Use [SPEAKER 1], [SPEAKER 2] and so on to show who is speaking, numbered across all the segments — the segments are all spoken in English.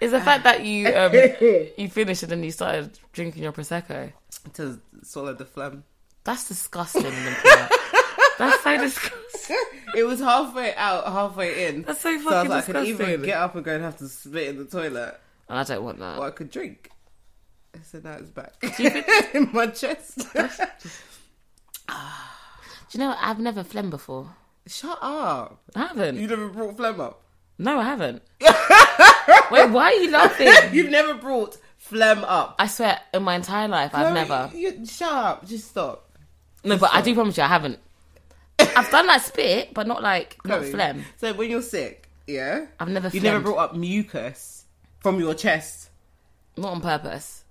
[SPEAKER 1] Is the fact that you um, you finished and then you started drinking your prosecco?
[SPEAKER 2] to swallow the phlegm.
[SPEAKER 1] That's disgusting. Olympia. That's so disgusting.
[SPEAKER 2] It was halfway out, halfway in.
[SPEAKER 1] That's so
[SPEAKER 2] So I
[SPEAKER 1] fucking
[SPEAKER 2] was like, I could either
[SPEAKER 1] disgusting.
[SPEAKER 2] get up and go and have to spit in the toilet,
[SPEAKER 1] Oh, I don't want that.
[SPEAKER 2] or I could drink. So now it's back in my chest.
[SPEAKER 1] Do you know what? I've never phlegm before.
[SPEAKER 2] Shut up!
[SPEAKER 1] I haven't.
[SPEAKER 2] You never brought phlegm up.
[SPEAKER 1] No, I haven't. Wait, why are you laughing?
[SPEAKER 2] You've never brought phlegm up.
[SPEAKER 1] I swear, in my entire life, I've
[SPEAKER 2] No,
[SPEAKER 1] never.
[SPEAKER 2] You, shut up! Just stop.
[SPEAKER 1] No, but I do promise you, I haven't. I've done like spit, but not like not
[SPEAKER 2] Chloe.
[SPEAKER 1] phlegm.
[SPEAKER 2] So when you're sick, yeah,
[SPEAKER 1] I've never.
[SPEAKER 2] you
[SPEAKER 1] phlegmed.
[SPEAKER 2] never brought up mucus from your chest.
[SPEAKER 1] Not on purpose.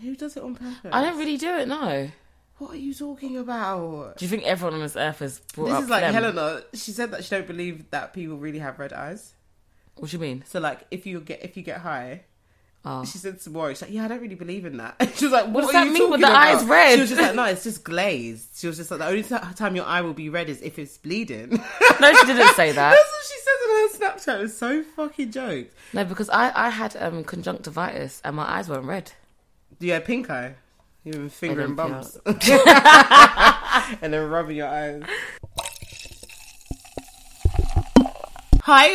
[SPEAKER 2] Who does it on purpose?
[SPEAKER 1] I don't really do it. No.
[SPEAKER 2] What are you talking about?
[SPEAKER 1] Do you think everyone on this earth has brought
[SPEAKER 2] This
[SPEAKER 1] up
[SPEAKER 2] is like
[SPEAKER 1] phlegm?
[SPEAKER 2] Helena. She said that she don't believe that people really have red eyes.
[SPEAKER 1] What do you mean?
[SPEAKER 2] So like, if you get if you get high,
[SPEAKER 1] Oh.
[SPEAKER 2] she said to Maury, she's like, yeah, I don't really believe in that. she was like, what,
[SPEAKER 1] does
[SPEAKER 2] are
[SPEAKER 1] that
[SPEAKER 2] you
[SPEAKER 1] mean with
[SPEAKER 2] talking
[SPEAKER 1] the eyes
[SPEAKER 2] about?
[SPEAKER 1] red?
[SPEAKER 2] She was just like, no, it's just glazed. She was just like, the only t- time your eye will be red is if it's bleeding.
[SPEAKER 1] No, she didn't say that.
[SPEAKER 2] That's what she says in her Snapchat. It's so fucking joked.
[SPEAKER 1] No, because I, I had um, conjunctivitis and my eyes weren't red.
[SPEAKER 2] Yeah, pink eye. You've been fingering
[SPEAKER 1] Olympia.
[SPEAKER 2] bumps and then rubbing your eyes. Hi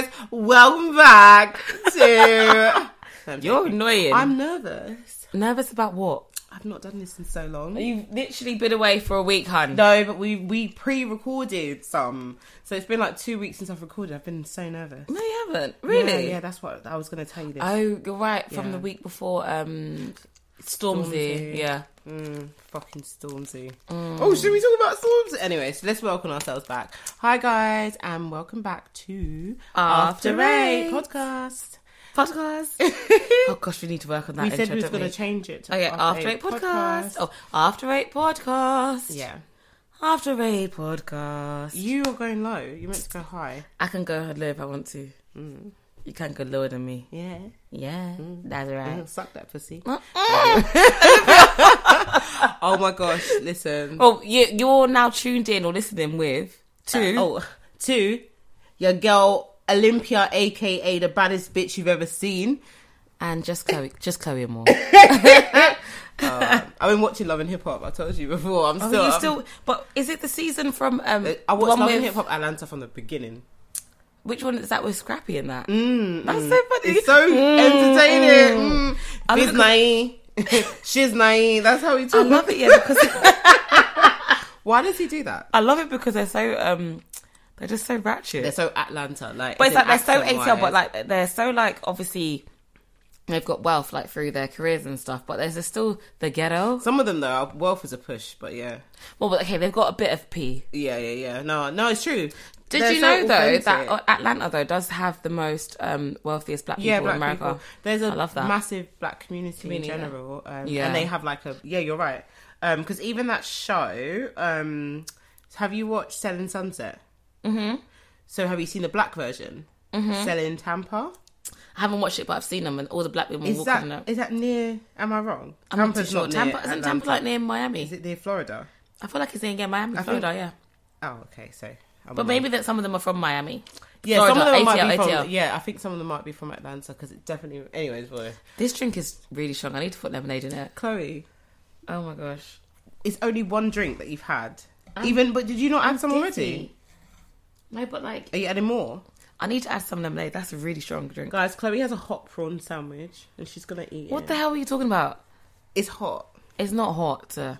[SPEAKER 2] guys, welcome back to. I'm
[SPEAKER 1] You're
[SPEAKER 2] joking.
[SPEAKER 1] annoying.
[SPEAKER 2] I'm nervous.
[SPEAKER 1] nervous about what?
[SPEAKER 2] I've not done this in so long.
[SPEAKER 1] You've literally been away for a week, hun.
[SPEAKER 2] No, but we we pre-recorded some, so it's been like two weeks since I've recorded. I've been so nervous.
[SPEAKER 1] No, you haven't. Really?
[SPEAKER 2] Yeah, yeah, that's what I was going to tell you. This.
[SPEAKER 1] Oh, you're right. From
[SPEAKER 2] Yeah.
[SPEAKER 1] the week before, um, Stormzy.
[SPEAKER 2] Stormzy.
[SPEAKER 1] Yeah.
[SPEAKER 2] Mm, fucking Stormzy.
[SPEAKER 1] Mm.
[SPEAKER 2] Oh, should we talk about Stormzy? Anyway, so let's welcome ourselves back. Hi, guys, and welcome back to
[SPEAKER 1] After
[SPEAKER 2] After Eight
[SPEAKER 1] Eight.
[SPEAKER 2] Podcast.
[SPEAKER 1] Podcast. oh gosh, we need to work on that.
[SPEAKER 2] we
[SPEAKER 1] intro,
[SPEAKER 2] said we was
[SPEAKER 1] don't
[SPEAKER 2] going to
[SPEAKER 1] we?
[SPEAKER 2] change it to
[SPEAKER 1] Oh yeah, after eight, podcast. Oh, after eight podcast.
[SPEAKER 2] Yeah.
[SPEAKER 1] after eight podcast.
[SPEAKER 2] You are going low. You're meant to go high.
[SPEAKER 1] I can go low if I want to. You can go lower than me.
[SPEAKER 2] Yeah.
[SPEAKER 1] Yeah, that's right.
[SPEAKER 2] Suck that pussy.
[SPEAKER 1] Mm.
[SPEAKER 2] Oh, my gosh. Listen.
[SPEAKER 1] Oh, you, you're now tuned in or listening with two.
[SPEAKER 2] Oh, two. Your girl, Olympia, a.k.a. the baddest bitch you've ever seen.
[SPEAKER 1] and just Chloe, just Chloe and more.
[SPEAKER 2] Um, I've been watching Love and Hip Hop. I told you before. I'm still...
[SPEAKER 1] Oh, you
[SPEAKER 2] I'm-
[SPEAKER 1] still, but is it the season from um?
[SPEAKER 2] um, Uh, I watched
[SPEAKER 1] one
[SPEAKER 2] Love and
[SPEAKER 1] with-
[SPEAKER 2] Hip Hop Atlanta from the beginning.
[SPEAKER 1] Which one is that with Scrappy in that? That's so funny.
[SPEAKER 2] Mm, It's so entertaining.
[SPEAKER 1] I
[SPEAKER 2] Mm. He's
[SPEAKER 1] look-
[SPEAKER 2] naive. She's naive. That's how he
[SPEAKER 1] I
[SPEAKER 2] talks.
[SPEAKER 1] love it, yeah, because
[SPEAKER 2] Why does he do that?
[SPEAKER 1] I love it because they're so um, they're just so ratchet.
[SPEAKER 2] They're so Atlanta, like.
[SPEAKER 1] but it's
[SPEAKER 2] as
[SPEAKER 1] like they're
[SPEAKER 2] in
[SPEAKER 1] so
[SPEAKER 2] accent-wise.
[SPEAKER 1] ATL, but like they're so like obviously they've got wealth like through their careers and stuff. But there's still the ghetto.
[SPEAKER 2] some of them though, wealth is a push. But yeah,
[SPEAKER 1] Well, but okay, they've got a bit of p.
[SPEAKER 2] yeah, yeah, yeah. No, no, it's true.
[SPEAKER 1] Did
[SPEAKER 2] They're
[SPEAKER 1] you
[SPEAKER 2] so
[SPEAKER 1] know though
[SPEAKER 2] authentic.
[SPEAKER 1] that uh, Atlanta though does have the most um, wealthiest black people
[SPEAKER 2] yeah,
[SPEAKER 1] in
[SPEAKER 2] black
[SPEAKER 1] America?
[SPEAKER 2] people. There's a
[SPEAKER 1] I love that.
[SPEAKER 2] massive black community,
[SPEAKER 1] Community, yeah.
[SPEAKER 2] in general. Um,
[SPEAKER 1] Yeah.
[SPEAKER 2] and they have like a yeah. You're right. Because even that show, um, have you watched Selling Sunset?
[SPEAKER 1] hmm
[SPEAKER 2] So have you seen the black version?
[SPEAKER 1] Mm-hmm.
[SPEAKER 2] Selling Tampa.
[SPEAKER 1] I haven't watched it, but I've seen them and all the black women
[SPEAKER 2] Is
[SPEAKER 1] walking
[SPEAKER 2] that is
[SPEAKER 1] up.
[SPEAKER 2] that near? Am I wrong?
[SPEAKER 1] I'm not too sure. Tampa,
[SPEAKER 2] near
[SPEAKER 1] isn't
[SPEAKER 2] Atlanta.
[SPEAKER 1] Tampa like near Miami?
[SPEAKER 2] Is it near Florida?
[SPEAKER 1] I feel like it's in yeah, Miami,
[SPEAKER 2] I think-
[SPEAKER 1] Florida, yeah.
[SPEAKER 2] Oh, okay. So, I'm
[SPEAKER 1] But
[SPEAKER 2] wrong.
[SPEAKER 1] maybe that some of them are from Miami.
[SPEAKER 2] yeah, some of
[SPEAKER 1] Florida,
[SPEAKER 2] them might be
[SPEAKER 1] ATL,
[SPEAKER 2] from.
[SPEAKER 1] ATL.
[SPEAKER 2] Yeah, I think some of them might be from Atlanta because it definitely. Anyways, boy,
[SPEAKER 1] This drink is really strong. I need to put lemonade in it.
[SPEAKER 2] Chloe,
[SPEAKER 1] Oh my gosh.
[SPEAKER 2] it's only one drink that you've had. Even, but did you not add some already?
[SPEAKER 1] Dizzy. No, but like
[SPEAKER 2] Are you adding more,
[SPEAKER 1] I need to add some lemonade. That's a really strong drink.
[SPEAKER 2] guys? Chloe has a hot prawn sandwich and she's gonna eat
[SPEAKER 1] What
[SPEAKER 2] it.
[SPEAKER 1] the hell are you talking about?
[SPEAKER 2] It's hot.
[SPEAKER 1] It's not hot. uh.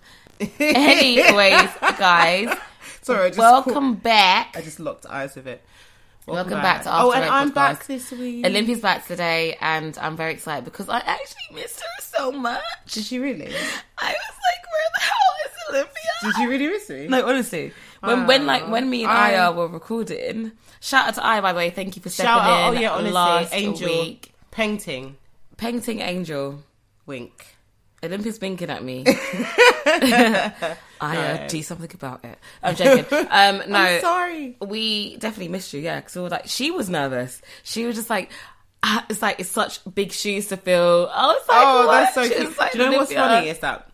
[SPEAKER 1] Anyways, guys,
[SPEAKER 2] Sorry, I just
[SPEAKER 1] welcome
[SPEAKER 2] caught-
[SPEAKER 1] back.
[SPEAKER 2] I just locked eyes with it.
[SPEAKER 1] Welcome back to After
[SPEAKER 2] Oh, and
[SPEAKER 1] Eight
[SPEAKER 2] I'm
[SPEAKER 1] Podcast.
[SPEAKER 2] back this week.
[SPEAKER 1] Olympia's back today, and I'm very excited because I actually missed her so much.
[SPEAKER 2] Did she really?
[SPEAKER 1] I was like, where the hell is Olympia?
[SPEAKER 2] Did you really miss me?
[SPEAKER 1] No, honestly. When when like when me and
[SPEAKER 2] I-
[SPEAKER 1] Aya were recording, shout out to Aya by the way. Thank you for stepping
[SPEAKER 2] Shout out!
[SPEAKER 1] in.
[SPEAKER 2] Oh yeah, honestly,
[SPEAKER 1] last
[SPEAKER 2] Angel
[SPEAKER 1] week.
[SPEAKER 2] painting.
[SPEAKER 1] painting Angel.
[SPEAKER 2] Wink.
[SPEAKER 1] Olympia's winking at me. Aya, do something about it. I'm joking. Um, no,
[SPEAKER 2] I'm sorry.
[SPEAKER 1] we definitely missed you. Yeah, because we were like, she was nervous. She was just like. "Ah, It's like it's such big shoes to fill. I was like,
[SPEAKER 2] Oh, that's so
[SPEAKER 1] what?" She
[SPEAKER 2] cute.
[SPEAKER 1] was like,
[SPEAKER 2] Do you know what's
[SPEAKER 1] "Olympia."
[SPEAKER 2] funny is that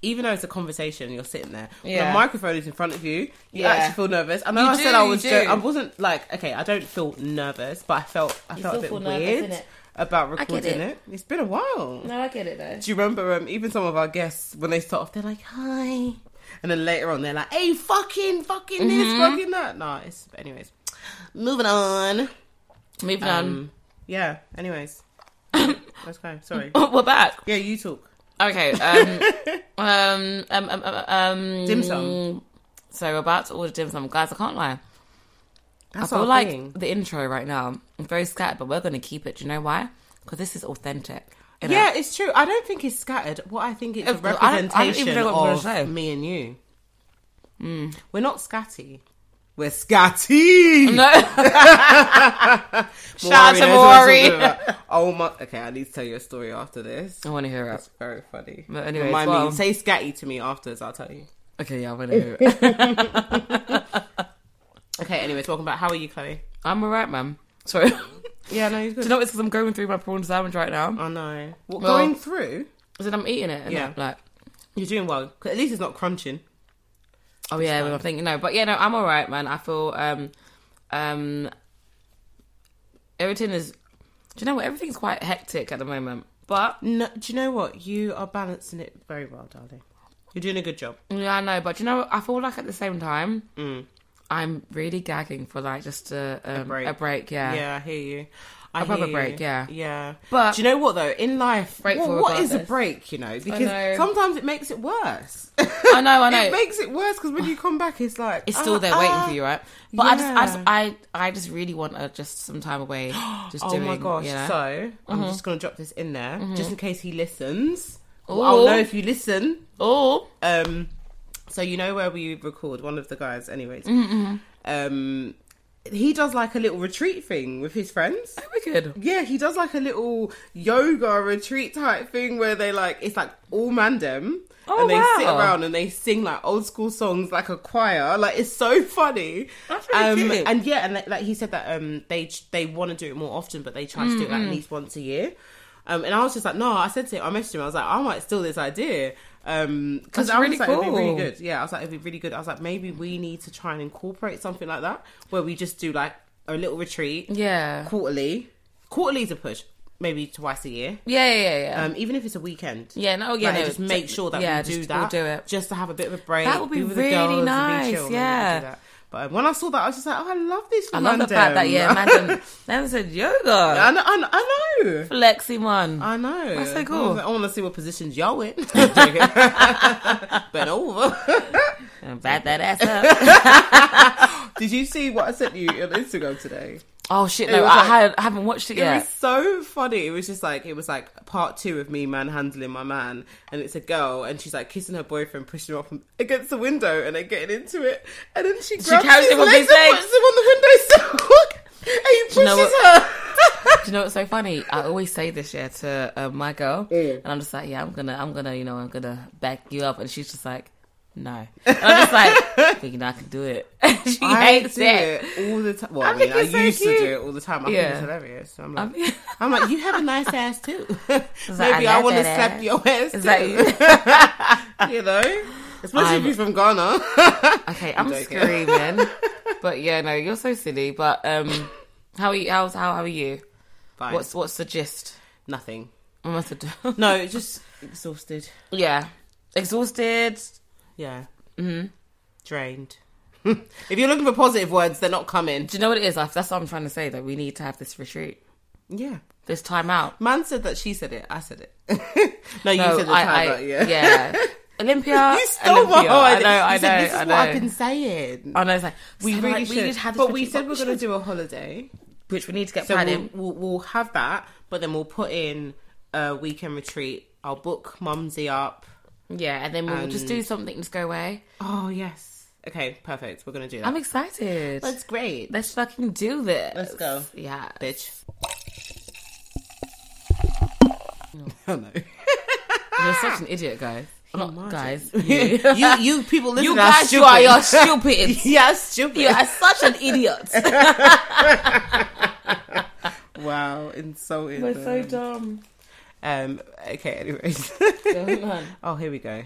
[SPEAKER 2] even though it's a conversation, you're sitting there.
[SPEAKER 1] Yeah.
[SPEAKER 2] The microphone is in front of you. You
[SPEAKER 1] Yeah.
[SPEAKER 2] actually feel nervous. I know
[SPEAKER 1] You
[SPEAKER 2] I said
[SPEAKER 1] do,
[SPEAKER 2] I
[SPEAKER 1] you
[SPEAKER 2] was.
[SPEAKER 1] do.
[SPEAKER 2] Jo- I wasn't like okay. I don't feel nervous, but I felt. I
[SPEAKER 1] You
[SPEAKER 2] felt a
[SPEAKER 1] still
[SPEAKER 2] bit
[SPEAKER 1] feel nervous,
[SPEAKER 2] weird
[SPEAKER 1] innit?
[SPEAKER 2] about
[SPEAKER 1] get
[SPEAKER 2] recording it.
[SPEAKER 1] it.
[SPEAKER 2] It's been a while.
[SPEAKER 1] No, I get it though.
[SPEAKER 2] Do you remember um, even some of our guests when they start off, they're like, "Hi," and then later on they're like, "Hey, fucking, fucking
[SPEAKER 1] Mm-hmm.
[SPEAKER 2] this, fucking that." Nah, it's but anyways. Moving on.
[SPEAKER 1] Moving
[SPEAKER 2] Um, yeah. Anyways,
[SPEAKER 1] on.
[SPEAKER 2] let's go. Sorry.
[SPEAKER 1] We're back.
[SPEAKER 2] Yeah, you talk.
[SPEAKER 1] Okay. Um, um, um, um, um, um,
[SPEAKER 2] Dim sum.
[SPEAKER 1] So we're about to order dim sum, guys. I can't lie.
[SPEAKER 2] That's
[SPEAKER 1] I
[SPEAKER 2] our
[SPEAKER 1] feel like
[SPEAKER 2] thing.
[SPEAKER 1] the intro right now. I'm very scattered, but we're going to keep it. Do you know why? Because this is authentic. you know?
[SPEAKER 2] Yeah, it's true. I don't think it's scattered. What I think it's a
[SPEAKER 1] If- I don't- I don't
[SPEAKER 2] representation
[SPEAKER 1] even know what Mm. I'm gonna
[SPEAKER 2] of
[SPEAKER 1] say.
[SPEAKER 2] me and you. We're not scatty. We're scatty.
[SPEAKER 1] No. Shout out to Maury.
[SPEAKER 2] Oh my. Okay, I need to tell you a story after this.
[SPEAKER 1] I want to hear it.
[SPEAKER 2] Very funny.
[SPEAKER 1] But anyways,
[SPEAKER 2] Remind
[SPEAKER 1] well-
[SPEAKER 2] me. Say scatty to me afterwards. I'll tell you.
[SPEAKER 1] Okay, yeah, I want to hear it.
[SPEAKER 2] Okay. Anyways, welcome back. How are you, Chloe?
[SPEAKER 1] I'm alright, ma'am. Sorry. Do
[SPEAKER 2] Yeah. No, he's good.
[SPEAKER 1] you know it's because I'm going through my prawn sandwich right now?
[SPEAKER 2] I know. What,
[SPEAKER 1] Well-
[SPEAKER 2] going through.
[SPEAKER 1] Because I'm eating it.
[SPEAKER 2] Yeah.
[SPEAKER 1] Yeah. Like,
[SPEAKER 2] You're doing well. 'Cause At least it's not crunching.
[SPEAKER 1] oh yeah, well, I think no, but yeah, no, I'm alright, man. I feel um, um, everything is. Do you know what? Everything's quite hectic at the moment, but
[SPEAKER 2] No, do you know what? You are balancing it very well, darling. You're doing a good job.
[SPEAKER 1] yeah, I know. But do you know, I feel like at the same time,
[SPEAKER 2] Mm.
[SPEAKER 1] I'm really gagging for like just a, um, a
[SPEAKER 2] break.
[SPEAKER 1] break. yeah.
[SPEAKER 2] Yeah, I hear you. I
[SPEAKER 1] A proper
[SPEAKER 2] hear you.
[SPEAKER 1] break, yeah.
[SPEAKER 2] yeah.
[SPEAKER 1] But-
[SPEAKER 2] do you know what though? In life,
[SPEAKER 1] Break
[SPEAKER 2] what-
[SPEAKER 1] for
[SPEAKER 2] what is a
[SPEAKER 1] regardless.
[SPEAKER 2] break? You know, because
[SPEAKER 1] know.
[SPEAKER 2] sometimes it makes it worse.
[SPEAKER 1] I know, I know.
[SPEAKER 2] it makes it worse because when you come back, it's like
[SPEAKER 1] It's still
[SPEAKER 2] ah,
[SPEAKER 1] there waiting
[SPEAKER 2] ah.
[SPEAKER 1] for you, right? But I just,
[SPEAKER 2] yeah.
[SPEAKER 1] I, just- I, I just really want uh, just some time away. Just
[SPEAKER 2] Oh
[SPEAKER 1] doing,
[SPEAKER 2] my gosh!
[SPEAKER 1] you know? Mm-hmm.
[SPEAKER 2] So I'm just gonna drop this in there, just in case he listens. Well,
[SPEAKER 1] Ooh.
[SPEAKER 2] I'll know if you listen.
[SPEAKER 1] oh,
[SPEAKER 2] um so you know where we record one of the guys anyways um he does like a little retreat thing with his friends
[SPEAKER 1] wicked.
[SPEAKER 2] yeah he does like a little yoga retreat type thing where they like it's like all mandem
[SPEAKER 1] Oh,
[SPEAKER 2] and they sit
[SPEAKER 1] wow.
[SPEAKER 2] around and they sing like old school songs like a choir like it's so funny
[SPEAKER 1] That's really
[SPEAKER 2] um,
[SPEAKER 1] cute.
[SPEAKER 2] and yeah and like, like he said that um they they want to do it more often but they try to do it like at least once a year um and i was just like no i said to him i messaged him i was like i might steal this idea um because
[SPEAKER 1] That's
[SPEAKER 2] i was
[SPEAKER 1] really
[SPEAKER 2] like it'd be really
[SPEAKER 1] cool.
[SPEAKER 2] good yeah i was like it'd be really good i was like maybe we need to try and incorporate something like that where we just do like a little retreat
[SPEAKER 1] Yeah.
[SPEAKER 2] quarterly. Quarterly's a push, maybe twice a year.
[SPEAKER 1] Yeah, yeah, yeah. yeah.
[SPEAKER 2] Um, even if it's a weekend.
[SPEAKER 1] yeah, no, yeah,
[SPEAKER 2] Like,
[SPEAKER 1] no,
[SPEAKER 2] just make sure that
[SPEAKER 1] yeah,
[SPEAKER 2] we do
[SPEAKER 1] just-
[SPEAKER 2] that.
[SPEAKER 1] We'll do it.
[SPEAKER 2] Just to have a bit of a break.
[SPEAKER 1] That would be
[SPEAKER 2] be with the
[SPEAKER 1] really
[SPEAKER 2] girls and be
[SPEAKER 1] nice,
[SPEAKER 2] chill, maybe
[SPEAKER 1] yeah.
[SPEAKER 2] do that. But um, when I saw that, I was just like, oh, I love this. For
[SPEAKER 1] I love the fact that yeah, imagine never said yoga,
[SPEAKER 2] I know. I know- I know.
[SPEAKER 1] flexi one.
[SPEAKER 2] I know.
[SPEAKER 1] That's so
[SPEAKER 2] I was
[SPEAKER 1] cool.
[SPEAKER 2] like, I want to see what positions y'all in. but over.
[SPEAKER 1] And bat that ass up.
[SPEAKER 2] Did you see what I sent you on Instagram today?
[SPEAKER 1] oh shit,
[SPEAKER 2] It
[SPEAKER 1] no,
[SPEAKER 2] was
[SPEAKER 1] I,
[SPEAKER 2] like-
[SPEAKER 1] had, I haven't watched it
[SPEAKER 2] It
[SPEAKER 1] yet.
[SPEAKER 2] was so funny. It was just like it was like part two of me manhandling my man, and it's a girl, and she's like kissing her boyfriend, pushing him up against the window, and they're getting into it, and then she grabs
[SPEAKER 1] carries
[SPEAKER 2] his
[SPEAKER 1] him on
[SPEAKER 2] legs
[SPEAKER 1] his
[SPEAKER 2] and
[SPEAKER 1] legs.
[SPEAKER 2] puts him on the windowsill, and he pushes
[SPEAKER 1] you know
[SPEAKER 2] her.
[SPEAKER 1] Do you know what's so funny? I always say this yeah to uh, my girl,
[SPEAKER 2] Mm.
[SPEAKER 1] and I'm just like, yeah, I'm gonna, I'm gonna, you know, I'm gonna back you up, and she's just like, no. And I'm just like, thinking I can do it. she
[SPEAKER 2] I
[SPEAKER 1] hates
[SPEAKER 2] do
[SPEAKER 1] it.
[SPEAKER 2] it all the time. Well, I,
[SPEAKER 1] I
[SPEAKER 2] mean,
[SPEAKER 1] think
[SPEAKER 2] I
[SPEAKER 1] it's so
[SPEAKER 2] used to
[SPEAKER 1] cute.
[SPEAKER 2] do it all the time. I
[SPEAKER 1] Yeah.
[SPEAKER 2] think it's hilarious. So I'm
[SPEAKER 1] I
[SPEAKER 2] like,
[SPEAKER 1] mean,
[SPEAKER 2] I'm like, you have a nice ass too.
[SPEAKER 1] like,
[SPEAKER 2] Maybe
[SPEAKER 1] I
[SPEAKER 2] I,
[SPEAKER 1] love
[SPEAKER 2] want to
[SPEAKER 1] that
[SPEAKER 2] slap
[SPEAKER 1] ass.
[SPEAKER 2] your ass too.
[SPEAKER 1] It's like-
[SPEAKER 2] you know, especially if
[SPEAKER 1] I'm-
[SPEAKER 2] you're from Ghana.
[SPEAKER 1] okay, I'm
[SPEAKER 2] joking.
[SPEAKER 1] screaming, but yeah, no, you're so silly. But um, how are you? How's how, how are you?
[SPEAKER 2] Fine.
[SPEAKER 1] What's what's the gist?
[SPEAKER 2] nothing?
[SPEAKER 1] I must have
[SPEAKER 2] No, it's just exhausted.
[SPEAKER 1] yeah, exhausted.
[SPEAKER 2] Yeah.
[SPEAKER 1] Mm-hmm.
[SPEAKER 2] Drained. if you're looking for positive words, they're not coming.
[SPEAKER 1] Do you know what it is? I- That's what I'm trying to say. That we need to have this retreat,
[SPEAKER 2] Yeah.
[SPEAKER 1] this time out.
[SPEAKER 2] Man said that she said it. I said it. no, you
[SPEAKER 1] No,
[SPEAKER 2] said the
[SPEAKER 1] I-
[SPEAKER 2] time,
[SPEAKER 1] I-
[SPEAKER 2] out, yeah.
[SPEAKER 1] yeah. Olympia.
[SPEAKER 2] you stole my
[SPEAKER 1] Olympia.
[SPEAKER 2] whole
[SPEAKER 1] I
[SPEAKER 2] idea.
[SPEAKER 1] know, I
[SPEAKER 2] You said,
[SPEAKER 1] know,
[SPEAKER 2] this is
[SPEAKER 1] I
[SPEAKER 2] what
[SPEAKER 1] know.
[SPEAKER 2] I've been saying.
[SPEAKER 1] I know. It's like
[SPEAKER 2] We
[SPEAKER 1] so,
[SPEAKER 2] really
[SPEAKER 1] like,
[SPEAKER 2] should.
[SPEAKER 1] we need to have this
[SPEAKER 2] but we
[SPEAKER 1] retreat,
[SPEAKER 2] said we're going to
[SPEAKER 1] should-
[SPEAKER 2] do a holiday.
[SPEAKER 1] which we need to get
[SPEAKER 2] So
[SPEAKER 1] planned
[SPEAKER 2] we'll,
[SPEAKER 1] in.
[SPEAKER 2] we'll, we'll have that, but then we'll put in a weekend retreat. I'll book Mumsy up.
[SPEAKER 1] Yeah, and then we'll just
[SPEAKER 2] Um,
[SPEAKER 1] do something. Just go away.
[SPEAKER 2] Oh, yes. Okay, perfect. We're going to do that.
[SPEAKER 1] I'm excited. Let's,
[SPEAKER 2] That's great.
[SPEAKER 1] fucking do this.
[SPEAKER 2] Let's go.
[SPEAKER 1] Yeah.
[SPEAKER 2] bitch. Oh no.
[SPEAKER 1] You're such an idiot, guys. Not
[SPEAKER 2] Imagine.
[SPEAKER 1] guys.
[SPEAKER 2] you,
[SPEAKER 1] You,
[SPEAKER 2] you people listen
[SPEAKER 1] you guys, you are you're stupid.
[SPEAKER 2] yeah, stupid.
[SPEAKER 1] you are such an idiot.
[SPEAKER 2] Wow, insulting. them.
[SPEAKER 1] dumb.
[SPEAKER 2] um, okay, anyways.
[SPEAKER 1] Go on.
[SPEAKER 2] oh, here we go.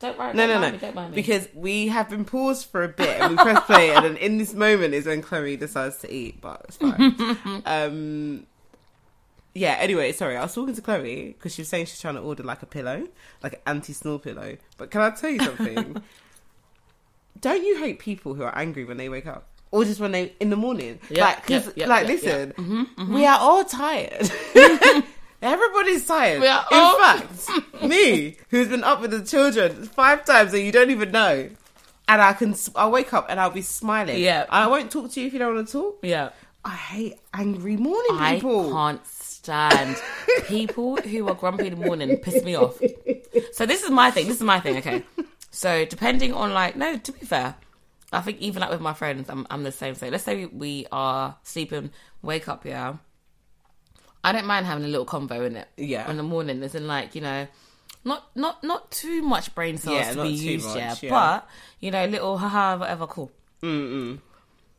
[SPEAKER 1] Don't worry.
[SPEAKER 2] No,
[SPEAKER 1] don't
[SPEAKER 2] no,
[SPEAKER 1] mind
[SPEAKER 2] no.
[SPEAKER 1] Me, don't mind me.
[SPEAKER 2] Because we have been paused for a bit and we press play, and then in this moment is when Chloe decides to eat, but it's fine. um, yeah, anyway, sorry. I was talking to Chloe because she was saying she's trying to order like a pillow, like an anti snore pillow. But can I tell you something? Don't you hate people who are angry when they wake up? Or just when they in the morning,
[SPEAKER 1] Yeah,
[SPEAKER 2] like, 'cause,
[SPEAKER 1] yeah, yeah,
[SPEAKER 2] like,
[SPEAKER 1] yeah, Mm-hmm, yeah.
[SPEAKER 2] listen, we are all tired. Everybody's tired.
[SPEAKER 1] We are
[SPEAKER 2] in
[SPEAKER 1] all-
[SPEAKER 2] fact, me, who's been up with the children five times and you don't even know, and I can, I wake up and I'll be smiling.
[SPEAKER 1] Yeah.
[SPEAKER 2] I won't talk to you if you don't want to talk.
[SPEAKER 1] yeah.
[SPEAKER 2] I hate angry morning
[SPEAKER 1] I
[SPEAKER 2] people.
[SPEAKER 1] can't stand people who are grumpy in the morning. Piss me off. So this is my thing. This is my thing. Okay. So depending on like no, to be fair, I think even like with my friends, I'm I'm the same. So let's say we, we are sleeping, wake up, yeah. I don't mind having a little convo in it.
[SPEAKER 2] Yeah.
[SPEAKER 1] In the morning, as in like you know. Not not not too much brain cells
[SPEAKER 2] Yeah,
[SPEAKER 1] to
[SPEAKER 2] not
[SPEAKER 1] be
[SPEAKER 2] too
[SPEAKER 1] used,
[SPEAKER 2] much,
[SPEAKER 1] yeah,
[SPEAKER 2] yeah.
[SPEAKER 1] But you know, little haha, whatever, cool.
[SPEAKER 2] Mm-mm.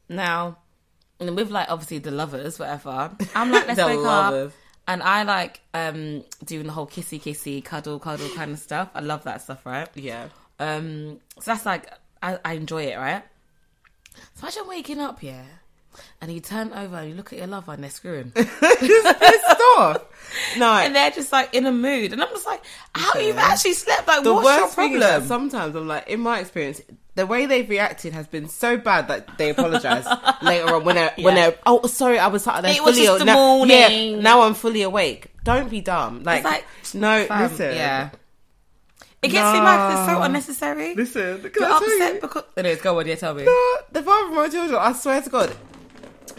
[SPEAKER 1] Now, and with like obviously the lovers, whatever. I'm like, let's
[SPEAKER 2] The
[SPEAKER 1] wake
[SPEAKER 2] lovers.
[SPEAKER 1] up. And I like um doing the whole kissy kissy, cuddle, cuddle kind of stuff. I love that stuff, right?
[SPEAKER 2] Yeah.
[SPEAKER 1] Um so that's like I, I enjoy it, right? So imagine waking up, yeah. And you turn over and you look at your lover and they're screwing.
[SPEAKER 2] Just pissed off. No.
[SPEAKER 1] and they're just like in a mood. And I'm just like, how
[SPEAKER 2] Yeah.
[SPEAKER 1] you've actually slept? Like
[SPEAKER 2] the
[SPEAKER 1] what's
[SPEAKER 2] worst
[SPEAKER 1] your
[SPEAKER 2] thing
[SPEAKER 1] problem?
[SPEAKER 2] is that sometimes I'm like, in my experience, the way they've reacted has been so bad that they apologize later on when they're when
[SPEAKER 1] Yeah.
[SPEAKER 2] they're oh sorry I was tired.
[SPEAKER 1] It was
[SPEAKER 2] fully
[SPEAKER 1] just the
[SPEAKER 2] now,
[SPEAKER 1] morning.
[SPEAKER 2] Yeah, now I'm fully awake. Don't be dumb. Like,
[SPEAKER 1] like,
[SPEAKER 2] no,
[SPEAKER 1] Fam,
[SPEAKER 2] listen,
[SPEAKER 1] Um, Yeah. It gets me mad 'cause it's so
[SPEAKER 2] No.
[SPEAKER 1] unnecessary.
[SPEAKER 2] listen. Can
[SPEAKER 1] You're
[SPEAKER 2] I tell
[SPEAKER 1] upset
[SPEAKER 2] you?
[SPEAKER 1] because anyways, go on, yeah, tell me.
[SPEAKER 2] the father of my children. I swear to God.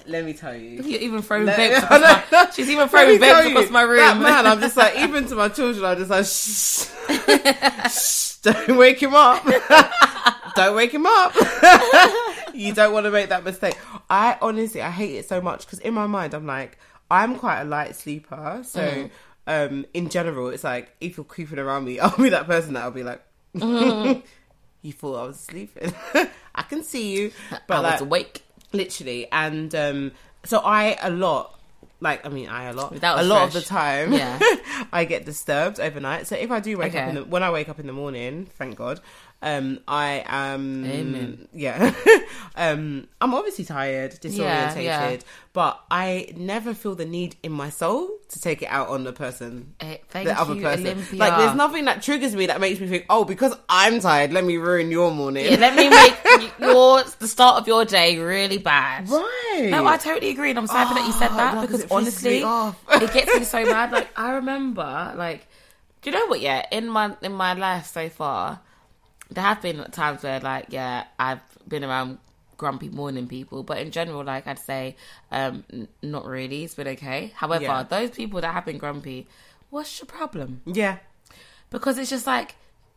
[SPEAKER 2] Let me tell you.
[SPEAKER 1] You're even throwing
[SPEAKER 2] No,
[SPEAKER 1] vapes
[SPEAKER 2] no,
[SPEAKER 1] across my,
[SPEAKER 2] no, no.
[SPEAKER 1] She's even
[SPEAKER 2] Let me
[SPEAKER 1] throwing
[SPEAKER 2] tell
[SPEAKER 1] vapes
[SPEAKER 2] you,
[SPEAKER 1] across my room.
[SPEAKER 2] That man, I'm just like, even to my children, I'm just like, shh, shh don't wake him up. don't wake him up. you don't want to make that mistake. I honestly, I hate it so much because in my mind, I'm like, I'm quite a light sleeper. So,
[SPEAKER 1] Mm.
[SPEAKER 2] um, in general, it's like, if you're creeping around me, I'll be that person that I'll be like,
[SPEAKER 1] Mm-hmm.
[SPEAKER 2] you thought I was sleeping. I can see you. But
[SPEAKER 1] I
[SPEAKER 2] like,
[SPEAKER 1] was awake.
[SPEAKER 2] literally and um so i a lot like i mean i a lot
[SPEAKER 1] That was
[SPEAKER 2] a lot of
[SPEAKER 1] fresh.
[SPEAKER 2] the time
[SPEAKER 1] Yeah.
[SPEAKER 2] i get disturbed overnight so if i do wake up in
[SPEAKER 1] Okay.
[SPEAKER 2] the, when i wake up in the morning thank god um i am
[SPEAKER 1] Amen.
[SPEAKER 2] yeah um i'm obviously tired disorientated
[SPEAKER 1] yeah.
[SPEAKER 2] but i never feel the need in my soul to take it out on the person
[SPEAKER 1] Eh, Thank
[SPEAKER 2] the other
[SPEAKER 1] you,
[SPEAKER 2] person
[SPEAKER 1] Olympia.
[SPEAKER 2] like there's nothing that triggers me that makes me think oh because i'm tired let me ruin your morning
[SPEAKER 1] Yeah, let me make your the start of your day really bad.
[SPEAKER 2] right
[SPEAKER 1] No, I totally agree, and I'm sad that you said
[SPEAKER 2] Oh,
[SPEAKER 1] that
[SPEAKER 2] no, 'cause
[SPEAKER 1] because
[SPEAKER 2] it pisses
[SPEAKER 1] honestly,
[SPEAKER 2] me off.
[SPEAKER 1] it gets me so mad. Like I remember, like do you know what? Yeah, in my in my life so far, there have been times where like yeah, I've been around grumpy morning people, but in general, like I'd say, um, n- not really. It's been okay. However,
[SPEAKER 2] Yeah.
[SPEAKER 1] those people that have been grumpy, what's your problem?
[SPEAKER 2] yeah
[SPEAKER 1] Because it's just like,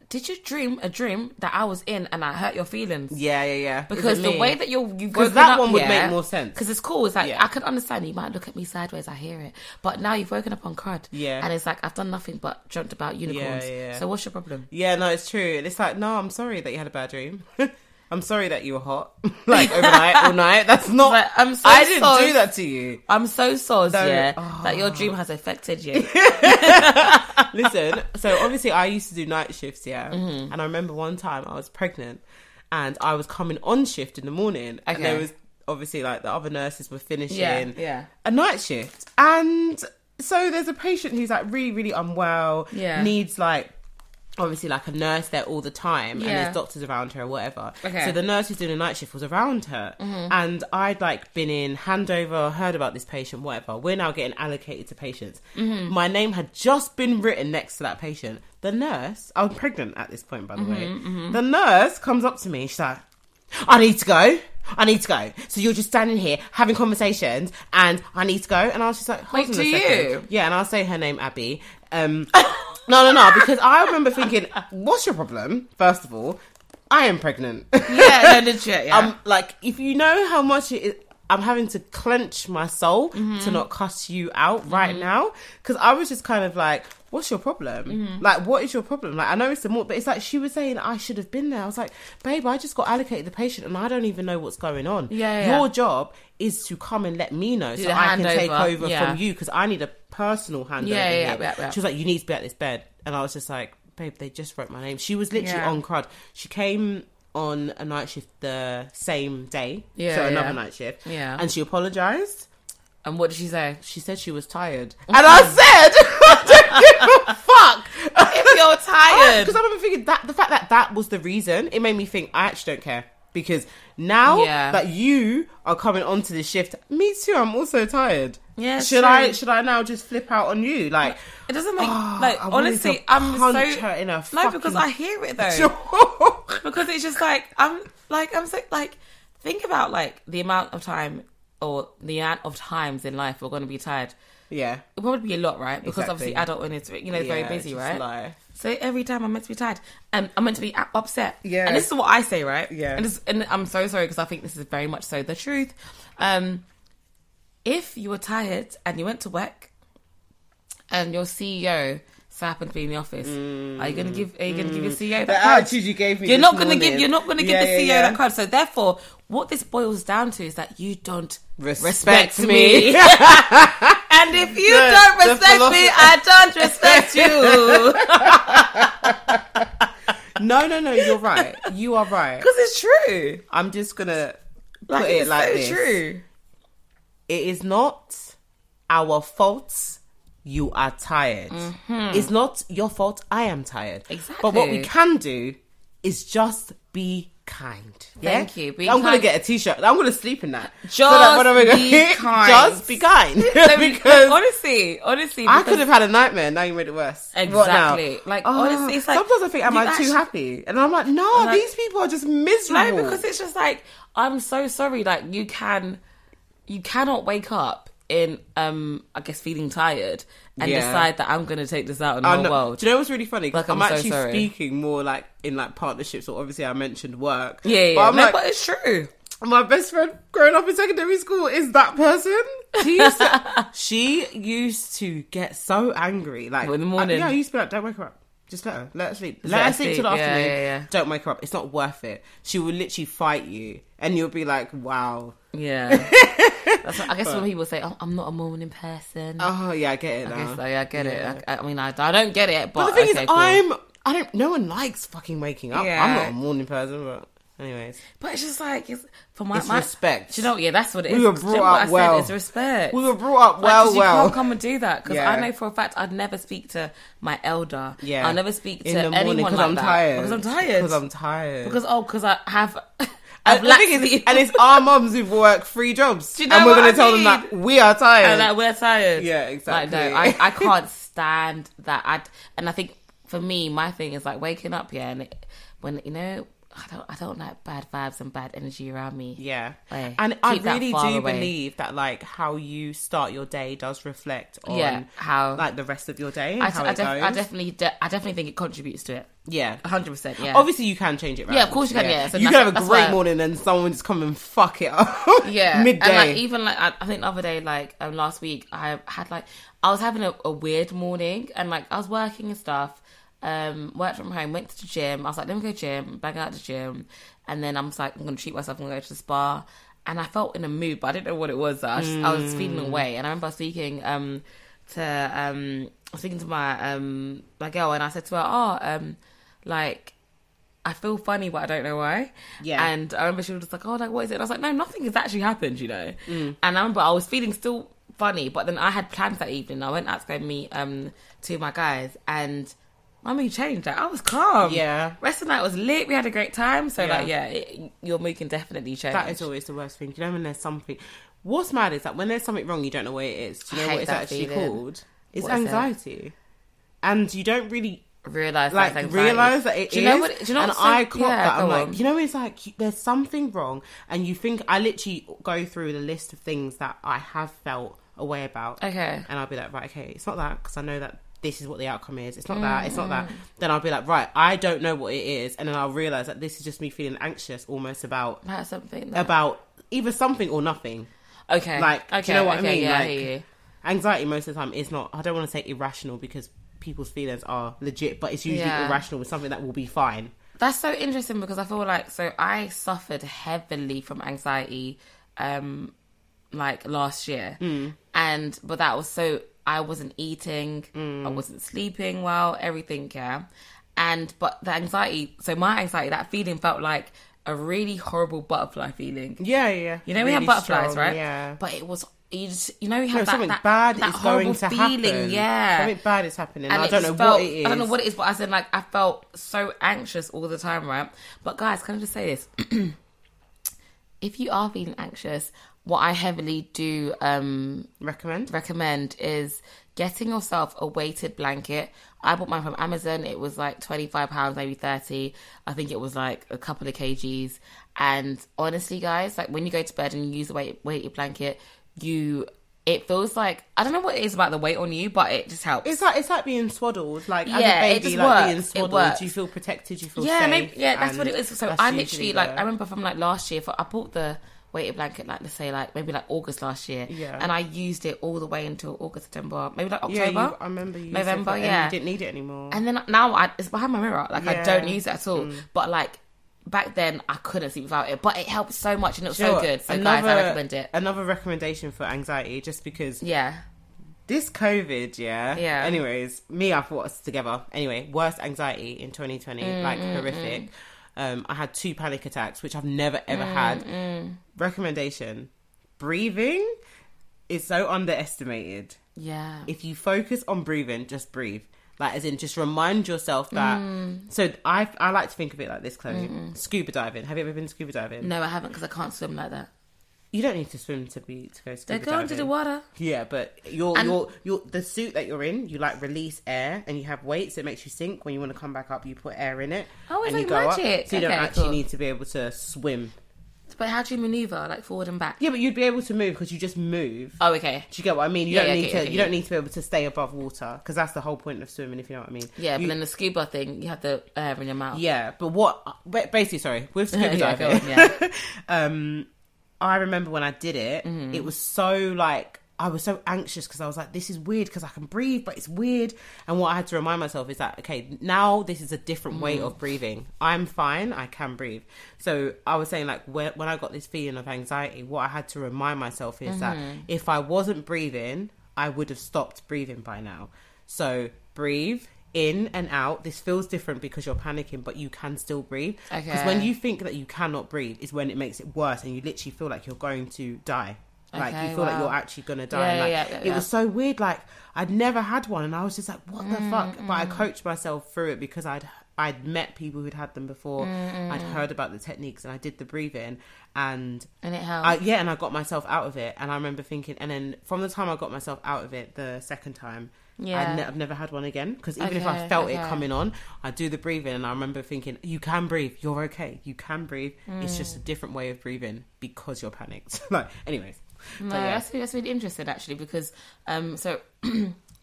[SPEAKER 1] did you dream a dream that I was in and I hurt your feelings?
[SPEAKER 2] Yeah, yeah, yeah.
[SPEAKER 1] Because the way that you're, you've
[SPEAKER 2] because
[SPEAKER 1] woken
[SPEAKER 2] that
[SPEAKER 1] up,
[SPEAKER 2] one would
[SPEAKER 1] yeah,
[SPEAKER 2] make more sense.
[SPEAKER 1] Because it's cool. It's like
[SPEAKER 2] Yeah.
[SPEAKER 1] I could understand. You might look at me sideways. I hear it, but now you've woken up on crud.
[SPEAKER 2] Yeah.
[SPEAKER 1] and it's like I've done nothing but dreamt about unicorns.
[SPEAKER 2] yeah.
[SPEAKER 1] So what's your problem?
[SPEAKER 2] Yeah, no, it's true. And It's like, no, I'm sorry that you had a bad dream. I'm sorry that you were hot, like overnight, all night. That's not.
[SPEAKER 1] Like, I'm so
[SPEAKER 2] I didn't
[SPEAKER 1] sorry.
[SPEAKER 2] do that to you.
[SPEAKER 1] I'm so soz,
[SPEAKER 2] No.
[SPEAKER 1] yeah,
[SPEAKER 2] Oh.
[SPEAKER 1] that your dream has affected you.
[SPEAKER 2] Listen, so obviously I used to do night shifts, yeah.
[SPEAKER 1] Mm-hmm.
[SPEAKER 2] And I remember one time I was pregnant and I was coming on shift in the morning. And there
[SPEAKER 1] Okay.
[SPEAKER 2] was obviously like the other nurses were finishing
[SPEAKER 1] Yeah, yeah.
[SPEAKER 2] a night shift. And so there's a patient who's like really, really unwell,
[SPEAKER 1] Yeah.
[SPEAKER 2] needs like obviously like a nurse there all the time and
[SPEAKER 1] Yeah.
[SPEAKER 2] there's doctors around her or whatever.
[SPEAKER 1] Okay.
[SPEAKER 2] So the nurse who's doing the night shift was around her and I'd like been in handover, heard about this patient, whatever. We're now getting allocated to patients. My name had just been written next to that patient. The nurse, I was pregnant at this point by the way. The nurse comes up to me, she's like, I need to go. I need to go. So you're just standing here having conversations and I need to go. And I was just like, Hold
[SPEAKER 1] Wait,
[SPEAKER 2] on
[SPEAKER 1] to
[SPEAKER 2] a
[SPEAKER 1] you?
[SPEAKER 2] second. Yeah, and I'll say her name Abby. Um, no, no, no, because I remember thinking, what's your problem? First of all, I am pregnant.
[SPEAKER 1] yeah, no, legit. Yeah.
[SPEAKER 2] um, like if you know how much it is. I'm having to clench my soul to
[SPEAKER 1] Mm-hmm.
[SPEAKER 2] not cuss you out right now because I was just kind of like, "What's your problem?
[SPEAKER 1] Mm-hmm.
[SPEAKER 2] Like, what is your problem? Like, I know it's the more, but it's like she was saying I should have been there. I was like, "Babe, I just got allocated the patient and I don't even know what's going on.
[SPEAKER 1] Yeah, yeah,
[SPEAKER 2] your
[SPEAKER 1] yeah.
[SPEAKER 2] job is to come and let me know so
[SPEAKER 1] the
[SPEAKER 2] I can take
[SPEAKER 1] handover,
[SPEAKER 2] over
[SPEAKER 1] yeah.
[SPEAKER 2] from you because I need a personal handover.
[SPEAKER 1] Yeah, yeah,
[SPEAKER 2] here.
[SPEAKER 1] yeah, yeah.
[SPEAKER 2] She was like, "You need to be at this bed," and I was just like, babe, they just wrote my name. She was literally
[SPEAKER 1] Yeah.
[SPEAKER 2] on crud. She came on a night shift the same day.
[SPEAKER 1] Yeah,
[SPEAKER 2] So another
[SPEAKER 1] yeah.
[SPEAKER 2] night shift.
[SPEAKER 1] Yeah.
[SPEAKER 2] And she apologized.
[SPEAKER 1] And what did she say?
[SPEAKER 2] She said she was tired. And I said, I don't give a fuck.
[SPEAKER 1] If you're tired.
[SPEAKER 2] Because Oh, I remember thinking that the fact that that was the reason, it made me think I actually don't care. Because now
[SPEAKER 1] Yeah.
[SPEAKER 2] that you are coming onto this shift, me too. I'm also tired.
[SPEAKER 1] Yeah,
[SPEAKER 2] Should
[SPEAKER 1] true.
[SPEAKER 2] I? Should I now just flip out on you? Like,
[SPEAKER 1] It doesn't make
[SPEAKER 2] oh,
[SPEAKER 1] like
[SPEAKER 2] I wanted to
[SPEAKER 1] honestly. I'm
[SPEAKER 2] punch
[SPEAKER 1] so
[SPEAKER 2] her in her
[SPEAKER 1] no because I hear it though. because it's just like I'm like I'm so like think about like the amount of time or the amount of times in life we're going to be tired.
[SPEAKER 2] yeah.
[SPEAKER 1] It would be a lot, right? Because obviously
[SPEAKER 2] Exactly.
[SPEAKER 1] adult when it's you know
[SPEAKER 2] yeah,
[SPEAKER 1] very busy,
[SPEAKER 2] just
[SPEAKER 1] right?
[SPEAKER 2] lie.
[SPEAKER 1] So every time I'm meant to be tired, um, I'm meant to be u- upset.
[SPEAKER 2] Yeah.
[SPEAKER 1] and this is what I say, right?
[SPEAKER 2] Yeah.
[SPEAKER 1] and, this, and I'm so sorry because I think this is very much so the truth. Um, if you were tired and you went to work, and your E CEO so happened to be in the office, are you gonna give? Are you gonna give your CEO
[SPEAKER 2] The
[SPEAKER 1] that card?
[SPEAKER 2] attitude you gave me.
[SPEAKER 1] You're
[SPEAKER 2] this
[SPEAKER 1] not gonna
[SPEAKER 2] morning.
[SPEAKER 1] give. You're not gonna give
[SPEAKER 2] Yeah,
[SPEAKER 1] the E
[SPEAKER 2] yeah,
[SPEAKER 1] CEO
[SPEAKER 2] yeah.
[SPEAKER 1] that card. So therefore, what this boils down to is that you don't
[SPEAKER 2] Respect
[SPEAKER 1] respect,
[SPEAKER 2] me.
[SPEAKER 1] me. and if you
[SPEAKER 2] The-
[SPEAKER 1] don't
[SPEAKER 2] the
[SPEAKER 1] respect me,
[SPEAKER 2] philosophy-
[SPEAKER 1] I don't respect you.
[SPEAKER 2] No, no, no. You're right. You are right.
[SPEAKER 1] Because it's true.
[SPEAKER 2] I'm just gonna
[SPEAKER 1] Like
[SPEAKER 2] put it
[SPEAKER 1] it's
[SPEAKER 2] like
[SPEAKER 1] so
[SPEAKER 2] this.
[SPEAKER 1] true.
[SPEAKER 2] it is not our fault you are tired. It's not your fault I am tired. But what we
[SPEAKER 1] Mm-hmm. Exactly.
[SPEAKER 2] can do is just be kind. Yeah?
[SPEAKER 1] Thank you. Be
[SPEAKER 2] I'm gonna
[SPEAKER 1] kind.
[SPEAKER 2] get a t-shirt. I'm gonna sleep in that. Just
[SPEAKER 1] Just be kind.
[SPEAKER 2] just be kind.
[SPEAKER 1] So,
[SPEAKER 2] because
[SPEAKER 1] honestly, honestly,
[SPEAKER 2] I
[SPEAKER 1] because-
[SPEAKER 2] could have had a nightmare. Now you made it worse. What now? Ah,
[SPEAKER 1] Exactly. Like, honestly, it's like-
[SPEAKER 2] sometimes I think am
[SPEAKER 1] you
[SPEAKER 2] I too
[SPEAKER 1] actually-
[SPEAKER 2] happy? And I'm like, no,
[SPEAKER 1] like-
[SPEAKER 2] these people are just miserable.
[SPEAKER 1] No, because it's just like I'm so sorry. Like you can, you cannot wake up in um, I guess feeling tired and
[SPEAKER 2] Yeah.
[SPEAKER 1] decide that I'm gonna take this out on the
[SPEAKER 2] I
[SPEAKER 1] whole
[SPEAKER 2] know-
[SPEAKER 1] world.
[SPEAKER 2] Do you know what's really funny? 'Cause
[SPEAKER 1] Oh, Like,
[SPEAKER 2] I'm,
[SPEAKER 1] I'm so
[SPEAKER 2] actually
[SPEAKER 1] sorry.
[SPEAKER 2] speaking more like in like partnerships. Or obviously, I mentioned work.
[SPEAKER 1] Yeah, yeah.
[SPEAKER 2] But I'm
[SPEAKER 1] no,
[SPEAKER 2] like,
[SPEAKER 1] but it's true.
[SPEAKER 2] my best friend growing up in secondary school is that person. She used to, she used to get so angry. Like
[SPEAKER 1] In the morning.
[SPEAKER 2] I, yeah, I used to be like, don't wake her up. Just let her. Let her sleep. Let,
[SPEAKER 1] let
[SPEAKER 2] her
[SPEAKER 1] her
[SPEAKER 2] sleep till
[SPEAKER 1] sleep.
[SPEAKER 2] the
[SPEAKER 1] Yeah,
[SPEAKER 2] afternoon.
[SPEAKER 1] yeah, yeah.
[SPEAKER 2] Don't wake her up. It's not worth it. She will literally fight you, and you'll be like, wow.
[SPEAKER 1] Yeah. That's what, I guess when people say, oh, "I'm not a morning person,"
[SPEAKER 2] Oh yeah, I get it now.
[SPEAKER 1] I guess, like, I get it. I, I mean, I, I don't get it, but,
[SPEAKER 2] But the thing
[SPEAKER 1] okay,
[SPEAKER 2] is,
[SPEAKER 1] cool.
[SPEAKER 2] I'm. I don't. No one likes fucking waking up. I'm
[SPEAKER 1] Yeah.
[SPEAKER 2] not a morning person, but anyways.
[SPEAKER 1] But it's just like it's, for my,
[SPEAKER 2] It's
[SPEAKER 1] my
[SPEAKER 2] respect.
[SPEAKER 1] Do you know? Yeah, that's what it is.
[SPEAKER 2] We were
[SPEAKER 1] 'Cause do you
[SPEAKER 2] brought
[SPEAKER 1] know what
[SPEAKER 2] up
[SPEAKER 1] I said?
[SPEAKER 2] well.
[SPEAKER 1] It's respect.
[SPEAKER 2] We were brought up
[SPEAKER 1] Like, 'cause
[SPEAKER 2] well,
[SPEAKER 1] you
[SPEAKER 2] well.
[SPEAKER 1] can't come and do that because
[SPEAKER 2] Yeah.
[SPEAKER 1] I know for a fact I'd never speak to my elder.
[SPEAKER 2] Yeah.
[SPEAKER 1] I'll never speak to
[SPEAKER 2] In the morning,
[SPEAKER 1] anyone
[SPEAKER 2] 'cause
[SPEAKER 1] like
[SPEAKER 2] I'm
[SPEAKER 1] that
[SPEAKER 2] tired.
[SPEAKER 1] because I'm tired.
[SPEAKER 2] Because I'm tired.
[SPEAKER 1] because oh, because I have. I've
[SPEAKER 2] and, the thing
[SPEAKER 1] laxed
[SPEAKER 2] is,
[SPEAKER 1] the-
[SPEAKER 2] and it's our mums who've worked three jobs,
[SPEAKER 1] Do you know
[SPEAKER 2] and we're
[SPEAKER 1] what I
[SPEAKER 2] gonna tell them
[SPEAKER 1] mean?
[SPEAKER 2] that we are tired.
[SPEAKER 1] And, like we're tired.
[SPEAKER 2] Yeah,
[SPEAKER 1] Like,
[SPEAKER 2] exactly.
[SPEAKER 1] no, I, I can't stand that. I and I think for me, my thing is like waking up. Yeah, and it, when you know, I don't, I don't like bad vibes and bad energy around me.
[SPEAKER 2] yeah,
[SPEAKER 1] Like,
[SPEAKER 2] and I
[SPEAKER 1] keep that
[SPEAKER 2] really do
[SPEAKER 1] far away.
[SPEAKER 2] believe that like how you start your day does reflect on
[SPEAKER 1] Yeah, how-
[SPEAKER 2] like the rest of your day and
[SPEAKER 1] I,
[SPEAKER 2] how
[SPEAKER 1] I,
[SPEAKER 2] it
[SPEAKER 1] def-
[SPEAKER 2] goes.
[SPEAKER 1] I definitely, de- I definitely think it contributes to it.
[SPEAKER 2] yeah.
[SPEAKER 1] hundred percent. Yeah.
[SPEAKER 2] Obviously, you can change it. Round.
[SPEAKER 1] Yeah, of course you can, yeah. So
[SPEAKER 2] you
[SPEAKER 1] that's-
[SPEAKER 2] can have a
[SPEAKER 1] that's
[SPEAKER 2] great
[SPEAKER 1] why-
[SPEAKER 2] morning, and someone just come and fuck it up.
[SPEAKER 1] yeah.
[SPEAKER 2] midday.
[SPEAKER 1] And like even like I, I think the other day, like um, last week, I had like I was having a, a weird morning, and like I was working and stuff. Um, worked from home, went to the gym. I was like, let me go gym, bang out the gym, and then I'm just like, I'm gonna treat myself. I'm gonna go to the spa. And I felt in a mood, but I didn't know what it was. I was, I was feeling away, and I remember speaking um to um I was speaking to my um my girl, and I said to her, oh um like I feel funny, but I don't know why.
[SPEAKER 2] Yeah.
[SPEAKER 1] And I remember she was just like, oh, like, what is it? And I was like, no, nothing has actually happened, you know?
[SPEAKER 2] Mm.
[SPEAKER 1] And I remember I was feeling still funny, but then I had plans that evening. I went out to go meet um, two of my guys, and my mood changed. Like, I was calm.
[SPEAKER 2] Yeah.
[SPEAKER 1] Rest of the night was lit. We had a great time. So,
[SPEAKER 2] Yeah.
[SPEAKER 1] like, yeah, it, your mood can definitely change.
[SPEAKER 2] That is always the worst thing. Do you know when there's something? What's mad is that when there's something wrong, you don't know what it is. Do you
[SPEAKER 1] I
[SPEAKER 2] know
[SPEAKER 1] hate
[SPEAKER 2] what it's
[SPEAKER 1] that
[SPEAKER 2] actually
[SPEAKER 1] feeling.
[SPEAKER 2] called? It's
[SPEAKER 1] What is it?
[SPEAKER 2] anxiety, and you don't really
[SPEAKER 1] Realize
[SPEAKER 2] like
[SPEAKER 1] that's anxiety.
[SPEAKER 2] realize that it is.
[SPEAKER 1] Do you know what? Do you know
[SPEAKER 2] and
[SPEAKER 1] what's so-
[SPEAKER 2] I clock
[SPEAKER 1] yeah,
[SPEAKER 2] that. I'm
[SPEAKER 1] go
[SPEAKER 2] like,
[SPEAKER 1] on.
[SPEAKER 2] you know, it's like you- there's something wrong, and you think I literally go through the list of things that I have felt away about.
[SPEAKER 1] Okay.
[SPEAKER 2] and I'll be like, right, okay, it's not that because I know that. This is what the outcome is. It's not that. It's not that.
[SPEAKER 1] Mm-hmm.
[SPEAKER 2] Then I'll be like, right, I don't know what it is, and then I'll realize that this is just me feeling anxious, almost about
[SPEAKER 1] About something. that-
[SPEAKER 2] about either something or nothing.
[SPEAKER 1] okay.
[SPEAKER 2] like, do
[SPEAKER 1] okay.
[SPEAKER 2] you know what I
[SPEAKER 1] okay,
[SPEAKER 2] mean?
[SPEAKER 1] Yeah, I
[SPEAKER 2] Like,
[SPEAKER 1] hear you.
[SPEAKER 2] Anxiety most of the time is not. I don't want to say irrational because people's feelings are legit, but it's usually
[SPEAKER 1] Yeah.
[SPEAKER 2] irrational with something that will be fine.
[SPEAKER 1] That's so interesting because I feel like so I suffered heavily from anxiety um like last year.
[SPEAKER 2] Mm.
[SPEAKER 1] And but
[SPEAKER 2] Mm.
[SPEAKER 1] that was so I wasn't eating, I wasn't sleeping well, everything, yeah. and but the anxiety. So my anxiety, that feeling felt like a really horrible butterfly feeling.
[SPEAKER 2] Yeah, yeah.
[SPEAKER 1] You know, we have
[SPEAKER 2] Really
[SPEAKER 1] butterflies,
[SPEAKER 2] strong,
[SPEAKER 1] right?
[SPEAKER 2] Yeah.
[SPEAKER 1] But it was you just you know we
[SPEAKER 2] No,
[SPEAKER 1] have that,
[SPEAKER 2] something
[SPEAKER 1] that
[SPEAKER 2] bad
[SPEAKER 1] that
[SPEAKER 2] is going
[SPEAKER 1] horrible
[SPEAKER 2] to
[SPEAKER 1] feeling,
[SPEAKER 2] happen.
[SPEAKER 1] yeah.
[SPEAKER 2] Something bad is happening. I
[SPEAKER 1] it
[SPEAKER 2] don't know
[SPEAKER 1] just felt-
[SPEAKER 2] what it is.
[SPEAKER 1] I don't know what it is, but I said like I felt so anxious all the time, right? But guys, can I just say this? if you are feeling anxious, what I heavily do um
[SPEAKER 2] Recommend?
[SPEAKER 1] recommend is getting yourself a weighted blanket. I bought mine from Amazon. It was like twenty five pounds, maybe thirty. I think it was like a couple of kgs. And honestly, guys, like when you go to bed and you use a weight, weighted blanket, you it feels like I don't know what it is about the weight on you, but it just helps.
[SPEAKER 2] It's like it's like being swaddled. Like as
[SPEAKER 1] Yeah,
[SPEAKER 2] a
[SPEAKER 1] it
[SPEAKER 2] baby,
[SPEAKER 1] just
[SPEAKER 2] like being
[SPEAKER 1] works. It
[SPEAKER 2] swaddled,
[SPEAKER 1] works.
[SPEAKER 2] you feel protected. You feel
[SPEAKER 1] yeah,
[SPEAKER 2] safe.
[SPEAKER 1] maybe, yeah, that's what it
[SPEAKER 2] and
[SPEAKER 1] is. So
[SPEAKER 2] that's
[SPEAKER 1] I
[SPEAKER 2] usually
[SPEAKER 1] literally like
[SPEAKER 2] the-
[SPEAKER 1] I remember from like last year. For, I bought the weighted blanket like let's say like maybe like August last year,
[SPEAKER 2] Yeah.
[SPEAKER 1] and I used it all the way until August, September, maybe like October.
[SPEAKER 2] yeah, you, I remember you said
[SPEAKER 1] November,
[SPEAKER 2] that, and
[SPEAKER 1] yeah.
[SPEAKER 2] you didn't need it anymore.
[SPEAKER 1] And then now I, it's behind my mirror. Like I
[SPEAKER 2] Yeah. Mm.
[SPEAKER 1] don't use it at all. But like back then, I couldn't sleep without it. But it helped so much and it was
[SPEAKER 2] You know
[SPEAKER 1] so
[SPEAKER 2] what?
[SPEAKER 1] good. So guys, I
[SPEAKER 2] Another-
[SPEAKER 1] recommend it.
[SPEAKER 2] Another recommendation for anxiety, just because
[SPEAKER 1] Yeah,
[SPEAKER 2] this COVID, yeah.
[SPEAKER 1] Yeah.
[SPEAKER 2] Anyways, me, I thought us together. Anyway, worst anxiety in 2020,
[SPEAKER 1] Mm,
[SPEAKER 2] like horrific. Um, I had two panic attacks, which I've never ever
[SPEAKER 1] Mm,
[SPEAKER 2] had. Recommendation: breathing is so underestimated.
[SPEAKER 1] yeah,
[SPEAKER 2] If you focus on breathing, just breathe. Like, as in, just remind yourself that.
[SPEAKER 1] Mm.
[SPEAKER 2] So, I I like to think of it like this, Chloe. Scuba diving. Have you ever been scuba diving?
[SPEAKER 1] no, I haven't because I can't swim like that.
[SPEAKER 2] You don't need to swim to be to go
[SPEAKER 1] They
[SPEAKER 2] scuba
[SPEAKER 1] go into
[SPEAKER 2] diving.
[SPEAKER 1] the water.
[SPEAKER 2] Yeah, but your
[SPEAKER 1] And-
[SPEAKER 2] your your the suit that you're in, you like release air and you have weights. It makes you sink. When you want to come back up, you put air in it.
[SPEAKER 1] Oh, it's
[SPEAKER 2] and you
[SPEAKER 1] like
[SPEAKER 2] go up.
[SPEAKER 1] magic.
[SPEAKER 2] so you don't
[SPEAKER 1] Okay,
[SPEAKER 2] actually
[SPEAKER 1] cool.
[SPEAKER 2] need to be able to swim.
[SPEAKER 1] But how do you maneuver like forward and back?
[SPEAKER 2] Yeah, but you'd be able to move because you just move.
[SPEAKER 1] Oh, okay.
[SPEAKER 2] Do you get what I mean? You
[SPEAKER 1] Yeah,
[SPEAKER 2] don't
[SPEAKER 1] yeah,
[SPEAKER 2] need
[SPEAKER 1] okay,
[SPEAKER 2] to.
[SPEAKER 1] okay,
[SPEAKER 2] you
[SPEAKER 1] yeah.
[SPEAKER 2] don't need to be able to stay above water because that's the whole point of swimming. If you know what I mean?
[SPEAKER 1] Yeah,
[SPEAKER 2] You-
[SPEAKER 1] but then the scuba thing, you have the air in your mouth.
[SPEAKER 2] yeah, but what? ba- Basically, sorry, with scuba
[SPEAKER 1] Yeah, go
[SPEAKER 2] diving,
[SPEAKER 1] on, yeah.
[SPEAKER 2] um, I remember when I did it, it was so like I was so anxious because I was like, this is weird because I can breathe, but it's weird. And what I had to remind myself is that okay, now this is a different way of breathing. I'm fine, I can breathe. So I was saying like when, when I got this feeling of anxiety, what I had to remind myself is that if I wasn't breathing, I would have stopped breathing by now. So breathe. In and out. This feels different because you're panicking, but you can still breathe. Because when
[SPEAKER 1] Okay.
[SPEAKER 2] you you think that you cannot breathe is when it makes it worse and you literally feel like you're going to die like
[SPEAKER 1] Okay,
[SPEAKER 2] you feel like
[SPEAKER 1] wow.
[SPEAKER 2] you're actually gonna die
[SPEAKER 1] Yeah,
[SPEAKER 2] and, like,
[SPEAKER 1] yeah, yeah,
[SPEAKER 2] it
[SPEAKER 1] yeah.
[SPEAKER 2] was so weird like i'd never had one and i was just like what the fuck
[SPEAKER 1] Mm,
[SPEAKER 2] but i coached myself through it because i'd i'd met people who'd had them before
[SPEAKER 1] Mm,
[SPEAKER 2] i'd heard about the techniques and i did the breathing and
[SPEAKER 1] and it helps.
[SPEAKER 2] I, yeah, and I got myself out of it, and I remember thinking, and then from the time I got myself out of it, the second time, I
[SPEAKER 1] Yeah.
[SPEAKER 2] ne- I've never had one again because even if I
[SPEAKER 1] Okay,
[SPEAKER 2] felt it
[SPEAKER 1] okay.
[SPEAKER 2] coming on, I do the breathing, and I remember thinking, you can breathe, you're okay, you can breathe. It's just a
[SPEAKER 1] Mm.
[SPEAKER 2] different way of breathing because you're panicked. like, anyways,
[SPEAKER 1] No,
[SPEAKER 2] but yeah,
[SPEAKER 1] that's that's really interesting actually because um so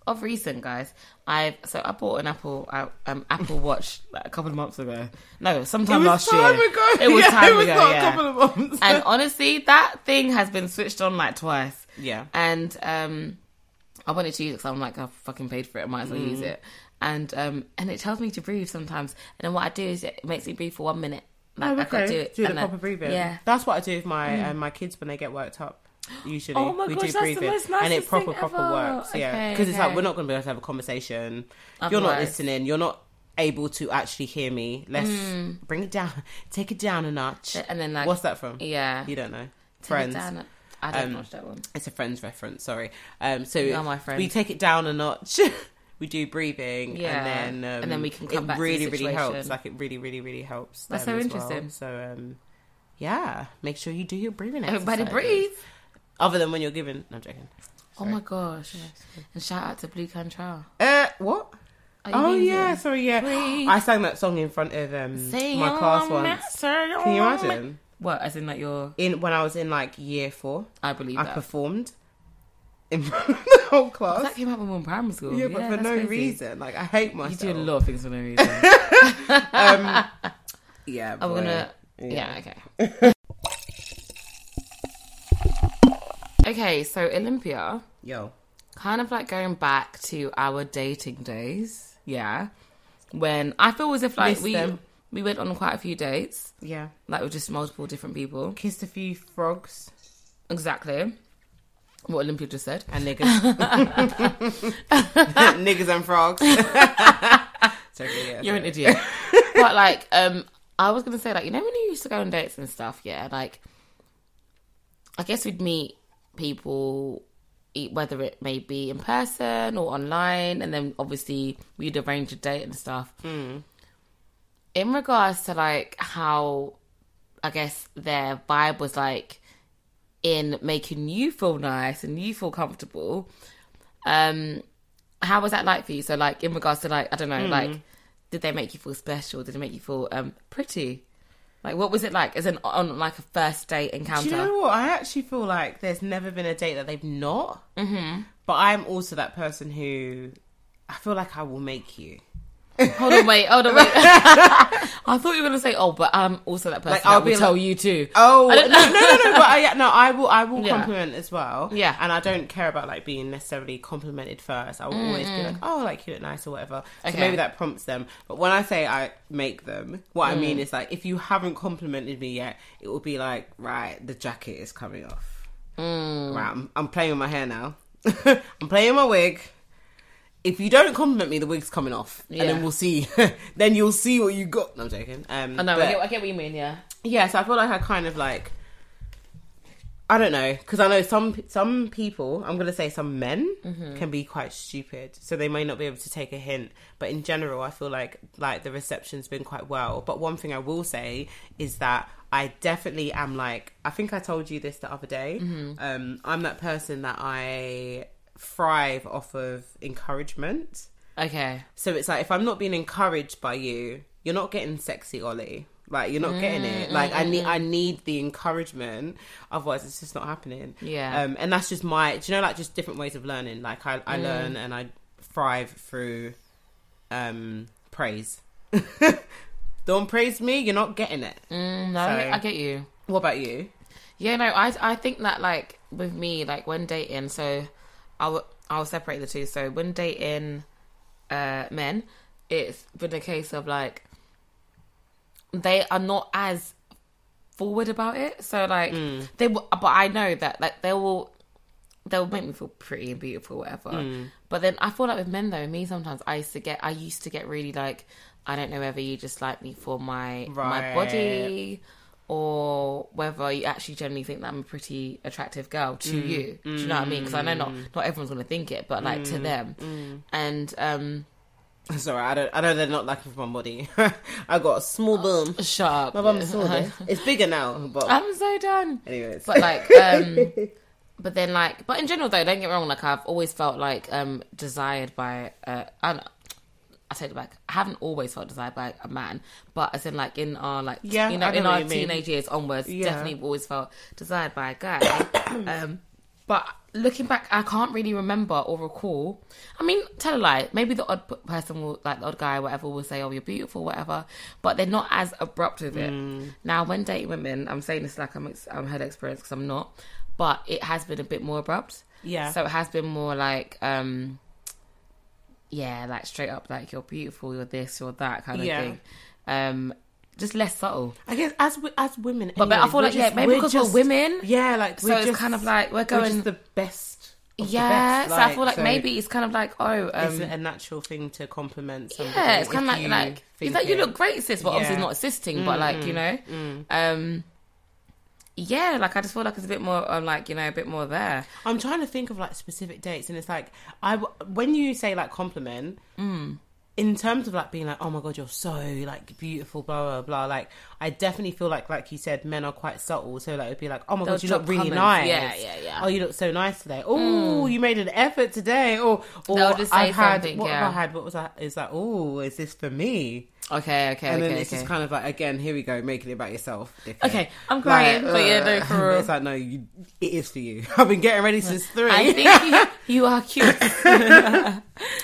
[SPEAKER 1] of recent guys I've so I bought an Apple uh, um Apple Watch like, a couple of months ago no sometime last year it was
[SPEAKER 2] Yeah,
[SPEAKER 1] time
[SPEAKER 2] it was
[SPEAKER 1] ago
[SPEAKER 2] not
[SPEAKER 1] yeah.
[SPEAKER 2] a couple of months.
[SPEAKER 1] and honestly that thing has been switched on like twice
[SPEAKER 2] yeah,
[SPEAKER 1] and um I wanted to use it because I'm like I fucking paid for it I might as well use
[SPEAKER 2] Mm.
[SPEAKER 1] it and um and it tells me to breathe sometimes and then what I do is it makes me breathe for one minute like I could do it
[SPEAKER 2] Do the
[SPEAKER 1] and I-
[SPEAKER 2] proper breathing.
[SPEAKER 1] yeah Mm.
[SPEAKER 2] that's what I do with my um, my kids when they get worked up. Usually,
[SPEAKER 1] Oh my
[SPEAKER 2] we
[SPEAKER 1] gosh, that's
[SPEAKER 2] do
[SPEAKER 1] the
[SPEAKER 2] breathing,
[SPEAKER 1] most
[SPEAKER 2] and it
[SPEAKER 1] nicest
[SPEAKER 2] proper
[SPEAKER 1] thing
[SPEAKER 2] proper
[SPEAKER 1] ever.
[SPEAKER 2] works. Yeah,
[SPEAKER 1] Okay,
[SPEAKER 2] because it's like
[SPEAKER 1] okay.
[SPEAKER 2] we're not going to be able to have a conversation. You're not
[SPEAKER 1] Otherwise.
[SPEAKER 2] listening. You're not able to actually hear me. Let's
[SPEAKER 1] Mm.
[SPEAKER 2] bring it down. Take it down a notch.
[SPEAKER 1] and then like
[SPEAKER 2] What's that from?
[SPEAKER 1] yeah
[SPEAKER 2] You don't know.
[SPEAKER 1] Take it
[SPEAKER 2] Friends.
[SPEAKER 1] down. I don't
[SPEAKER 2] Um,
[SPEAKER 1] watch that one.
[SPEAKER 2] It's a friends reference. Sorry. Um. So
[SPEAKER 1] are my friend.
[SPEAKER 2] we take it down a notch. we do breathing,
[SPEAKER 1] Yeah,
[SPEAKER 2] and then um,
[SPEAKER 1] and then we can come
[SPEAKER 2] it
[SPEAKER 1] back to the
[SPEAKER 2] Really, really helps.
[SPEAKER 1] situation.
[SPEAKER 2] Like it really, really, really helps.
[SPEAKER 1] That's
[SPEAKER 2] them
[SPEAKER 1] so
[SPEAKER 2] as well.
[SPEAKER 1] interesting.
[SPEAKER 2] So um, yeah, make sure you do your breathing.
[SPEAKER 1] Everybody
[SPEAKER 2] exercises.
[SPEAKER 1] breathe.
[SPEAKER 2] Other than when you're given. No, I'm joking.
[SPEAKER 1] Oh my gosh. And shout out to Blue Cantrell.
[SPEAKER 2] Uh, what?
[SPEAKER 1] Are you
[SPEAKER 2] Oh
[SPEAKER 1] leaving?
[SPEAKER 2] yeah, sorry, yeah.
[SPEAKER 1] Breathe.
[SPEAKER 2] I sang that song in front of um
[SPEAKER 1] Sing
[SPEAKER 2] my class
[SPEAKER 1] along,
[SPEAKER 2] once.
[SPEAKER 1] sing
[SPEAKER 2] Can you
[SPEAKER 1] along.
[SPEAKER 2] imagine?
[SPEAKER 1] What, as in like your
[SPEAKER 2] In when I was in like year four,
[SPEAKER 1] I believe
[SPEAKER 2] I
[SPEAKER 1] that.
[SPEAKER 2] performed in front of the whole class.
[SPEAKER 1] that came out when we were in primary school.
[SPEAKER 2] Yeah, but for
[SPEAKER 1] that's
[SPEAKER 2] no
[SPEAKER 1] crazy.
[SPEAKER 2] reason. Like I hate
[SPEAKER 1] You
[SPEAKER 2] myself.
[SPEAKER 1] do a lot of things for no reason.
[SPEAKER 2] Um, yeah,
[SPEAKER 1] I'm
[SPEAKER 2] boy.
[SPEAKER 1] gonna Yeah, okay. okay, so Olympia,
[SPEAKER 2] Yo,
[SPEAKER 1] kind of like going back to our dating days, yeah. When I feel as if like
[SPEAKER 2] Miss
[SPEAKER 1] we
[SPEAKER 2] them.
[SPEAKER 1] we went on quite a few dates,
[SPEAKER 2] yeah.
[SPEAKER 1] like with just multiple different people.
[SPEAKER 2] Kissed a few frogs
[SPEAKER 1] Exactly. What Olympia just said.
[SPEAKER 2] and niggas, niggas and frogs. to Technically, yeah.
[SPEAKER 1] You're an idiot. but like, um, I was gonna say like, you know when you used to go on dates and stuff, yeah, like I guess we'd meet people e- whether it may be in person or online and then obviously we'd arrange a date and stuff. In regards to like how I guess their vibe was like in making you feel nice and you feel comfortable. Um how was that like for you? So like in regards to like I don't know,
[SPEAKER 2] Hmm.
[SPEAKER 1] like did they make you feel special? Did it make you feel um pretty? Like what was it like as an on like a first date encounter?
[SPEAKER 2] Do you know what? I actually feel like there's never been a date that they've not. Mm-hmm. But I'm also that person who I feel like I will make you.
[SPEAKER 1] Hold on, wait, hold on, wait. I thought you were gonna say, oh, but I'm also that person.
[SPEAKER 2] I'll
[SPEAKER 1] that
[SPEAKER 2] be
[SPEAKER 1] will
[SPEAKER 2] like-
[SPEAKER 1] tell you too.
[SPEAKER 2] Oh
[SPEAKER 1] I
[SPEAKER 2] no, no,
[SPEAKER 1] don't-
[SPEAKER 2] no, no! But I, yeah, no, I will, I will
[SPEAKER 1] Yeah.
[SPEAKER 2] compliment as well.
[SPEAKER 1] Yeah.
[SPEAKER 2] and I don't care about like being necessarily complimented first. I will always be like, oh, like you look nice or whatever. So
[SPEAKER 1] Okay.
[SPEAKER 2] maybe that prompts them. But when I say I make them, what I mean
[SPEAKER 1] Mm.
[SPEAKER 2] is like, if you haven't complimented me yet, it will be like, right, the jacket is coming off.
[SPEAKER 1] Mm.
[SPEAKER 2] Right, I'm, I'm playing with my hair now. I'm playing my wig. If you don't compliment me, the wig's coming off, and
[SPEAKER 1] Yeah. Oh,
[SPEAKER 2] then we'll see. then you'll see what you got. No, I'm joking. Um,
[SPEAKER 1] I know,
[SPEAKER 2] but-
[SPEAKER 1] I, get, I get what you mean, yeah.
[SPEAKER 2] yeah, so I feel like I kind of like I don't know because I know some some people I'm gonna say some men can be quite stupid, so they may not be able to take a hint. But in general, I feel like like the reception's been quite well. But one thing I will say is that I definitely am like I think I told you this the other day. Um, I'm that person that I thrive off of encouragement.
[SPEAKER 1] Okay.
[SPEAKER 2] So it's like if I'm not being encouraged by you, you're not getting sexy, Ollie. Like you're not getting
[SPEAKER 1] Mm,
[SPEAKER 2] it. Like I need, I need the encouragement. Otherwise, it's just not happening.
[SPEAKER 1] Yeah.
[SPEAKER 2] Um, and that's just my, do you know, like just different ways of learning. Like I,
[SPEAKER 1] Mm.
[SPEAKER 2] I learn and I thrive through um praise. Don't praise me. You're not getting it.
[SPEAKER 1] Mm, no, I
[SPEAKER 2] So-
[SPEAKER 1] I get you.
[SPEAKER 2] What about you?
[SPEAKER 1] Yeah, no, I I think that like with me, like when dating, so I'll I'll separate the two. So when dating uh men, it's been a case of like they are not as forward about it. So like they will, but I know that like they will they'll make me feel pretty and beautiful, whatever. But then I feel like with men though, me sometimes I used to get I used to get really like I don't know whether you just like me for my my
[SPEAKER 2] Right.
[SPEAKER 1] body or whether you actually generally think that I'm a pretty attractive girl to you. Do you know what I mean? Because I know not not everyone's gonna think it, but like to them. And um,
[SPEAKER 2] Sorry, I don't. I know they're not looking for my body. I got a small
[SPEAKER 1] Oh.
[SPEAKER 2] bum.
[SPEAKER 1] shut up.
[SPEAKER 2] My bum's smaller. It's bigger now, but
[SPEAKER 1] I'm so done.
[SPEAKER 2] anyways.
[SPEAKER 1] But like, um, but then like, but in general though, don't get me wrong. Like I've always felt like um desired by uh, I, I take it back. I haven't always felt desired by a man, but as in like in our like
[SPEAKER 2] Yeah,
[SPEAKER 1] you know
[SPEAKER 2] I know
[SPEAKER 1] in
[SPEAKER 2] what
[SPEAKER 1] our
[SPEAKER 2] you mean.
[SPEAKER 1] teenage years onwards,
[SPEAKER 2] Yeah.
[SPEAKER 1] definitely we've always felt desired by a guy. um, but looking back, I can't really remember or recall. I mean, tell a lie. Maybe the odd p- person will, like the odd guy, whatever, will say, "Oh, you're beautiful," whatever. But they're not as abrupt with it.
[SPEAKER 2] Mm.
[SPEAKER 1] Now, when dating women, I'm saying this like I'm ex- I'm head experience because I'm not, but it has been a bit more abrupt.
[SPEAKER 2] Yeah.
[SPEAKER 1] So it has been more like, um, yeah, like straight up, like you're beautiful, you're this, you're that kind of
[SPEAKER 2] Yeah.
[SPEAKER 1] thing. Um, just less subtle.
[SPEAKER 2] I guess as wi- as women,
[SPEAKER 1] But, but I
[SPEAKER 2] anyway,
[SPEAKER 1] feel
[SPEAKER 2] we're
[SPEAKER 1] like yeah,
[SPEAKER 2] just-
[SPEAKER 1] maybe because
[SPEAKER 2] just-
[SPEAKER 1] we're women,
[SPEAKER 2] Yeah, like
[SPEAKER 1] so it's kind of like we're
[SPEAKER 2] we're
[SPEAKER 1] going
[SPEAKER 2] just the best. of the
[SPEAKER 1] yeah,
[SPEAKER 2] best,
[SPEAKER 1] so I feel like
[SPEAKER 2] so
[SPEAKER 1] maybe it's kind of like oh,
[SPEAKER 2] it's
[SPEAKER 1] um,
[SPEAKER 2] a natural thing to compliment. Somebody
[SPEAKER 1] yeah, it's kind of
[SPEAKER 2] if
[SPEAKER 1] like
[SPEAKER 2] you
[SPEAKER 1] like it's
[SPEAKER 2] think
[SPEAKER 1] like you
[SPEAKER 2] it-
[SPEAKER 1] look great, sis, but obviously
[SPEAKER 2] Yeah.
[SPEAKER 1] not assisting, but like you know, um, yeah, like I just feel like it's a bit more, um, like you know, a bit more there.
[SPEAKER 2] I'm trying to think of like specific dates, and it's like I w- when you say like compliment.
[SPEAKER 1] Mm.
[SPEAKER 2] In terms of like being like, oh my god, you're so like beautiful, blah blah blah. Like, I definitely feel like, like you said, men are quite subtle. So like, it'd be like, oh my
[SPEAKER 1] They'll
[SPEAKER 2] god, you look
[SPEAKER 1] drop
[SPEAKER 2] really
[SPEAKER 1] comments.
[SPEAKER 2] nice.
[SPEAKER 1] Yeah, yeah, yeah. Mm.
[SPEAKER 2] Oh, you look so nice today. Oh, you made an effort today. Or, or
[SPEAKER 1] They'll just say
[SPEAKER 2] I've had
[SPEAKER 1] something,
[SPEAKER 2] what
[SPEAKER 1] yeah.
[SPEAKER 2] have I had? What was that? It's like, oh, is this for me?
[SPEAKER 1] Okay, okay,
[SPEAKER 2] and
[SPEAKER 1] okay,
[SPEAKER 2] then
[SPEAKER 1] okay.
[SPEAKER 2] it's just kind of like again here we go making it about yourself dickhead. uh,
[SPEAKER 1] Okay, I'm crying, but yeah, no, for real.
[SPEAKER 2] it's like no you, it is for you i've been getting ready since three
[SPEAKER 1] I think you, you are cute.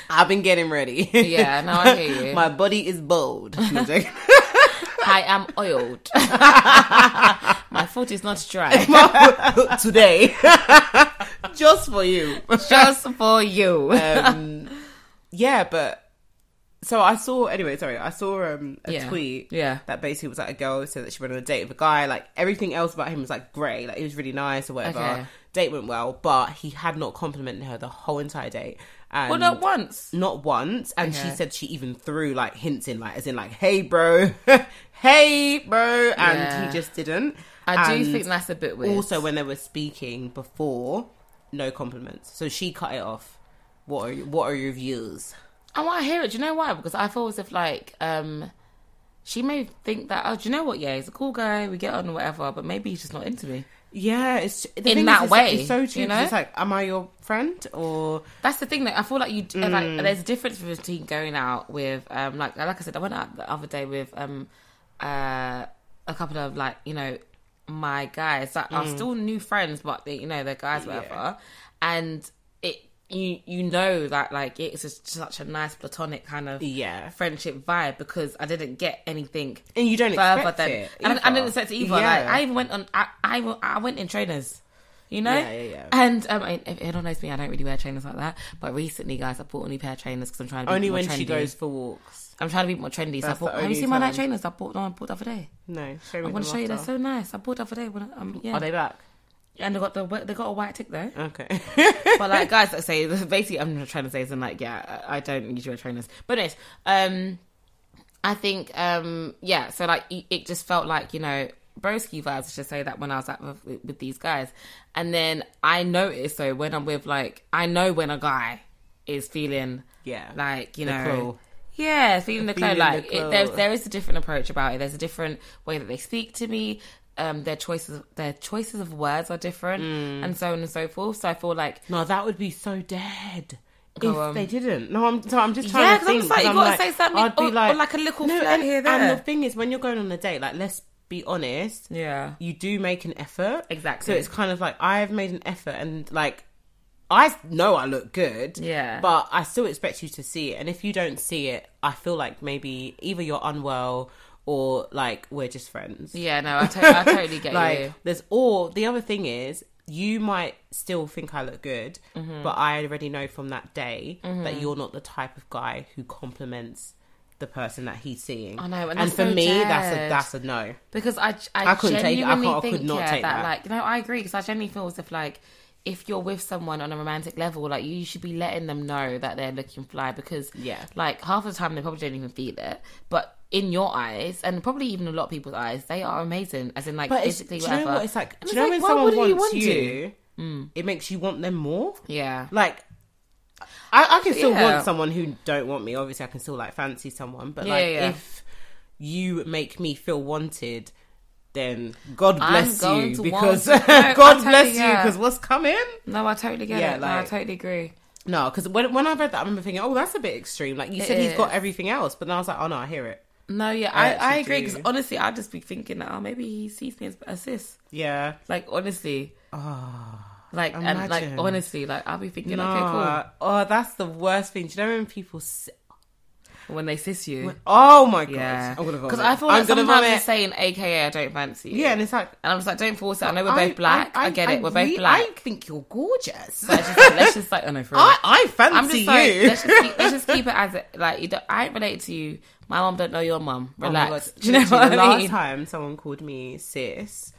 [SPEAKER 2] i've been getting ready
[SPEAKER 1] Yeah, no, I hear you.
[SPEAKER 2] my body is bold No, I'm joking.
[SPEAKER 1] I am oiled. My foot is not dry.
[SPEAKER 2] today just for you
[SPEAKER 1] Just for you.
[SPEAKER 2] um, yeah but so I saw anyway. Sorry, I saw um, a
[SPEAKER 1] Yeah.
[SPEAKER 2] tweet
[SPEAKER 1] Yeah.
[SPEAKER 2] that basically was like a girl said that she went on a date with a guy. Like everything else about him was like great. Like he was really nice or whatever.
[SPEAKER 1] Okay.
[SPEAKER 2] Date went well, but he had not complimented her the whole entire date. And
[SPEAKER 1] Well, not once.
[SPEAKER 2] not once. And she
[SPEAKER 1] Okay.
[SPEAKER 2] said she even threw like hints in, like as in like, "Hey, bro, hey, bro," and
[SPEAKER 1] Yeah.
[SPEAKER 2] he just didn't.
[SPEAKER 1] I do
[SPEAKER 2] And
[SPEAKER 1] think that's a bit weird.
[SPEAKER 2] also when they were speaking before, no compliments. So she cut it off. What are you, what are your views?
[SPEAKER 1] I want to hear it. Do you know why? Because I feel as if like um, she may think that oh, do you know what? Yeah, he's a cool guy. We get on, whatever. But maybe he's just not into me.
[SPEAKER 2] Yeah, it's the
[SPEAKER 1] In
[SPEAKER 2] thing
[SPEAKER 1] that
[SPEAKER 2] is, it's-
[SPEAKER 1] way,
[SPEAKER 2] It's so true.
[SPEAKER 1] you
[SPEAKER 2] 'cause
[SPEAKER 1] know?
[SPEAKER 2] It's like, am I your friend or
[SPEAKER 1] That's the thing that I feel like you like. There's a difference between going out with um like like I said, I went out the other day with um uh a couple of like you know my guys that are still new friends, but they you know they're guys whatever, and it you you know that like it's just such a nice platonic kind of
[SPEAKER 2] yeah?
[SPEAKER 1] friendship vibe because I didn't get anything
[SPEAKER 2] And you don't
[SPEAKER 1] further
[SPEAKER 2] expect
[SPEAKER 1] than
[SPEAKER 2] it.
[SPEAKER 1] and I, I didn't
[SPEAKER 2] either.
[SPEAKER 1] expect it either. Like
[SPEAKER 2] Yeah.
[SPEAKER 1] I even went on. I, I w- I went in trainers. You know,
[SPEAKER 2] Yeah, yeah, yeah.
[SPEAKER 1] and um, I, if everyone knows me. I don't really wear trainers like that. But recently, guys, I bought a new pair of trainers because I'm trying to be
[SPEAKER 2] Only
[SPEAKER 1] more
[SPEAKER 2] when
[SPEAKER 1] trendy.
[SPEAKER 2] she goes for walks.
[SPEAKER 1] I'm trying to be more trendy. So I
[SPEAKER 2] That's
[SPEAKER 1] bought.
[SPEAKER 2] the
[SPEAKER 1] Have you
[SPEAKER 2] only
[SPEAKER 1] seen my night
[SPEAKER 2] time.
[SPEAKER 1] trainers? I bought. No, I bought the other day.
[SPEAKER 2] No, show me
[SPEAKER 1] I want to
[SPEAKER 2] them
[SPEAKER 1] show you. They're
[SPEAKER 2] after.
[SPEAKER 1] so nice. I bought the other day. When I, um, yeah.
[SPEAKER 2] Are they back?
[SPEAKER 1] And they got the they got a white tick though.
[SPEAKER 2] Okay.
[SPEAKER 1] but like guys that say basically I'm trying to say is I'm like yeah I I don't usually wear trainers but anyways um I think um yeah so like it it just felt like you know broski vibes I should say that when I was out with, with these guys and then I noticed so when I'm with like I know when a guy is feeling
[SPEAKER 2] Yeah.
[SPEAKER 1] like you
[SPEAKER 2] The
[SPEAKER 1] know
[SPEAKER 2] crow.
[SPEAKER 1] yeah feeling the glow
[SPEAKER 2] Feeling the
[SPEAKER 1] like it,
[SPEAKER 2] glow.
[SPEAKER 1] there's, there is a different approach about it there's a different way that they speak to me um their choices their choices of words are different
[SPEAKER 2] Mm.
[SPEAKER 1] and so on and so forth so I feel like
[SPEAKER 2] No, that would be so dead. if
[SPEAKER 1] Go on.
[SPEAKER 2] they didn't, no, I'm. So I'm just trying
[SPEAKER 1] Yeah,
[SPEAKER 2] to
[SPEAKER 1] 'cause I'm
[SPEAKER 2] think.
[SPEAKER 1] just like, you gotta say something,
[SPEAKER 2] I'd be
[SPEAKER 1] or- or like a little flirt
[SPEAKER 2] and,
[SPEAKER 1] here,
[SPEAKER 2] And
[SPEAKER 1] there.
[SPEAKER 2] the thing is, when you're going on a date, like, let's be honest,
[SPEAKER 1] yeah
[SPEAKER 2] you do make an effort.
[SPEAKER 1] Exactly.
[SPEAKER 2] So it's kind of like I've made an effort, and like I know I look good.
[SPEAKER 1] Yeah.
[SPEAKER 2] But I still expect you to see it, and if you don't see it, I feel like maybe either you're unwell or like we're just friends.
[SPEAKER 1] Yeah, no, I, to- I totally get
[SPEAKER 2] like
[SPEAKER 1] you.
[SPEAKER 2] there's or the other thing is you might still think I look good,
[SPEAKER 1] Mm-hmm.
[SPEAKER 2] but I already know from that day that you're not the type of guy who compliments the person that he's seeing.
[SPEAKER 1] I know, and
[SPEAKER 2] and
[SPEAKER 1] that's
[SPEAKER 2] for
[SPEAKER 1] so
[SPEAKER 2] me, that's a
[SPEAKER 1] dead.
[SPEAKER 2] that's a no.
[SPEAKER 1] Because I, I,
[SPEAKER 2] I couldn't take it. I
[SPEAKER 1] genuinely
[SPEAKER 2] can't- I
[SPEAKER 1] think
[SPEAKER 2] could not
[SPEAKER 1] yeah,
[SPEAKER 2] take
[SPEAKER 1] that,
[SPEAKER 2] that.
[SPEAKER 1] like, no, I agree. Because I genuinely feel as if, like, if you're with someone on a romantic level, like, you should be letting them know that they're looking fly. Because,
[SPEAKER 2] Yeah.
[SPEAKER 1] like, half the time they probably don't even feel it. But in your eyes, and probably even a lot of people's eyes, they are amazing. As in, like,
[SPEAKER 2] But it's, do
[SPEAKER 1] physically,
[SPEAKER 2] you know
[SPEAKER 1] whatever.
[SPEAKER 2] what? It's like,
[SPEAKER 1] And
[SPEAKER 2] do you
[SPEAKER 1] it's
[SPEAKER 2] know when
[SPEAKER 1] like, why
[SPEAKER 2] someone
[SPEAKER 1] wouldn't
[SPEAKER 2] wants
[SPEAKER 1] you
[SPEAKER 2] you,
[SPEAKER 1] want to? Hmm.
[SPEAKER 2] it makes you want them more.
[SPEAKER 1] Yeah.
[SPEAKER 2] Like, I, I can still
[SPEAKER 1] Yeah.
[SPEAKER 2] want someone who don't want me. Obviously, I can still like fancy someone, but
[SPEAKER 1] Yeah,
[SPEAKER 2] like
[SPEAKER 1] yeah.
[SPEAKER 2] if you make me feel wanted, then God
[SPEAKER 1] I'm
[SPEAKER 2] bless
[SPEAKER 1] going
[SPEAKER 2] you
[SPEAKER 1] to
[SPEAKER 2] because
[SPEAKER 1] want to- No, I
[SPEAKER 2] God
[SPEAKER 1] totally
[SPEAKER 2] bless you
[SPEAKER 1] get it.
[SPEAKER 2] because what's coming?
[SPEAKER 1] No, I totally get
[SPEAKER 2] Yeah,
[SPEAKER 1] it. no, I
[SPEAKER 2] like-
[SPEAKER 1] totally agree.
[SPEAKER 2] No, because when when I read that, I remember thinking, oh, that's a bit extreme. Like you
[SPEAKER 1] It
[SPEAKER 2] said, he's got
[SPEAKER 1] is.
[SPEAKER 2] everything else, but then I was like, oh no, I hear it.
[SPEAKER 1] No, yeah, I, I,
[SPEAKER 2] actually
[SPEAKER 1] agree.
[SPEAKER 2] do.
[SPEAKER 1] Because honestly, I'd just be thinking that, oh, maybe he sees me as a sis.
[SPEAKER 2] Yeah.
[SPEAKER 1] Like honestly, like and like
[SPEAKER 2] Imagine.
[SPEAKER 1] honestly, like I'll be thinking,
[SPEAKER 2] No,
[SPEAKER 1] Ah. okay,
[SPEAKER 2] oh, that's the worst thing. Do you know when people? s
[SPEAKER 1] cool. When they sis you,
[SPEAKER 2] Oh my god!
[SPEAKER 1] yeah,
[SPEAKER 2] I'm gonna vomit.
[SPEAKER 1] because I feel
[SPEAKER 2] I'm
[SPEAKER 1] like
[SPEAKER 2] gonna
[SPEAKER 1] sometimes
[SPEAKER 2] vomit.
[SPEAKER 1] you're saying, AKA, I don't fancy you.
[SPEAKER 2] Yeah, and it's like
[SPEAKER 1] and I'm just like, don't force it. I know we're both black. I, get it. We're both
[SPEAKER 2] re-
[SPEAKER 1] black.
[SPEAKER 2] I think you're gorgeous.
[SPEAKER 1] but it's just like, let's just like, oh no, for real.
[SPEAKER 2] I, I fancy
[SPEAKER 1] I'm just
[SPEAKER 2] you.
[SPEAKER 1] like, let's just, keep, let's just keep it as it, like you don't, I ain't relate to you. My mom don't know your mom.
[SPEAKER 2] Oh my
[SPEAKER 1] Relax.
[SPEAKER 2] God.
[SPEAKER 1] Do you know
[SPEAKER 2] Literally,
[SPEAKER 1] what
[SPEAKER 2] the
[SPEAKER 1] I
[SPEAKER 2] Last
[SPEAKER 1] mean?
[SPEAKER 2] time someone called me sis,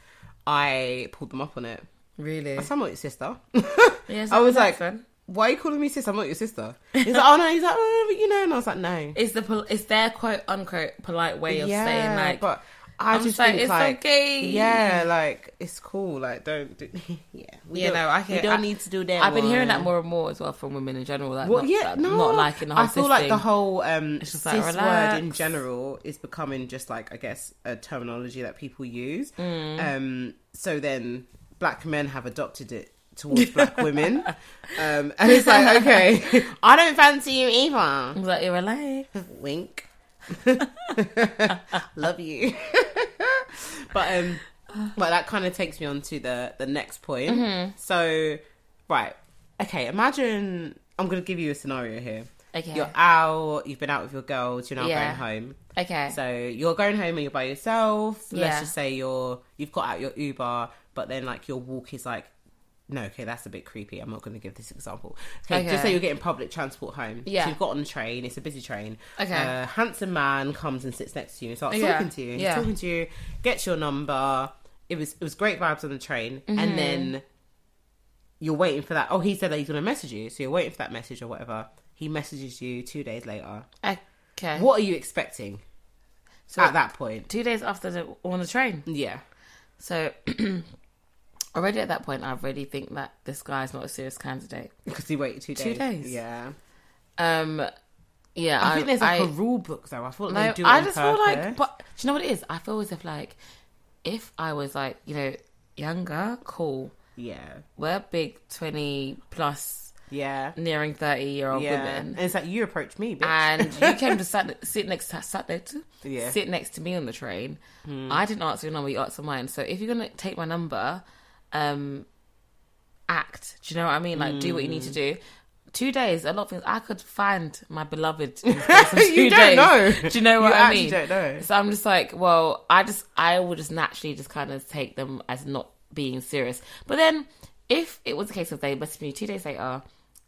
[SPEAKER 2] I pulled them up on it.
[SPEAKER 1] Really?
[SPEAKER 2] I'm not your sister.
[SPEAKER 1] Yes,
[SPEAKER 2] I was
[SPEAKER 1] that's
[SPEAKER 2] like,
[SPEAKER 1] fun.
[SPEAKER 2] why are you calling me sis? I'm not your sister. He's like, oh no. He's like, oh, but you know. And I was like, no.
[SPEAKER 1] It's the pol- it's their quote unquote polite way of
[SPEAKER 2] yeah,
[SPEAKER 1] saying like,
[SPEAKER 2] but I
[SPEAKER 1] I'm
[SPEAKER 2] just
[SPEAKER 1] just like,
[SPEAKER 2] think
[SPEAKER 1] it's
[SPEAKER 2] like,
[SPEAKER 1] okay.
[SPEAKER 2] yeah, like it's cool. Like, don't do. yeah, we
[SPEAKER 1] You
[SPEAKER 2] don't-
[SPEAKER 1] know, I hear-
[SPEAKER 2] we don't
[SPEAKER 1] I-
[SPEAKER 2] need to do that.
[SPEAKER 1] I've been hearing
[SPEAKER 2] one.
[SPEAKER 1] that more and more as well from women in general. Like,
[SPEAKER 2] Well,
[SPEAKER 1] not,
[SPEAKER 2] yeah,
[SPEAKER 1] like,
[SPEAKER 2] no,
[SPEAKER 1] not liking the whole
[SPEAKER 2] I feel
[SPEAKER 1] sis
[SPEAKER 2] like
[SPEAKER 1] thing.
[SPEAKER 2] the whole um,
[SPEAKER 1] just
[SPEAKER 2] cis
[SPEAKER 1] like,
[SPEAKER 2] word in
[SPEAKER 1] relax.
[SPEAKER 2] general is becoming just like I guess a terminology that people use.
[SPEAKER 1] Mm.
[SPEAKER 2] Um, so then black men have adopted it towards black women, um, and it's like, okay, I don't fancy you
[SPEAKER 1] I
[SPEAKER 2] either.
[SPEAKER 1] was like, you're alive.
[SPEAKER 2] Wink. Love you. but um, but that kind of takes me on to the the next point.
[SPEAKER 1] Mm-hmm.
[SPEAKER 2] So, right, okay, imagine I'm gonna give you a scenario here.
[SPEAKER 1] Okay.
[SPEAKER 2] You're out, you've been out with your girls, you're now
[SPEAKER 1] Yeah.
[SPEAKER 2] going home.
[SPEAKER 1] okay.
[SPEAKER 2] So you're going home and you're by yourself.
[SPEAKER 1] Yeah.
[SPEAKER 2] Let's just say you're you've got out your Uber, but then like your walk is like no, okay, that's a bit creepy. I'm not going to give this example. Okay,
[SPEAKER 1] Okay.
[SPEAKER 2] just say you're getting public transport home.
[SPEAKER 1] Yeah.
[SPEAKER 2] So you've got on the train, it's a busy train.
[SPEAKER 1] Okay.
[SPEAKER 2] A handsome man comes and sits next to you and starts
[SPEAKER 1] Yeah.
[SPEAKER 2] talking to you. And
[SPEAKER 1] Yeah.
[SPEAKER 2] He's talking to you, gets your number. It was it was great vibes on the train.
[SPEAKER 1] Mm-hmm.
[SPEAKER 2] And then you're waiting for that. Oh, he said that he's going to message you. So you're waiting for that message or whatever. He messages you two days later.
[SPEAKER 1] Okay.
[SPEAKER 2] What are you expecting
[SPEAKER 1] So
[SPEAKER 2] at that point?
[SPEAKER 1] two days after the, on the train.
[SPEAKER 2] Yeah.
[SPEAKER 1] So already at that point, I already think that this guy's not a serious candidate.
[SPEAKER 2] Because he waited two days.
[SPEAKER 1] Two days.
[SPEAKER 2] Yeah.
[SPEAKER 1] Um, yeah,
[SPEAKER 2] I, think there's like
[SPEAKER 1] I-
[SPEAKER 2] a rule book though. I thought
[SPEAKER 1] No,
[SPEAKER 2] they do it
[SPEAKER 1] I
[SPEAKER 2] on
[SPEAKER 1] just
[SPEAKER 2] purpose.
[SPEAKER 1] feel like, but do you know what it is? I feel as if like, if I was like, you know, younger, cool.
[SPEAKER 2] yeah,
[SPEAKER 1] We're big twenty plus,
[SPEAKER 2] yeah,
[SPEAKER 1] nearing thirty year old
[SPEAKER 2] yeah. And
[SPEAKER 1] women,
[SPEAKER 2] it's like you approached me, bitch.
[SPEAKER 1] and you came to sat, sit next to sat there to
[SPEAKER 2] Yeah. Hmm.
[SPEAKER 1] sit next to me on the train. I didn't answer your number; you answered mine. So if you're gonna take my number, um, act. Do you know what I mean? Like, do what you need to
[SPEAKER 2] Hmm.
[SPEAKER 1] do. Two days, a lot of things. I could find my beloved. In the space of
[SPEAKER 2] you
[SPEAKER 1] two days.
[SPEAKER 2] don't know.
[SPEAKER 1] Do you know what
[SPEAKER 2] you
[SPEAKER 1] I
[SPEAKER 2] actually
[SPEAKER 1] mean?
[SPEAKER 2] don't know.
[SPEAKER 1] So I'm just like, well, I just I will just naturally just kind of take them as not being serious. But then if it was a case of they messaged me two days later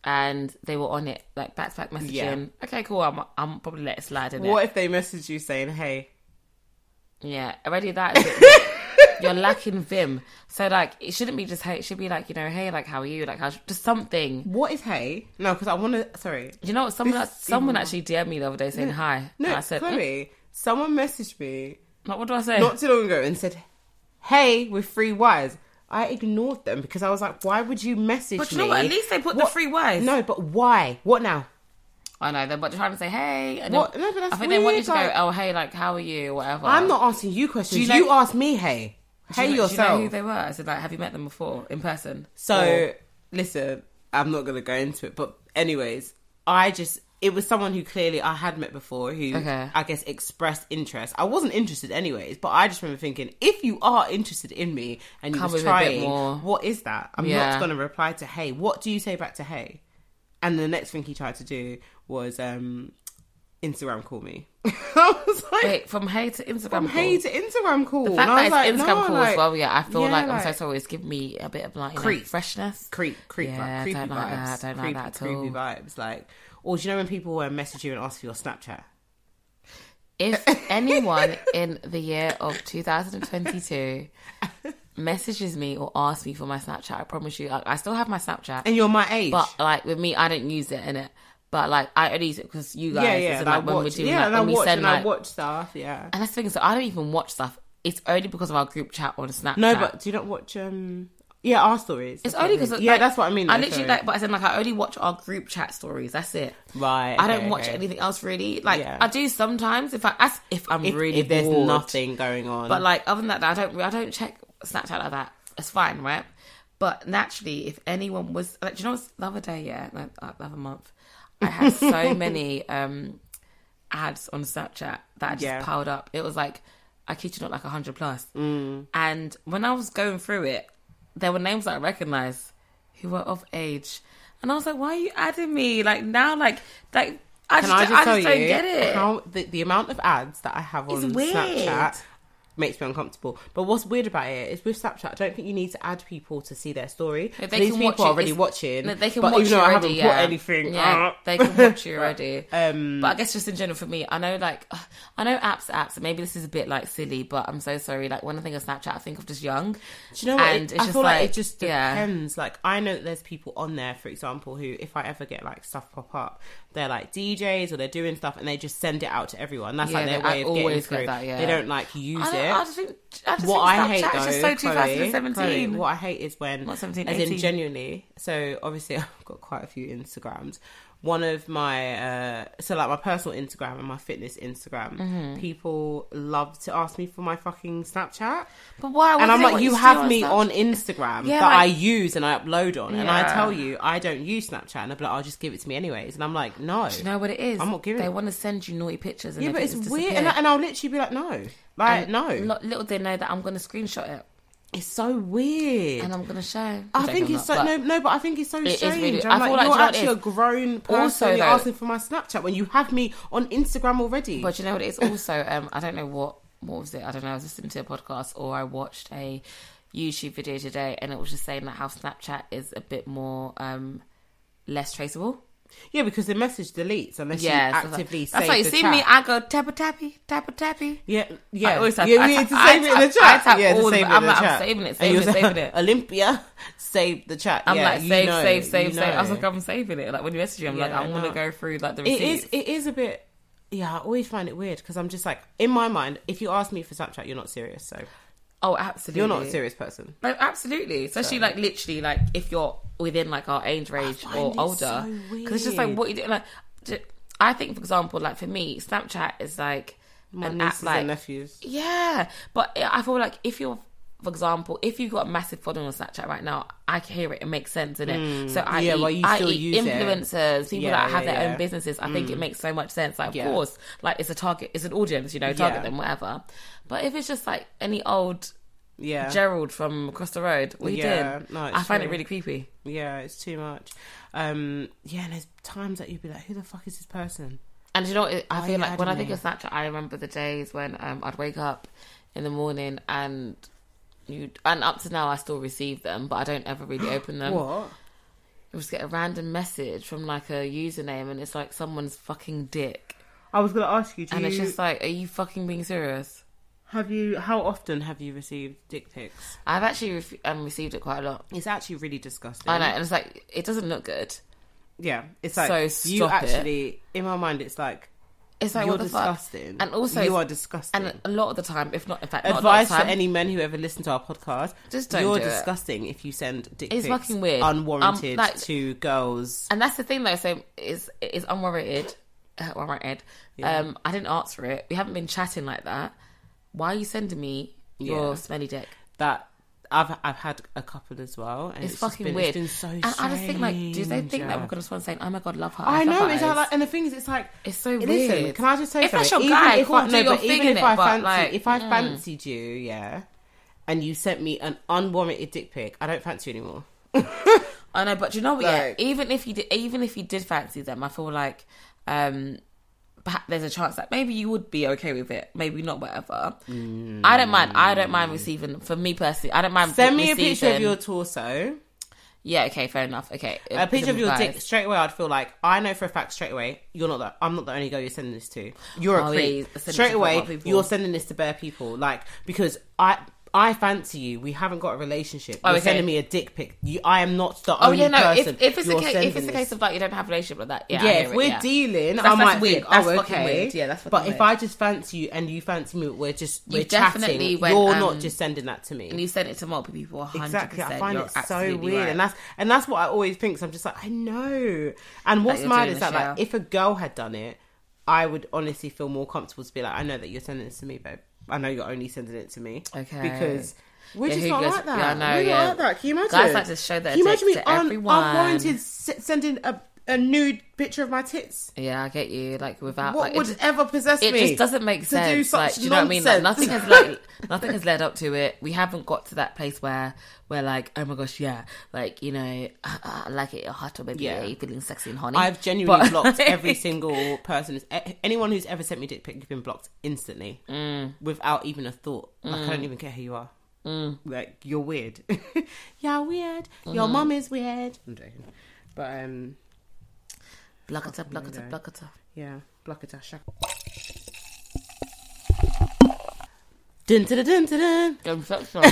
[SPEAKER 1] and they were on it like back to back messaging,
[SPEAKER 2] Yeah.
[SPEAKER 1] okay, cool, I'm I'm probably let it slide in
[SPEAKER 2] What if they message you saying, "Hey,
[SPEAKER 1] it. Yeah, already that is it. You're lacking vim. So like it shouldn't be just hey, it should be like you know hey like how are you like how's just something.
[SPEAKER 2] what is hey?" No, because I want to. Sorry,
[SPEAKER 1] You know what? Someone
[SPEAKER 2] This is
[SPEAKER 1] someone actually DM'd me the other day saying hi.
[SPEAKER 2] no,
[SPEAKER 1] and I said, mm,
[SPEAKER 2] Chloe. Someone messaged me
[SPEAKER 1] like, what do I say?
[SPEAKER 2] not too long ago and said, "Hey" with three Y's. I ignored them because I was like, "Why would you message
[SPEAKER 1] but you
[SPEAKER 2] me?"
[SPEAKER 1] know what? At least they put the
[SPEAKER 2] What-
[SPEAKER 1] free words.
[SPEAKER 2] No, but why? What now?
[SPEAKER 1] I know they're but trying to say hey. And
[SPEAKER 2] What?
[SPEAKER 1] then-
[SPEAKER 2] No, but that's
[SPEAKER 1] I think they wanted
[SPEAKER 2] weird,
[SPEAKER 1] to
[SPEAKER 2] like-
[SPEAKER 1] go, oh hey, like how are you, whatever.
[SPEAKER 2] I'm not asking you questions.
[SPEAKER 1] you
[SPEAKER 2] You,
[SPEAKER 1] know-
[SPEAKER 2] ask me, "Hey,
[SPEAKER 1] Do
[SPEAKER 2] hey
[SPEAKER 1] you know-
[SPEAKER 2] yourself."
[SPEAKER 1] Do you know who they were? I said like, have you met them before in person?
[SPEAKER 2] So
[SPEAKER 1] Or-
[SPEAKER 2] listen, I'm not gonna go into it, but anyways, I just it was someone who clearly I had met before who
[SPEAKER 1] Okay.
[SPEAKER 2] I guess expressed interest. I wasn't interested anyways, but I just remember thinking, if you are interested in me and you
[SPEAKER 1] Come
[SPEAKER 2] was
[SPEAKER 1] with a bit
[SPEAKER 2] trying,
[SPEAKER 1] more.
[SPEAKER 2] what is that? I'm
[SPEAKER 1] Yeah.
[SPEAKER 2] not gonna reply to hey. What do you say back to hey? And the next thing he tried to do was um Instagram call me. I was like
[SPEAKER 1] wait, from hey to Instagram.
[SPEAKER 2] from
[SPEAKER 1] call.
[SPEAKER 2] hey to Instagram call.
[SPEAKER 1] the fact
[SPEAKER 2] and I
[SPEAKER 1] that it's
[SPEAKER 2] was like,
[SPEAKER 1] Instagram
[SPEAKER 2] no,
[SPEAKER 1] call
[SPEAKER 2] like,
[SPEAKER 1] as well. Yeah, I feel
[SPEAKER 2] yeah,
[SPEAKER 1] like, I'm so
[SPEAKER 2] like-
[SPEAKER 1] sorry. It's giving me a bit of like you know,
[SPEAKER 2] Creep.
[SPEAKER 1] freshness.
[SPEAKER 2] creep, creep,
[SPEAKER 1] Yeah,
[SPEAKER 2] like, creepy
[SPEAKER 1] don't like
[SPEAKER 2] vibes,
[SPEAKER 1] that, don't like
[SPEAKER 2] creepy,
[SPEAKER 1] that at
[SPEAKER 2] creepy
[SPEAKER 1] all.
[SPEAKER 2] vibes. Like, or do you know when people uh, message you and ask for your Snapchat?
[SPEAKER 1] If anyone in the year of 2022 messages me or asks me for my Snapchat, I promise you, I, I still have my Snapchat.
[SPEAKER 2] And you're my age.
[SPEAKER 1] But like with me, I don't use it in it. But like I only use it because you guys.
[SPEAKER 2] yeah,
[SPEAKER 1] is
[SPEAKER 2] yeah,
[SPEAKER 1] in,
[SPEAKER 2] and
[SPEAKER 1] like,
[SPEAKER 2] I
[SPEAKER 1] when
[SPEAKER 2] watch,
[SPEAKER 1] we're doing
[SPEAKER 2] yeah,
[SPEAKER 1] like,
[SPEAKER 2] and I
[SPEAKER 1] when we
[SPEAKER 2] watch,
[SPEAKER 1] send
[SPEAKER 2] and I
[SPEAKER 1] like,
[SPEAKER 2] watch stuff. Yeah.
[SPEAKER 1] and that's the thing. So I don't even watch stuff. It's only because of our group chat on Snapchat.
[SPEAKER 2] No, but do you not watch? um Yeah, our stories.
[SPEAKER 1] it's
[SPEAKER 2] that's what
[SPEAKER 1] only
[SPEAKER 2] I mean.
[SPEAKER 1] because
[SPEAKER 2] yeah, that's what I mean.
[SPEAKER 1] I
[SPEAKER 2] though,
[SPEAKER 1] literally
[SPEAKER 2] sorry.
[SPEAKER 1] like, but I said like I only watch our group chat stories. That's it.
[SPEAKER 2] Right,
[SPEAKER 1] I don't
[SPEAKER 2] okay,
[SPEAKER 1] watch
[SPEAKER 2] okay.
[SPEAKER 1] anything else really. Like
[SPEAKER 2] Yeah.
[SPEAKER 1] I do sometimes if I as if I'm
[SPEAKER 2] If,
[SPEAKER 1] really
[SPEAKER 2] if there's
[SPEAKER 1] bored.
[SPEAKER 2] nothing going on,
[SPEAKER 1] But like other than that, I don't I don't check Snapchat like that. It's fine, right? But naturally, if anyone was like, do you know what's the other day? Yeah, like, uh, the other month, I had so many um ads on Snapchat that I just
[SPEAKER 2] Yeah.
[SPEAKER 1] piled up. It was like I kid you not, like hundred plus. Mm. And when I was going through it, there were names that I recognized who were of age, and I was like, why are you adding me? Like now, like like I
[SPEAKER 2] can
[SPEAKER 1] just, I
[SPEAKER 2] I
[SPEAKER 1] just,
[SPEAKER 2] just tell
[SPEAKER 1] don't
[SPEAKER 2] you
[SPEAKER 1] get it.
[SPEAKER 2] how the, the amount of ads that I have on
[SPEAKER 1] It's weird.
[SPEAKER 2] Snapchat makes me uncomfortable. But what's weird about it is with Snapchat, I don't think you need to add people to see their story.
[SPEAKER 1] No,
[SPEAKER 2] So these people
[SPEAKER 1] you.
[SPEAKER 2] are already
[SPEAKER 1] It's-
[SPEAKER 2] watching.
[SPEAKER 1] no, they can
[SPEAKER 2] but
[SPEAKER 1] watch
[SPEAKER 2] even though
[SPEAKER 1] you
[SPEAKER 2] I
[SPEAKER 1] already.
[SPEAKER 2] haven't
[SPEAKER 1] yeah.
[SPEAKER 2] put anything
[SPEAKER 1] Yeah,
[SPEAKER 2] up,
[SPEAKER 1] they can watch you already.
[SPEAKER 2] um,
[SPEAKER 1] but I guess just in general for me, I know like ugh, I know apps, are apps. and Maybe this is a bit like silly, but I'm so sorry. Like when I think of Snapchat, I think of just young.
[SPEAKER 2] Do you know what?
[SPEAKER 1] And
[SPEAKER 2] It-
[SPEAKER 1] it's
[SPEAKER 2] I
[SPEAKER 1] just
[SPEAKER 2] feel like,
[SPEAKER 1] like,
[SPEAKER 2] it just
[SPEAKER 1] yeah.
[SPEAKER 2] depends. Like I know that there's people on there, for example, who if I ever get like stuff pop up, they're like DJs or they're doing stuff and they just send it out to everyone. That's like
[SPEAKER 1] Yeah,
[SPEAKER 2] their
[SPEAKER 1] they- I
[SPEAKER 2] way of getting
[SPEAKER 1] always get
[SPEAKER 2] through.
[SPEAKER 1] that, yeah.
[SPEAKER 2] They don't like use
[SPEAKER 1] I, don't,
[SPEAKER 2] it.
[SPEAKER 1] I just think I just
[SPEAKER 2] what I
[SPEAKER 1] think
[SPEAKER 2] hate
[SPEAKER 1] Snapchat
[SPEAKER 2] though,
[SPEAKER 1] is just so
[SPEAKER 2] Chloe-
[SPEAKER 1] 2017.
[SPEAKER 2] Chloe, what I hate is when,
[SPEAKER 1] Not 17,
[SPEAKER 2] as
[SPEAKER 1] 18.
[SPEAKER 2] in genuinely. So obviously, I've got quite a few Instagrams. One of my, uh, so like my personal Instagram and my fitness Instagram, people love to ask me for my fucking Snapchat
[SPEAKER 1] but why?
[SPEAKER 2] and
[SPEAKER 1] wasn't
[SPEAKER 2] I'm
[SPEAKER 1] it
[SPEAKER 2] like,
[SPEAKER 1] what
[SPEAKER 2] you
[SPEAKER 1] used to do
[SPEAKER 2] have me
[SPEAKER 1] Snapchat?
[SPEAKER 2] on Instagram
[SPEAKER 1] Yeah,
[SPEAKER 2] that
[SPEAKER 1] like-
[SPEAKER 2] I use and I upload on, and I
[SPEAKER 1] Yeah.
[SPEAKER 2] tell you I don't use Snapchat, and I'll be like, I'll just give it to me anyways, and I'm like, no,
[SPEAKER 1] You know what it is?
[SPEAKER 2] I'm not giving
[SPEAKER 1] They
[SPEAKER 2] it.
[SPEAKER 1] want to send you naughty pictures. And
[SPEAKER 2] yeah,
[SPEAKER 1] their
[SPEAKER 2] but it's
[SPEAKER 1] pictures
[SPEAKER 2] weird,
[SPEAKER 1] disappear.
[SPEAKER 2] and, I, and I'll literally be like, no, like
[SPEAKER 1] And
[SPEAKER 2] no,
[SPEAKER 1] lo- Little they know that I'm going to screenshot it
[SPEAKER 2] it's so weird.
[SPEAKER 1] and I'm going to show.
[SPEAKER 2] I think it's so no, no, but I think it's so
[SPEAKER 1] is
[SPEAKER 2] strange.
[SPEAKER 1] really- I
[SPEAKER 2] I'm
[SPEAKER 1] feel like, do you
[SPEAKER 2] like, you're
[SPEAKER 1] know what
[SPEAKER 2] actually
[SPEAKER 1] it
[SPEAKER 2] a
[SPEAKER 1] is?
[SPEAKER 2] grown person.
[SPEAKER 1] Also,
[SPEAKER 2] you're
[SPEAKER 1] though-
[SPEAKER 2] asking for my Snapchat when you have me on Instagram already.
[SPEAKER 1] But you know what? It's also um, I don't know what what was it. I don't know. I was listening to a podcast or I watched a YouTube video today, and it was just saying that how Snapchat is a bit more um, less traceable.
[SPEAKER 2] Yeah, because the message deletes unless
[SPEAKER 1] Yeah,
[SPEAKER 2] you
[SPEAKER 1] so that's-
[SPEAKER 2] actively
[SPEAKER 1] That's
[SPEAKER 2] save
[SPEAKER 1] why you
[SPEAKER 2] the
[SPEAKER 1] see
[SPEAKER 2] chat.
[SPEAKER 1] me. I go tappa tappy, tappa tappy.
[SPEAKER 2] yeah, yeah,
[SPEAKER 1] I always type-
[SPEAKER 2] yeah.
[SPEAKER 1] I
[SPEAKER 2] we
[SPEAKER 1] type-
[SPEAKER 2] need to
[SPEAKER 1] I
[SPEAKER 2] save it in
[SPEAKER 1] type-
[SPEAKER 2] the chat.
[SPEAKER 1] I type
[SPEAKER 2] yeah, to
[SPEAKER 1] all of
[SPEAKER 2] save
[SPEAKER 1] it.
[SPEAKER 2] in
[SPEAKER 1] I'm
[SPEAKER 2] the
[SPEAKER 1] like, I'm
[SPEAKER 2] chat.
[SPEAKER 1] saving it,
[SPEAKER 2] And you're
[SPEAKER 1] saving it,
[SPEAKER 2] saying,
[SPEAKER 1] saving it.
[SPEAKER 2] Olympia, save the chat.
[SPEAKER 1] I'm
[SPEAKER 2] Yeah,
[SPEAKER 1] like
[SPEAKER 2] you
[SPEAKER 1] save,
[SPEAKER 2] know,
[SPEAKER 1] save,
[SPEAKER 2] you
[SPEAKER 1] save, save. I was
[SPEAKER 2] know.
[SPEAKER 1] like, "Oh, I'm saving it. Like when you message me, I'm like,
[SPEAKER 2] Yeah,
[SPEAKER 1] I'm gonna
[SPEAKER 2] no.
[SPEAKER 1] go through like the
[SPEAKER 2] It
[SPEAKER 1] receipts.
[SPEAKER 2] is. It is a bit. Yeah, I always find it weird because I'm just like, in my mind, if you ask me for Snapchat, you're not serious. So
[SPEAKER 1] Oh, absolutely.
[SPEAKER 2] you're not a serious person.
[SPEAKER 1] No, absolutely. Especially like literally like if you're within like our age range
[SPEAKER 2] find
[SPEAKER 1] or
[SPEAKER 2] it
[SPEAKER 1] older,
[SPEAKER 2] so
[SPEAKER 1] because it's just like what you do. Like, j- I think for example, like for me, Snapchat is like
[SPEAKER 2] My
[SPEAKER 1] an app
[SPEAKER 2] nieces
[SPEAKER 1] like
[SPEAKER 2] and nephews.
[SPEAKER 1] yeah. But I I feel like if you're for example, if you've got a massive following on Snapchat right now, I can hear it. It makes sense, in it. so I,
[SPEAKER 2] Mm. Yeah,
[SPEAKER 1] eat,
[SPEAKER 2] well, you
[SPEAKER 1] I
[SPEAKER 2] still
[SPEAKER 1] eat
[SPEAKER 2] use it.
[SPEAKER 1] influencers, people
[SPEAKER 2] Yeah,
[SPEAKER 1] that have
[SPEAKER 2] yeah,
[SPEAKER 1] their
[SPEAKER 2] yeah. Mm.
[SPEAKER 1] own businesses. I think it makes so much sense. Like, of
[SPEAKER 2] Yeah.
[SPEAKER 1] course, like it's a target, it's an audience, you know, target
[SPEAKER 2] Yeah.
[SPEAKER 1] them, whatever. But if it's just like any old
[SPEAKER 2] Yeah,
[SPEAKER 1] Gerald from across the road. What are you
[SPEAKER 2] Yeah,
[SPEAKER 1] doing?
[SPEAKER 2] no, it's
[SPEAKER 1] I find
[SPEAKER 2] true.
[SPEAKER 1] it really creepy.
[SPEAKER 2] yeah, it's too much. Um, yeah, and there's times that you'd be like, who the fuck is this person?
[SPEAKER 1] And you know, what? I
[SPEAKER 2] Why
[SPEAKER 1] feel
[SPEAKER 2] you
[SPEAKER 1] like when I
[SPEAKER 2] adding
[SPEAKER 1] think of Snapchat, I remember the days when um, I'd wake up in the morning and you and up to now I still receive them, but I don't ever really open them.
[SPEAKER 2] what?
[SPEAKER 1] I just get a random message from like a username, and it's like someone's fucking dick,
[SPEAKER 2] I was gonna ask you. Do
[SPEAKER 1] and
[SPEAKER 2] you
[SPEAKER 1] it's just like, are you fucking being serious?
[SPEAKER 2] have you? How often have you received dick pics?
[SPEAKER 1] I've actually ref um, received it quite a lot.
[SPEAKER 2] It's actually really disgusting.
[SPEAKER 1] I know, and it's like it doesn't look good.
[SPEAKER 2] Yeah, it's
[SPEAKER 1] So
[SPEAKER 2] like you
[SPEAKER 1] stop it.
[SPEAKER 2] actually. In my mind, it's like
[SPEAKER 1] It's like
[SPEAKER 2] you're
[SPEAKER 1] what the
[SPEAKER 2] disgusting,
[SPEAKER 1] fuck, and also
[SPEAKER 2] you are disgusting.
[SPEAKER 1] and a lot of the time, if not in fact, not a lot of
[SPEAKER 2] Advice
[SPEAKER 1] the
[SPEAKER 2] for
[SPEAKER 1] time,
[SPEAKER 2] any men who ever listen to our podcast:
[SPEAKER 1] Just don't
[SPEAKER 2] You're
[SPEAKER 1] do it.
[SPEAKER 2] disgusting if you send dick
[SPEAKER 1] It's
[SPEAKER 2] pics
[SPEAKER 1] fucking weird.
[SPEAKER 2] unwarranted
[SPEAKER 1] Um, like-
[SPEAKER 2] to girls.
[SPEAKER 1] And that's the thing, though. So is is unwarranted. Uh, unwarranted. Um, I didn't ask for it. We haven't been chatting like that. Why are you sending me your
[SPEAKER 2] Yeah.
[SPEAKER 1] smelly dick?
[SPEAKER 2] That I've I've had a couple as well, and
[SPEAKER 1] It's,
[SPEAKER 2] it's, just
[SPEAKER 1] fucking
[SPEAKER 2] been,
[SPEAKER 1] weird.
[SPEAKER 2] It's been so
[SPEAKER 1] and I just think, like, do they think that we're gonna respond saying, "Oh my god, love her"?
[SPEAKER 2] I
[SPEAKER 1] love
[SPEAKER 2] know
[SPEAKER 1] her
[SPEAKER 2] it's
[SPEAKER 1] eyes."
[SPEAKER 2] like, and the thing is, it's like
[SPEAKER 1] It's so
[SPEAKER 2] Listen,
[SPEAKER 1] weird.
[SPEAKER 2] can I just say
[SPEAKER 1] If
[SPEAKER 2] something?
[SPEAKER 1] that's your guy,
[SPEAKER 2] if
[SPEAKER 1] cool,
[SPEAKER 2] I,
[SPEAKER 1] do
[SPEAKER 2] no,
[SPEAKER 1] your
[SPEAKER 2] but even
[SPEAKER 1] thing
[SPEAKER 2] if
[SPEAKER 1] innit?
[SPEAKER 2] I
[SPEAKER 1] But,
[SPEAKER 2] fancied,
[SPEAKER 1] like, mm.
[SPEAKER 2] if I fancied you, yeah, and you sent me an unwarranted dick pic, I don't fancy you anymore.
[SPEAKER 1] I know, but you know what?
[SPEAKER 2] Like-
[SPEAKER 1] yeah, even if you did, even if you did fancy them, I feel like um, perha- there's a chance that maybe you would be okay with it. Maybe not, whatever. I don't mind. I don't mind receiving. For me personally, I don't mind.
[SPEAKER 2] Mm. Send me a picture of
[SPEAKER 1] receiving-
[SPEAKER 2] your torso,
[SPEAKER 1] Yeah. Okay. Fair enough. Okay.
[SPEAKER 2] a picture of your
[SPEAKER 1] Guys.
[SPEAKER 2] dick. Straight away, I'd feel like I know for a fact. Straight away, you're not the. I'm not the only girl you're sending this to. You're a
[SPEAKER 1] Oh, yeah,
[SPEAKER 2] creep.
[SPEAKER 1] you're sending it
[SPEAKER 2] straight
[SPEAKER 1] to quite a lot
[SPEAKER 2] away,
[SPEAKER 1] of people.
[SPEAKER 2] you're sending this to bare people, like because I. I fancy you. We haven't got a relationship. You're
[SPEAKER 1] Oh, okay.
[SPEAKER 2] sending me a dick pic. You, I am not the
[SPEAKER 1] Oh
[SPEAKER 2] only
[SPEAKER 1] yeah. No. If,
[SPEAKER 2] person.
[SPEAKER 1] if it's a
[SPEAKER 2] you're
[SPEAKER 1] case, if
[SPEAKER 2] sending
[SPEAKER 1] it's a
[SPEAKER 2] this
[SPEAKER 1] case of like you don't have a relationship like that. Yeah. I
[SPEAKER 2] yeah,
[SPEAKER 1] hear
[SPEAKER 2] if
[SPEAKER 1] it,
[SPEAKER 2] we're
[SPEAKER 1] yeah.
[SPEAKER 2] dealing,
[SPEAKER 1] That's-
[SPEAKER 2] I
[SPEAKER 1] that's
[SPEAKER 2] might
[SPEAKER 1] weird.
[SPEAKER 2] think,
[SPEAKER 1] That's
[SPEAKER 2] oh,
[SPEAKER 1] fucking
[SPEAKER 2] okay.
[SPEAKER 1] weird. Yeah, that's fucking
[SPEAKER 2] But if
[SPEAKER 1] weird.
[SPEAKER 2] I just fancy you and you fancy me, we're just
[SPEAKER 1] You
[SPEAKER 2] we're chatting.
[SPEAKER 1] definitely went,
[SPEAKER 2] You're
[SPEAKER 1] um,
[SPEAKER 2] not just sending that to
[SPEAKER 1] and
[SPEAKER 2] me.
[SPEAKER 1] you sent it to multiple people. 100%,
[SPEAKER 2] Exactly, I find
[SPEAKER 1] you're
[SPEAKER 2] it so
[SPEAKER 1] absolutely
[SPEAKER 2] weird,
[SPEAKER 1] right.
[SPEAKER 2] and that's and that's what I always think. So I'm just like, I know. And what's
[SPEAKER 1] you're
[SPEAKER 2] mad
[SPEAKER 1] doing
[SPEAKER 2] is that,
[SPEAKER 1] this,
[SPEAKER 2] like,
[SPEAKER 1] yeah.
[SPEAKER 2] if a girl had done it, I would honestly feel more comfortable to be like, I know that you're sending this to me, babe. I know you're only sending it to me,
[SPEAKER 1] Okay.
[SPEAKER 2] Because we're
[SPEAKER 1] Yeah,
[SPEAKER 2] just
[SPEAKER 1] who
[SPEAKER 2] not
[SPEAKER 1] goes-
[SPEAKER 2] like that.
[SPEAKER 1] yeah, I know,
[SPEAKER 2] We're
[SPEAKER 1] yeah.
[SPEAKER 2] not like that. Can you imagine?
[SPEAKER 1] Guys like to show their
[SPEAKER 2] Can you imagine me
[SPEAKER 1] tits to
[SPEAKER 2] un-
[SPEAKER 1] everyone.
[SPEAKER 2] unwarranted s- sending a, a nude picture of my tits?
[SPEAKER 1] Yeah, I get you. Like without
[SPEAKER 2] What
[SPEAKER 1] like, it
[SPEAKER 2] would ever possess
[SPEAKER 1] it
[SPEAKER 2] me?
[SPEAKER 1] just doesn't make sense.
[SPEAKER 2] To do such
[SPEAKER 1] like, do you know what I mean?
[SPEAKER 2] nonsense.
[SPEAKER 1] Like, nothing has like nothing has led up to it. We haven't got to that place where we're like, oh my gosh, yeah, like you know, uh, uh, I like it hot or maybe
[SPEAKER 2] Yeah.
[SPEAKER 1] yeah. you're feeling sexy and horny.
[SPEAKER 2] I've
[SPEAKER 1] But-
[SPEAKER 2] genuinely blocked every single person. who's- Anyone who's ever sent me a dick pic, you've been blocked instantly without even a thought. Like, I don't even care who you are. Like, you're weird. you're weird. Your mum is weird. Mm-hmm. I'm joking. But, um,
[SPEAKER 1] block it up, block it
[SPEAKER 2] know.
[SPEAKER 1] up, block it up.
[SPEAKER 2] yeah, block it out. Shut Dun, dun, dun, dun, dun.
[SPEAKER 1] Going sexual.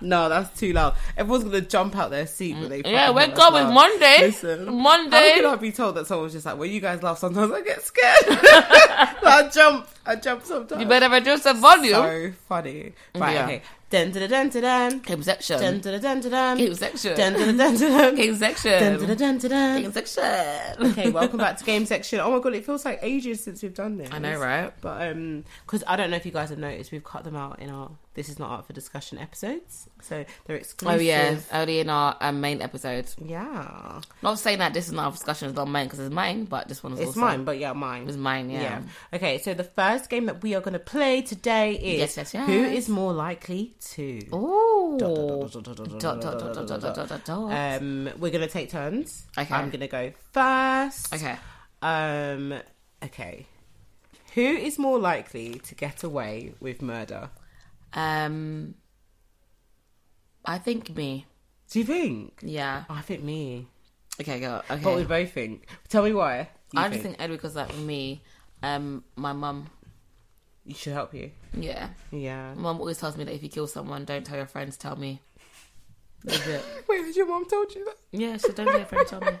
[SPEAKER 2] No, that's too loud. Everyone's gonna jump out their seat when they.
[SPEAKER 1] yeah,
[SPEAKER 2] fucking
[SPEAKER 1] we're
[SPEAKER 2] hear us
[SPEAKER 1] going
[SPEAKER 2] laugh.
[SPEAKER 1] Monday.
[SPEAKER 2] Listen, How
[SPEAKER 1] Monday.
[SPEAKER 2] could I be told that someone's just like, well, you guys laugh sometimes, I get scared. I jump. I jump sometimes.
[SPEAKER 1] you better reduce the volume.
[SPEAKER 2] so funny. Right,
[SPEAKER 1] Yeah.
[SPEAKER 2] okay. Dun dun dun dun dun.
[SPEAKER 1] Came section.
[SPEAKER 2] Dun dun dun dun dun.
[SPEAKER 1] Came section.
[SPEAKER 2] Dun dun dun dun.
[SPEAKER 1] Game section.
[SPEAKER 2] Dun dun dun dun.
[SPEAKER 1] Game
[SPEAKER 2] dun.
[SPEAKER 1] section.
[SPEAKER 2] Okay, welcome back to game section. Oh my god, it feels like ages since we've done this.
[SPEAKER 1] I know, right?
[SPEAKER 2] But um, because I don't know if you guys have noticed, we've cut them out in our "This is not up for discussion" episodes, so they're
[SPEAKER 1] Oh
[SPEAKER 2] exclusive.
[SPEAKER 1] yeah, only in our um, main episode.
[SPEAKER 2] yeah,
[SPEAKER 1] Not saying that this is not our discussion is not mine because it's mine, but this one is
[SPEAKER 2] it's
[SPEAKER 1] also
[SPEAKER 2] mine, but yeah, mine.
[SPEAKER 1] It's mine, yeah.
[SPEAKER 2] Yeah. Okay, so the first game that we are going to play today is
[SPEAKER 1] Yes, yes, yes. Oh.
[SPEAKER 2] who is more likely to.
[SPEAKER 1] Ooh. Dot, dot, dot, dot, dot, dot,
[SPEAKER 2] Um,
[SPEAKER 1] dot, dot, dot.
[SPEAKER 2] we're going to take turns.
[SPEAKER 1] Okay.
[SPEAKER 2] I'm going to go first.
[SPEAKER 1] Okay.
[SPEAKER 2] Um, okay. Who is more likely to get away with murder?
[SPEAKER 1] Um, I think me.
[SPEAKER 2] Do you think?
[SPEAKER 1] Yeah.
[SPEAKER 2] I think me.
[SPEAKER 1] Okay, go. Okay.
[SPEAKER 2] But we both think. Tell me why. you
[SPEAKER 1] I just think Edward because like me, um, my mum.
[SPEAKER 2] you should help you.
[SPEAKER 1] Yeah,
[SPEAKER 2] Yeah.
[SPEAKER 1] my mum always tells me that if you kill someone, don't tell your friends. Tell me. That's it.
[SPEAKER 2] Wait, has your mom told you that?
[SPEAKER 1] Yeah, so don't tell your friends. Tell me.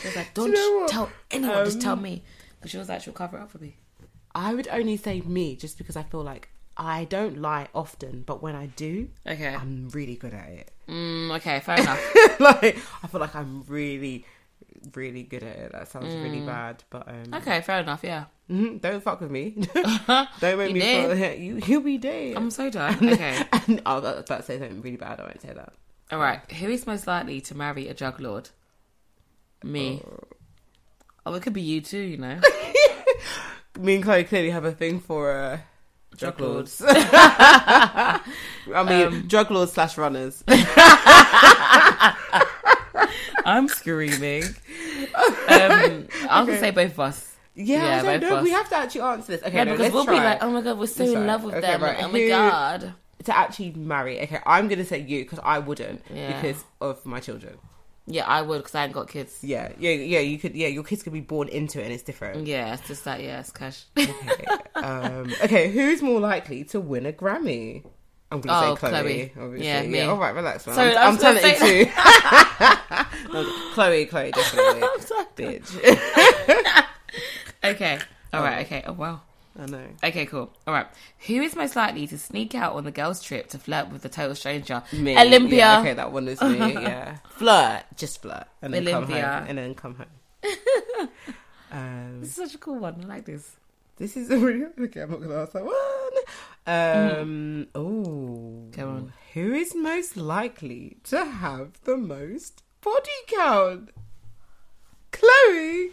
[SPEAKER 1] She was like, don't
[SPEAKER 2] you know what?
[SPEAKER 1] tell anyone. just tell me. But she was like, she'll cover it up for me.
[SPEAKER 2] I would only say me just because I feel like I don't lie often, but when I do,
[SPEAKER 1] Okay.
[SPEAKER 2] I'm really good at it.
[SPEAKER 1] Mm, okay. Fair enough.
[SPEAKER 2] like I feel like I'm really, really good at it. That sounds really bad, but um,
[SPEAKER 1] Mm. Okay. Fair enougugh. Yeah.
[SPEAKER 2] mhm, don't fuck with me. don't make
[SPEAKER 1] You
[SPEAKER 2] me.
[SPEAKER 1] did.
[SPEAKER 2] Feel, you you'll be dead.
[SPEAKER 1] I'm so done. Okay.
[SPEAKER 2] and oh, I'll about to say something really bad. I won't say that.
[SPEAKER 1] All right. Who is most likely to marry a drug lord? Me. Oh, it could be you too. You know,
[SPEAKER 2] Me and Chloe clearly have a thing for uh,
[SPEAKER 1] drug
[SPEAKER 2] drug
[SPEAKER 1] lords. Um,
[SPEAKER 2] lords. I mean, drug lords slash runners.
[SPEAKER 1] I'm screaming. um, I'm gonna say both of us.
[SPEAKER 2] Yeah,
[SPEAKER 1] Yeah,
[SPEAKER 2] I don't
[SPEAKER 1] both
[SPEAKER 2] know.
[SPEAKER 1] of
[SPEAKER 2] We
[SPEAKER 1] us.
[SPEAKER 2] have to actually answer this. Okay,
[SPEAKER 1] Yeah,
[SPEAKER 2] no,
[SPEAKER 1] because
[SPEAKER 2] let's
[SPEAKER 1] we'll
[SPEAKER 2] try.
[SPEAKER 1] be like, oh my god, we're so
[SPEAKER 2] Let's
[SPEAKER 1] in
[SPEAKER 2] try.
[SPEAKER 1] love with
[SPEAKER 2] Okay,
[SPEAKER 1] them.
[SPEAKER 2] right.
[SPEAKER 1] Oh my
[SPEAKER 2] Who-
[SPEAKER 1] god.
[SPEAKER 2] to actually marry. Okay, I'm gonna say you because I wouldn't
[SPEAKER 1] Yeah.
[SPEAKER 2] because of my children.
[SPEAKER 1] Yeah, I would because I ain't got kids.
[SPEAKER 2] Yeah, yeah, yeah. You could, yeah, your kids could be born into it, and it's different.
[SPEAKER 1] Yeah, it's just like yeah, it's cash.
[SPEAKER 2] Okay, um, okay. Who's more likely to win a Grammy? I'm gonna
[SPEAKER 1] Oh,
[SPEAKER 2] say Chloe.
[SPEAKER 1] Chloe.
[SPEAKER 2] Obviously.
[SPEAKER 1] Yeah,
[SPEAKER 2] Yeah,
[SPEAKER 1] me.
[SPEAKER 2] all right, relax, man.
[SPEAKER 1] Sorry, I
[SPEAKER 2] I'm, I'm
[SPEAKER 1] was gonna
[SPEAKER 2] telling you too. No, Chloe, Chloe, definitely. Bitch.
[SPEAKER 1] okay. All right. Okay. Oh wow.
[SPEAKER 2] I know.
[SPEAKER 1] Okay, cool. All right. Who is most likely to sneak out on the girls' trip to flirt with the total stranger?
[SPEAKER 2] Me.
[SPEAKER 1] Olympia.
[SPEAKER 2] Yeah, okay, that one is me. Yeah, flirt, just flirt, and then come
[SPEAKER 1] Olympia.
[SPEAKER 2] home, and then come home. um,
[SPEAKER 1] This is such a cool one. I like this.
[SPEAKER 2] This is really okay. I'm not gonna ask that one. Um. Oh,
[SPEAKER 1] Go on.
[SPEAKER 2] Who is most likely to have the most body count? Chloe.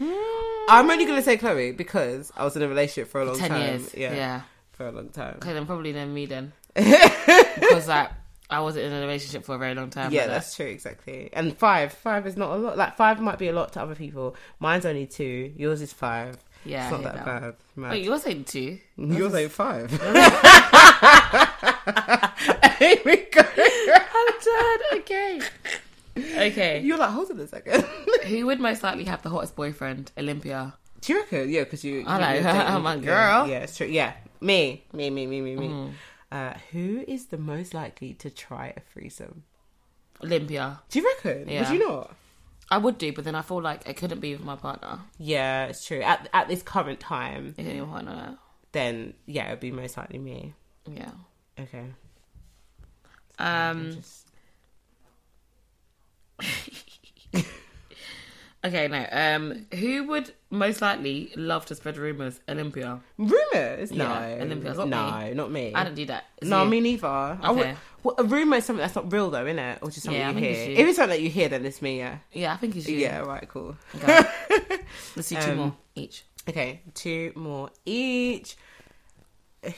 [SPEAKER 2] I'm only gonna say Chloe because I was in a relationship for a long
[SPEAKER 1] Ten
[SPEAKER 2] time.
[SPEAKER 1] years. Yeah.
[SPEAKER 2] Yeah, for a long time.
[SPEAKER 1] Okay, then probably then me then. because like I wasn't in a relationship for a very long time.
[SPEAKER 2] Yeah,
[SPEAKER 1] like that.
[SPEAKER 2] that's true. Exactly. And five, five is not a lot. Like five might be a lot to other people. Mine's only two. Yours is five.
[SPEAKER 1] Yeah,
[SPEAKER 2] it's
[SPEAKER 1] I
[SPEAKER 2] not
[SPEAKER 1] hear
[SPEAKER 2] that,
[SPEAKER 1] that
[SPEAKER 2] bad. Mad.
[SPEAKER 1] Wait, you're saying two?
[SPEAKER 2] Yours ain't five. Here we go.
[SPEAKER 1] I'm done. Okay. Okay.
[SPEAKER 2] You're like, hold on a second.
[SPEAKER 1] Who would most likely have the hottest boyfriend? Olympia.
[SPEAKER 2] Do you reckon? Yeah, because you.
[SPEAKER 1] I know.
[SPEAKER 2] you- you-
[SPEAKER 1] I'm a
[SPEAKER 2] yeah,
[SPEAKER 1] girl.
[SPEAKER 2] Yeah, it's true. Yeah, me, me, me, me, me, me. Uh, who is the most likely to try a threesome?
[SPEAKER 1] Olympia.
[SPEAKER 2] Do you reckon?
[SPEAKER 1] Yeah.
[SPEAKER 2] Would you not?
[SPEAKER 1] I would do, but then I feel like I couldn't be with my partner.
[SPEAKER 2] Yeah, it's true. At at this current time,
[SPEAKER 1] I couldn't even partner now.
[SPEAKER 2] then yeah, it'd be most likely me.
[SPEAKER 1] Yeah.
[SPEAKER 2] Okay.
[SPEAKER 1] Um.
[SPEAKER 2] Just-
[SPEAKER 1] Okay. No. Um. Who would most likely love to spread rumors? Olympia.
[SPEAKER 2] Rumors? No,
[SPEAKER 1] Yeah, Olympia's not
[SPEAKER 2] no, not me.
[SPEAKER 1] I don't do that. It's
[SPEAKER 2] no,
[SPEAKER 1] you.
[SPEAKER 2] me neither. I would,
[SPEAKER 1] Okay.
[SPEAKER 2] well, a rumor is something that's not real, though, isn't it? Or just something
[SPEAKER 1] Yeah, I
[SPEAKER 2] you
[SPEAKER 1] think
[SPEAKER 2] hear.
[SPEAKER 1] it's you.
[SPEAKER 2] If it's something that you hear, then it's me. Yeah.
[SPEAKER 1] Yeah, I think it's you.
[SPEAKER 2] Yeah. Right. Cool.
[SPEAKER 1] Okay. Let's do two
[SPEAKER 2] Um,
[SPEAKER 1] more each.
[SPEAKER 2] Okay, two more each.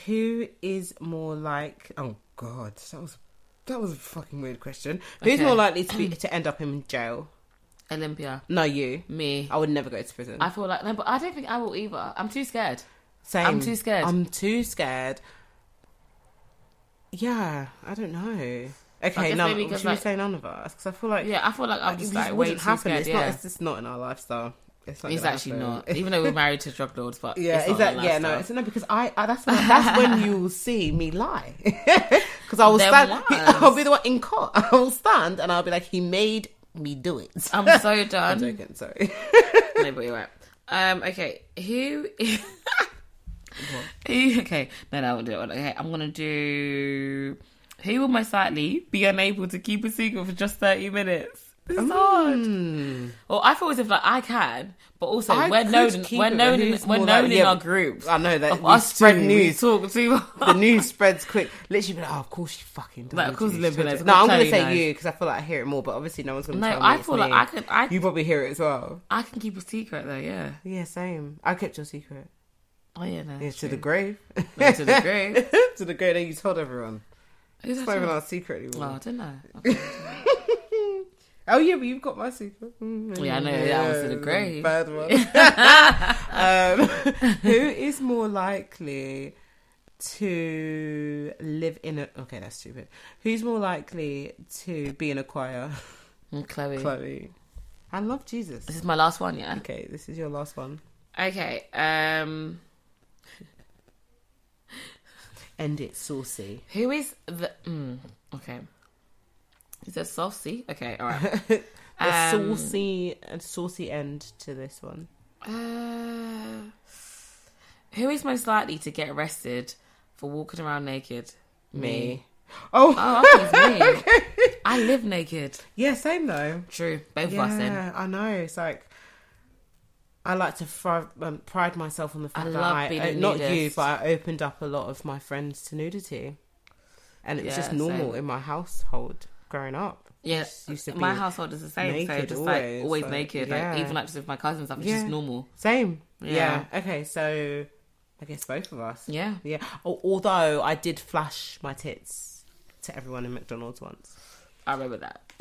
[SPEAKER 2] Who is more like? Oh God, that was that was a fucking weird question. Who's
[SPEAKER 1] Okay.
[SPEAKER 2] more likely to be to end up in jail?
[SPEAKER 1] Olympia.
[SPEAKER 2] No, you.
[SPEAKER 1] Me.
[SPEAKER 2] I would never go to prison.
[SPEAKER 1] I feel like no, but I don't think I will either. I'm too scared.
[SPEAKER 2] Same.
[SPEAKER 1] I'm too scared.
[SPEAKER 2] I'm too scared. Yeah, I don't know. Okay,
[SPEAKER 1] guess
[SPEAKER 2] no,
[SPEAKER 1] maybe 'cause,
[SPEAKER 2] should
[SPEAKER 1] like-
[SPEAKER 2] we say none of us? Because I feel like
[SPEAKER 1] Yeah, I feel like I'm
[SPEAKER 2] it
[SPEAKER 1] just like
[SPEAKER 2] just
[SPEAKER 1] way too
[SPEAKER 2] wouldn't happen.
[SPEAKER 1] scared.
[SPEAKER 2] it's
[SPEAKER 1] yeah.
[SPEAKER 2] not. It's just not in our lifestyle. It's, not
[SPEAKER 1] It's
[SPEAKER 2] gonna
[SPEAKER 1] actually
[SPEAKER 2] happen.
[SPEAKER 1] not. Even though we're married to drug lords, but
[SPEAKER 2] Yeah,
[SPEAKER 1] it's not
[SPEAKER 2] exactly.
[SPEAKER 1] that
[SPEAKER 2] Yeah, no,
[SPEAKER 1] lifestyle.
[SPEAKER 2] it's no because I, I that's when, that's when you will see me lie because I will
[SPEAKER 1] There
[SPEAKER 2] stand.
[SPEAKER 1] was.
[SPEAKER 2] I'll be the one in court. I will stand and I'll be like, he made me do it.
[SPEAKER 1] I'm so
[SPEAKER 2] I'm
[SPEAKER 1] done.
[SPEAKER 2] joking. Sorry.
[SPEAKER 1] no, but you're right. Um, okay, who? Who- okay, no, no, I won't do it. Okay, I'm gonna do. Who will most likely be unable to keep a secret for just thirty minutes? This is hard.
[SPEAKER 2] Hmm.
[SPEAKER 1] Well, I feel as if like I can, but also
[SPEAKER 2] I
[SPEAKER 1] we're
[SPEAKER 2] could
[SPEAKER 1] known.
[SPEAKER 2] keep
[SPEAKER 1] We're
[SPEAKER 2] it, but
[SPEAKER 1] known. In,
[SPEAKER 2] who's
[SPEAKER 1] we're
[SPEAKER 2] more
[SPEAKER 1] known
[SPEAKER 2] likely-
[SPEAKER 1] in
[SPEAKER 2] yeah,
[SPEAKER 1] our groups.
[SPEAKER 2] I know that
[SPEAKER 1] Of
[SPEAKER 2] we
[SPEAKER 1] us
[SPEAKER 2] spread
[SPEAKER 1] two, we
[SPEAKER 2] news.
[SPEAKER 1] talk too much.
[SPEAKER 2] the news spreads quick. Literally, be like, oh, of course she fucking. Does
[SPEAKER 1] Like, of course
[SPEAKER 2] She
[SPEAKER 1] Olivia
[SPEAKER 2] does
[SPEAKER 1] knows.
[SPEAKER 2] it. No, I'm gonna
[SPEAKER 1] Chloe
[SPEAKER 2] say
[SPEAKER 1] knows.
[SPEAKER 2] you because I feel like I hear it more, but obviously no one's gonna.
[SPEAKER 1] No,
[SPEAKER 2] tell me
[SPEAKER 1] I
[SPEAKER 2] it's
[SPEAKER 1] feel like
[SPEAKER 2] me.
[SPEAKER 1] I could- I-
[SPEAKER 2] You probably hear it as well.
[SPEAKER 1] I can keep a secret though. Yeah.
[SPEAKER 2] Yeah, same. I kept your secret.
[SPEAKER 1] Oh yeah. No,
[SPEAKER 2] Yeah,
[SPEAKER 1] that's
[SPEAKER 2] to the
[SPEAKER 1] true.
[SPEAKER 2] grave.
[SPEAKER 1] Yeah, to the grave.
[SPEAKER 2] to the grave. Then you told everyone.
[SPEAKER 1] Who's
[SPEAKER 2] It's
[SPEAKER 1] that
[SPEAKER 2] not even
[SPEAKER 1] to?
[SPEAKER 2] our secret anymore.
[SPEAKER 1] Oh, I don't know.
[SPEAKER 2] Oh yeah, but you've got my secret. Mm,
[SPEAKER 1] Yeah, I know, that one's in the grave.
[SPEAKER 2] Bad one. um, who is more likely to live in a? Okay, that's stupid. Who's more likely to be in a choir?
[SPEAKER 1] Mm, Chloe.
[SPEAKER 2] Chloe. I love Jesus.
[SPEAKER 1] This is my last one, yeah.
[SPEAKER 2] Okay, this is your last one.
[SPEAKER 1] Okay. Um,
[SPEAKER 2] End it saucy.
[SPEAKER 1] who is the? Mm, okay. Is that saucy? Okay. All right.
[SPEAKER 2] a
[SPEAKER 1] Um,
[SPEAKER 2] saucy, a saucy end to this one.
[SPEAKER 1] Uh, who is most likely to get arrested for walking around naked?
[SPEAKER 2] Me. Oh,
[SPEAKER 1] Oh, I think it's me. I live naked.
[SPEAKER 2] yeah, same though.
[SPEAKER 1] True. Both of us then.
[SPEAKER 2] Yeah, I know. It's like I like to fri- um, pride myself on the fact
[SPEAKER 1] I
[SPEAKER 2] that
[SPEAKER 1] love
[SPEAKER 2] I
[SPEAKER 1] being
[SPEAKER 2] uh,
[SPEAKER 1] a
[SPEAKER 2] not you,
[SPEAKER 1] nudist.
[SPEAKER 2] but I opened up a lot of my friends to nudity, and it was
[SPEAKER 1] Yeah,
[SPEAKER 2] just normal
[SPEAKER 1] same.
[SPEAKER 2] in my household growing up.
[SPEAKER 1] Yeah.
[SPEAKER 2] Just used to
[SPEAKER 1] my
[SPEAKER 2] be
[SPEAKER 1] household is the same. so
[SPEAKER 2] naked
[SPEAKER 1] just
[SPEAKER 2] always,
[SPEAKER 1] like always
[SPEAKER 2] like,
[SPEAKER 1] naked.
[SPEAKER 2] yeah.
[SPEAKER 1] Like even like just with my cousins and stuff, it's
[SPEAKER 2] Yeah.
[SPEAKER 1] just normal.
[SPEAKER 2] Same. Yeah.
[SPEAKER 1] Yeah.
[SPEAKER 2] Okay. So I guess both of us.
[SPEAKER 1] Yeah.
[SPEAKER 2] Yeah. Al- Although I did flash my tits to everyone in McDonald's once.
[SPEAKER 1] I remember that.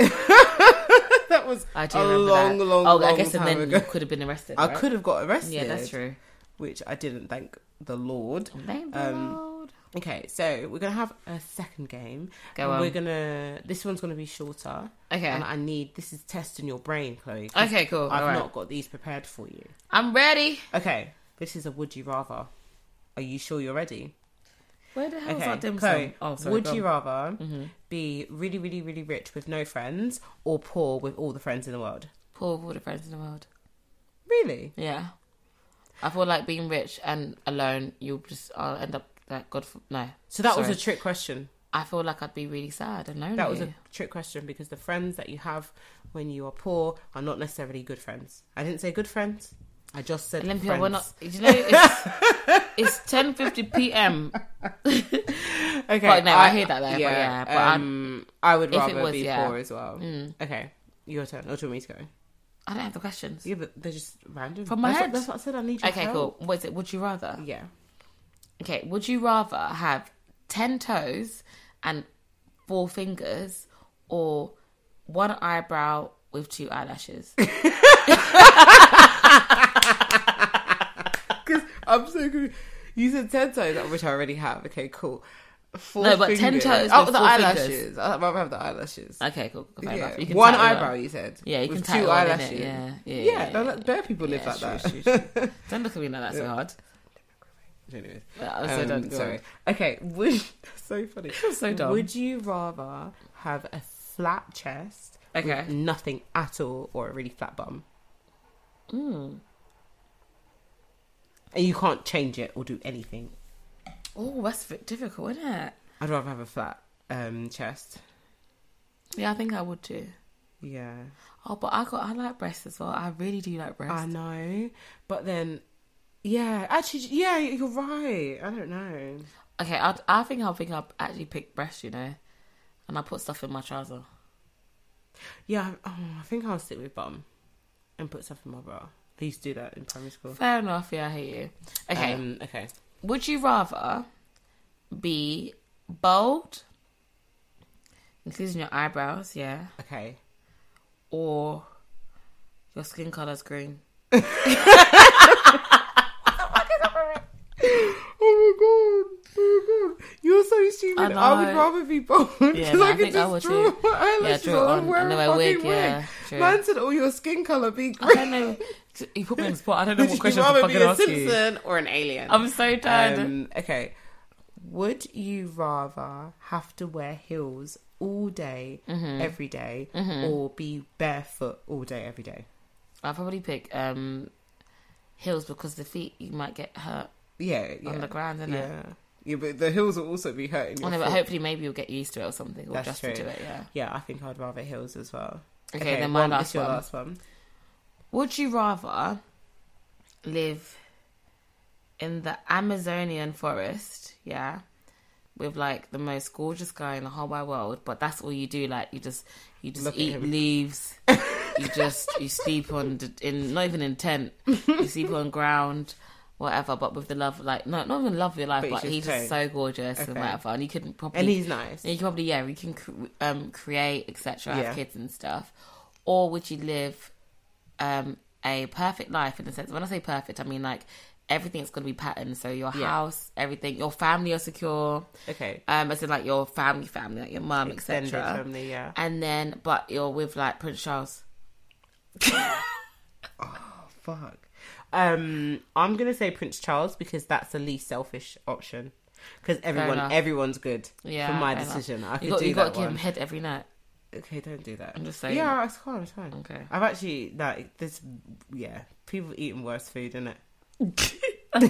[SPEAKER 2] that was
[SPEAKER 1] I do
[SPEAKER 2] a
[SPEAKER 1] remember
[SPEAKER 2] long,
[SPEAKER 1] that.
[SPEAKER 2] long,
[SPEAKER 1] oh, I
[SPEAKER 2] long
[SPEAKER 1] guess and
[SPEAKER 2] time
[SPEAKER 1] then
[SPEAKER 2] ago.
[SPEAKER 1] you could have been arrested.
[SPEAKER 2] I
[SPEAKER 1] right?
[SPEAKER 2] could have got arrested.
[SPEAKER 1] Yeah, that's true.
[SPEAKER 2] Which I didn't. Thank the Lord.
[SPEAKER 1] Thank the
[SPEAKER 2] Um,
[SPEAKER 1] Lord.
[SPEAKER 2] Okay, so we're gonna have a second game.
[SPEAKER 1] Go
[SPEAKER 2] And
[SPEAKER 1] on.
[SPEAKER 2] We're gonna. This one's gonna be shorter.
[SPEAKER 1] Okay.
[SPEAKER 2] And I need. This is testing your brain, Chloe. 'cause
[SPEAKER 1] Okay, cool.
[SPEAKER 2] I've
[SPEAKER 1] All right.
[SPEAKER 2] not got these prepared for you.
[SPEAKER 1] I'm ready.
[SPEAKER 2] Okay. This is a would you rather. Are you sure you're ready?
[SPEAKER 1] Where the hell is
[SPEAKER 2] Okay.
[SPEAKER 1] that dim sum?
[SPEAKER 2] Chloe,
[SPEAKER 1] Oh, sorry,
[SPEAKER 2] would
[SPEAKER 1] go
[SPEAKER 2] you
[SPEAKER 1] on. Mm-hmm.
[SPEAKER 2] rather be really, really, really rich with no friends, or poor with all the friends in the world?
[SPEAKER 1] Poor of all the friends in the world.
[SPEAKER 2] Really?
[SPEAKER 1] Yeah. I feel like being rich and alone, you'll just I'll end up like God. For, no.
[SPEAKER 2] So that was
[SPEAKER 1] Sorry.
[SPEAKER 2] a trick question.
[SPEAKER 1] I feel like I'd be really sad and lonely.
[SPEAKER 2] That was a trick question because the friends that you have when you are poor are not necessarily good friends. I didn't say good friends. I just said
[SPEAKER 1] Olympia,
[SPEAKER 2] friends.
[SPEAKER 1] we're not. You know, it's it's ten fifty p.m.
[SPEAKER 2] Okay,
[SPEAKER 1] But no, I hear that there, but yeah, but I'm-
[SPEAKER 2] um, I would
[SPEAKER 1] if it
[SPEAKER 2] rather
[SPEAKER 1] was,
[SPEAKER 2] be
[SPEAKER 1] yeah. Mm.
[SPEAKER 2] poor as well. Okay, your turn. Or do you want me to go?
[SPEAKER 1] I don't have the questions.
[SPEAKER 2] Yeah, but they're just random.
[SPEAKER 1] From my
[SPEAKER 2] that's
[SPEAKER 1] head.
[SPEAKER 2] What, that's what I said. I need your
[SPEAKER 1] Okay,
[SPEAKER 2] help.
[SPEAKER 1] cool. What is it? Would you rather?
[SPEAKER 2] Yeah.
[SPEAKER 1] Okay, would you rather have 10 toes and four fingers or one eyebrow with two eyelashes?
[SPEAKER 2] I'm so good. You said ten toes, uh, which I already have. Okay, cool. Four
[SPEAKER 1] No, but 10
[SPEAKER 2] fingers.
[SPEAKER 1] toes
[SPEAKER 2] Oh,
[SPEAKER 1] with
[SPEAKER 2] the
[SPEAKER 1] four
[SPEAKER 2] eyelashes.
[SPEAKER 1] fingers.
[SPEAKER 2] I'd rather have the eyelashes.
[SPEAKER 1] Okay, cool. Fair
[SPEAKER 2] Yeah.
[SPEAKER 1] enough. You can
[SPEAKER 2] One
[SPEAKER 1] tattle it
[SPEAKER 2] eyebrow,
[SPEAKER 1] up.
[SPEAKER 2] you said.
[SPEAKER 1] Yeah, you
[SPEAKER 2] with
[SPEAKER 1] can tattle it
[SPEAKER 2] two
[SPEAKER 1] on, innit?
[SPEAKER 2] eyelashes.
[SPEAKER 1] Yeah, yeah,
[SPEAKER 2] yeah.
[SPEAKER 1] yeah,
[SPEAKER 2] no,
[SPEAKER 1] yeah.
[SPEAKER 2] that- bare people live
[SPEAKER 1] Yeah,
[SPEAKER 2] like that.
[SPEAKER 1] true, true, true. Don't look at me like that so hard.
[SPEAKER 2] Anyways,
[SPEAKER 1] I was so
[SPEAKER 2] um,
[SPEAKER 1] done. Go
[SPEAKER 2] sorry.
[SPEAKER 1] on.
[SPEAKER 2] Okay, would so funny.
[SPEAKER 1] so dumb.
[SPEAKER 2] Would you rather have a flat chest, with
[SPEAKER 1] Okay.
[SPEAKER 2] nothing at all, or a really flat bum?
[SPEAKER 1] Hmm.
[SPEAKER 2] And you can't change it or do anything.
[SPEAKER 1] Oh, that's a bit difficult, isn't it?
[SPEAKER 2] I'd rather have a flat um, chest.
[SPEAKER 1] Yeah, I think I would too.
[SPEAKER 2] Yeah,
[SPEAKER 1] Oh, but I got I like breasts as well. I really do like breasts.
[SPEAKER 2] I know. But then, yeah, actually, yeah, you're right. I don't know.
[SPEAKER 1] okay, I, I think I think I actually pick breasts, you know, and I put stuff in my trouser.
[SPEAKER 2] Yeah, I- oh, I think I'll stick with bum and put stuff in my bra. I used to do that in primary school.
[SPEAKER 1] Fair enough. Yeah, I hate you. Okay,
[SPEAKER 2] Um, okay.
[SPEAKER 1] Would you rather be bald, including your eyebrows, yeah,
[SPEAKER 2] Okay.
[SPEAKER 1] or your skin color's green?
[SPEAKER 2] Oh my god. Oh my god. You're so stupid.
[SPEAKER 1] I
[SPEAKER 2] I, would
[SPEAKER 1] know.
[SPEAKER 2] rather be bald.
[SPEAKER 1] Yeah,
[SPEAKER 2] 'cause
[SPEAKER 1] no, I
[SPEAKER 2] I, could
[SPEAKER 1] think I
[SPEAKER 2] just
[SPEAKER 1] would
[SPEAKER 2] draw
[SPEAKER 1] too.
[SPEAKER 2] my eyelashes
[SPEAKER 1] Yeah, draw it
[SPEAKER 2] on
[SPEAKER 1] on
[SPEAKER 2] and wear
[SPEAKER 1] and
[SPEAKER 2] a
[SPEAKER 1] wear a
[SPEAKER 2] fucking
[SPEAKER 1] wig,
[SPEAKER 2] wig.
[SPEAKER 1] yeah, true.
[SPEAKER 2] Man said all your skin colour be
[SPEAKER 1] I
[SPEAKER 2] green.
[SPEAKER 1] don't know. You put me on the spot. I don't know
[SPEAKER 2] Would
[SPEAKER 1] what
[SPEAKER 2] you
[SPEAKER 1] questions to
[SPEAKER 2] rather
[SPEAKER 1] fucking
[SPEAKER 2] be a
[SPEAKER 1] ask you.
[SPEAKER 2] Simpson or an alien?
[SPEAKER 1] I'm so tired.
[SPEAKER 2] Um, okay. Would you rather have to wear heels all day,
[SPEAKER 1] Mm-hmm.
[SPEAKER 2] every day, or be barefoot all day, every day?
[SPEAKER 1] I'll probably pick um, heels because the feet you might get hurt
[SPEAKER 2] Yeah, yeah.
[SPEAKER 1] on the ground, innit?
[SPEAKER 2] yeah. Yeah, but the heels will also be hurting.
[SPEAKER 1] I
[SPEAKER 2] Your
[SPEAKER 1] know, but
[SPEAKER 2] foot.
[SPEAKER 1] hopefully maybe you'll get used to it or something or
[SPEAKER 2] That's
[SPEAKER 1] adjust
[SPEAKER 2] true.
[SPEAKER 1] to it. Yeah.
[SPEAKER 2] Yeah, I think I'd rather heels as well.
[SPEAKER 1] Okay, then my
[SPEAKER 2] one-
[SPEAKER 1] last
[SPEAKER 2] it's your
[SPEAKER 1] one.
[SPEAKER 2] last one.
[SPEAKER 1] Would you rather live in the Amazonian forest, yeah, with like the most gorgeous guy in the whole wide world, but that's all you do? Like you just you just
[SPEAKER 2] Look at
[SPEAKER 1] eat
[SPEAKER 2] him.
[SPEAKER 1] leaves, you just you sleep on the, in not even in tent, you sleep on ground. Whatever, but with the love, like no, not even love of your life,
[SPEAKER 2] But
[SPEAKER 1] but,
[SPEAKER 2] he's just
[SPEAKER 1] he's just so gorgeous and
[SPEAKER 2] Okay.
[SPEAKER 1] whatever, and you could probably
[SPEAKER 2] And he's nice.
[SPEAKER 1] yeah, you can probably yeah, we can cr- um, create etc.
[SPEAKER 2] Yeah.
[SPEAKER 1] Have kids and stuff, or would you live um, a perfect life in the sense? When I say perfect, I mean like everything's going to be patterned. So your
[SPEAKER 2] Yeah.
[SPEAKER 1] house, everything, your family are secure.
[SPEAKER 2] Okay.
[SPEAKER 1] Um, as in like your family, family, like your mum,
[SPEAKER 2] Extended
[SPEAKER 1] etc.
[SPEAKER 2] family, yeah.
[SPEAKER 1] And then, but you're with like Prince Charles.
[SPEAKER 2] Fuck. Um, I'm gonna say Prince Charles because that's the least selfish option. Because everyone,
[SPEAKER 1] enough.
[SPEAKER 2] everyone's good.
[SPEAKER 1] Yeah,
[SPEAKER 2] For my
[SPEAKER 1] fair enough.
[SPEAKER 2] decision, I could
[SPEAKER 1] you got,
[SPEAKER 2] do
[SPEAKER 1] you
[SPEAKER 2] that
[SPEAKER 1] got to give
[SPEAKER 2] one.
[SPEAKER 1] him head every night.
[SPEAKER 2] Okay, don't do that. I'm
[SPEAKER 1] just saying.
[SPEAKER 2] Yeah, it's fine. It's fine.
[SPEAKER 1] Okay.
[SPEAKER 2] I've actually like this. Yeah, people eating worse food, innit? I can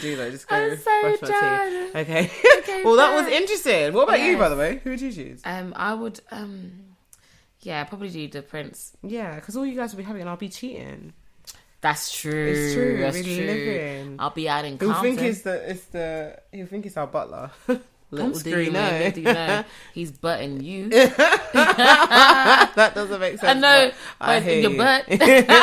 [SPEAKER 2] do that. Just go.
[SPEAKER 1] I'm so
[SPEAKER 2] brush my teeth.
[SPEAKER 1] jealous.
[SPEAKER 2] Okay.
[SPEAKER 1] Okay,
[SPEAKER 2] well, that was
[SPEAKER 1] fair.
[SPEAKER 2] interesting. What about you, by
[SPEAKER 1] Yes.
[SPEAKER 2] the way? Who would you choose?
[SPEAKER 1] Um, I would. Um, yeah, probably do the Prince.
[SPEAKER 2] Yeah, because all you guys will be having, and I'll be cheating.
[SPEAKER 1] That's true.
[SPEAKER 2] It's true,
[SPEAKER 1] That's
[SPEAKER 2] we
[SPEAKER 1] true.
[SPEAKER 2] living.
[SPEAKER 1] I'll be out in
[SPEAKER 2] He'll
[SPEAKER 1] Compton.
[SPEAKER 2] think it's the it's the he'll think it's our butler.
[SPEAKER 1] Little
[SPEAKER 2] I'm
[SPEAKER 1] do you
[SPEAKER 2] screwing
[SPEAKER 1] know,
[SPEAKER 2] it.
[SPEAKER 1] little do you know, he's butting you.
[SPEAKER 2] that doesn't make sense.
[SPEAKER 1] I know,
[SPEAKER 2] but
[SPEAKER 1] but in your
[SPEAKER 2] you.
[SPEAKER 1] butt.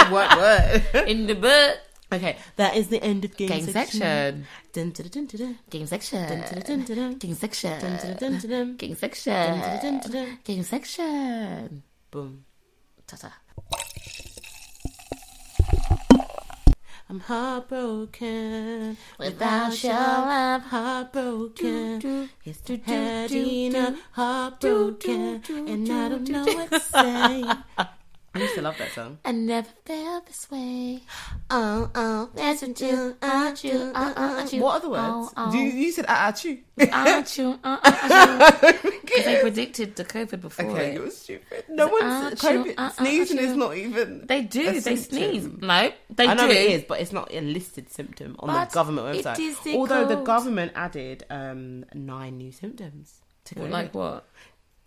[SPEAKER 2] what what?
[SPEAKER 1] in the butt.
[SPEAKER 2] Okay, that is the end of game,
[SPEAKER 1] Gang section.
[SPEAKER 2] Dun, dun, dun, dun,
[SPEAKER 1] Gang section.
[SPEAKER 2] dun, dun,
[SPEAKER 1] Gang
[SPEAKER 2] dun, dun, dun,
[SPEAKER 1] section.
[SPEAKER 2] dun, dun.
[SPEAKER 1] Gang section.
[SPEAKER 2] dun.
[SPEAKER 1] Gang section.
[SPEAKER 2] Boom.
[SPEAKER 1] Ta-ta.
[SPEAKER 2] I'm heartbroken
[SPEAKER 1] Without your love. Do,
[SPEAKER 2] Heartbroken.
[SPEAKER 1] do,
[SPEAKER 2] It's
[SPEAKER 1] do,
[SPEAKER 2] too
[SPEAKER 1] do,
[SPEAKER 2] bad
[SPEAKER 1] do,
[SPEAKER 2] enough.
[SPEAKER 1] do,
[SPEAKER 2] Heartbroken.
[SPEAKER 1] do, do,
[SPEAKER 2] And
[SPEAKER 1] do,
[SPEAKER 2] I don't
[SPEAKER 1] do,
[SPEAKER 2] know
[SPEAKER 1] do.
[SPEAKER 2] what to say. I used to love that song.
[SPEAKER 1] I never felt this way. Oh, oh, that's what you,
[SPEAKER 2] uh,
[SPEAKER 1] aren't you, oh, oh, aren't you.
[SPEAKER 2] What are the words?
[SPEAKER 1] Oh, oh,
[SPEAKER 2] Do you, you said ah, ah, choo.
[SPEAKER 1] aren't you, oh, oh, aren't you. Because they predicted the COVID before
[SPEAKER 2] Okay,
[SPEAKER 1] it. ah,
[SPEAKER 2] you're stupid. No one's
[SPEAKER 1] aren't you-
[SPEAKER 2] COVID
[SPEAKER 1] aren't-
[SPEAKER 2] sneezing
[SPEAKER 1] aren't
[SPEAKER 2] is
[SPEAKER 1] you-
[SPEAKER 2] not even.
[SPEAKER 1] They do.
[SPEAKER 2] a
[SPEAKER 1] they
[SPEAKER 2] symptom.
[SPEAKER 1] sneeze. No, they
[SPEAKER 2] I know
[SPEAKER 1] do.
[SPEAKER 2] it is, but it's not a listed symptom on
[SPEAKER 1] But
[SPEAKER 2] the government
[SPEAKER 1] it
[SPEAKER 2] website.
[SPEAKER 1] is
[SPEAKER 2] Although the
[SPEAKER 1] called-
[SPEAKER 2] government added um, nine new symptoms to
[SPEAKER 1] Well,
[SPEAKER 2] COVID.
[SPEAKER 1] Like what?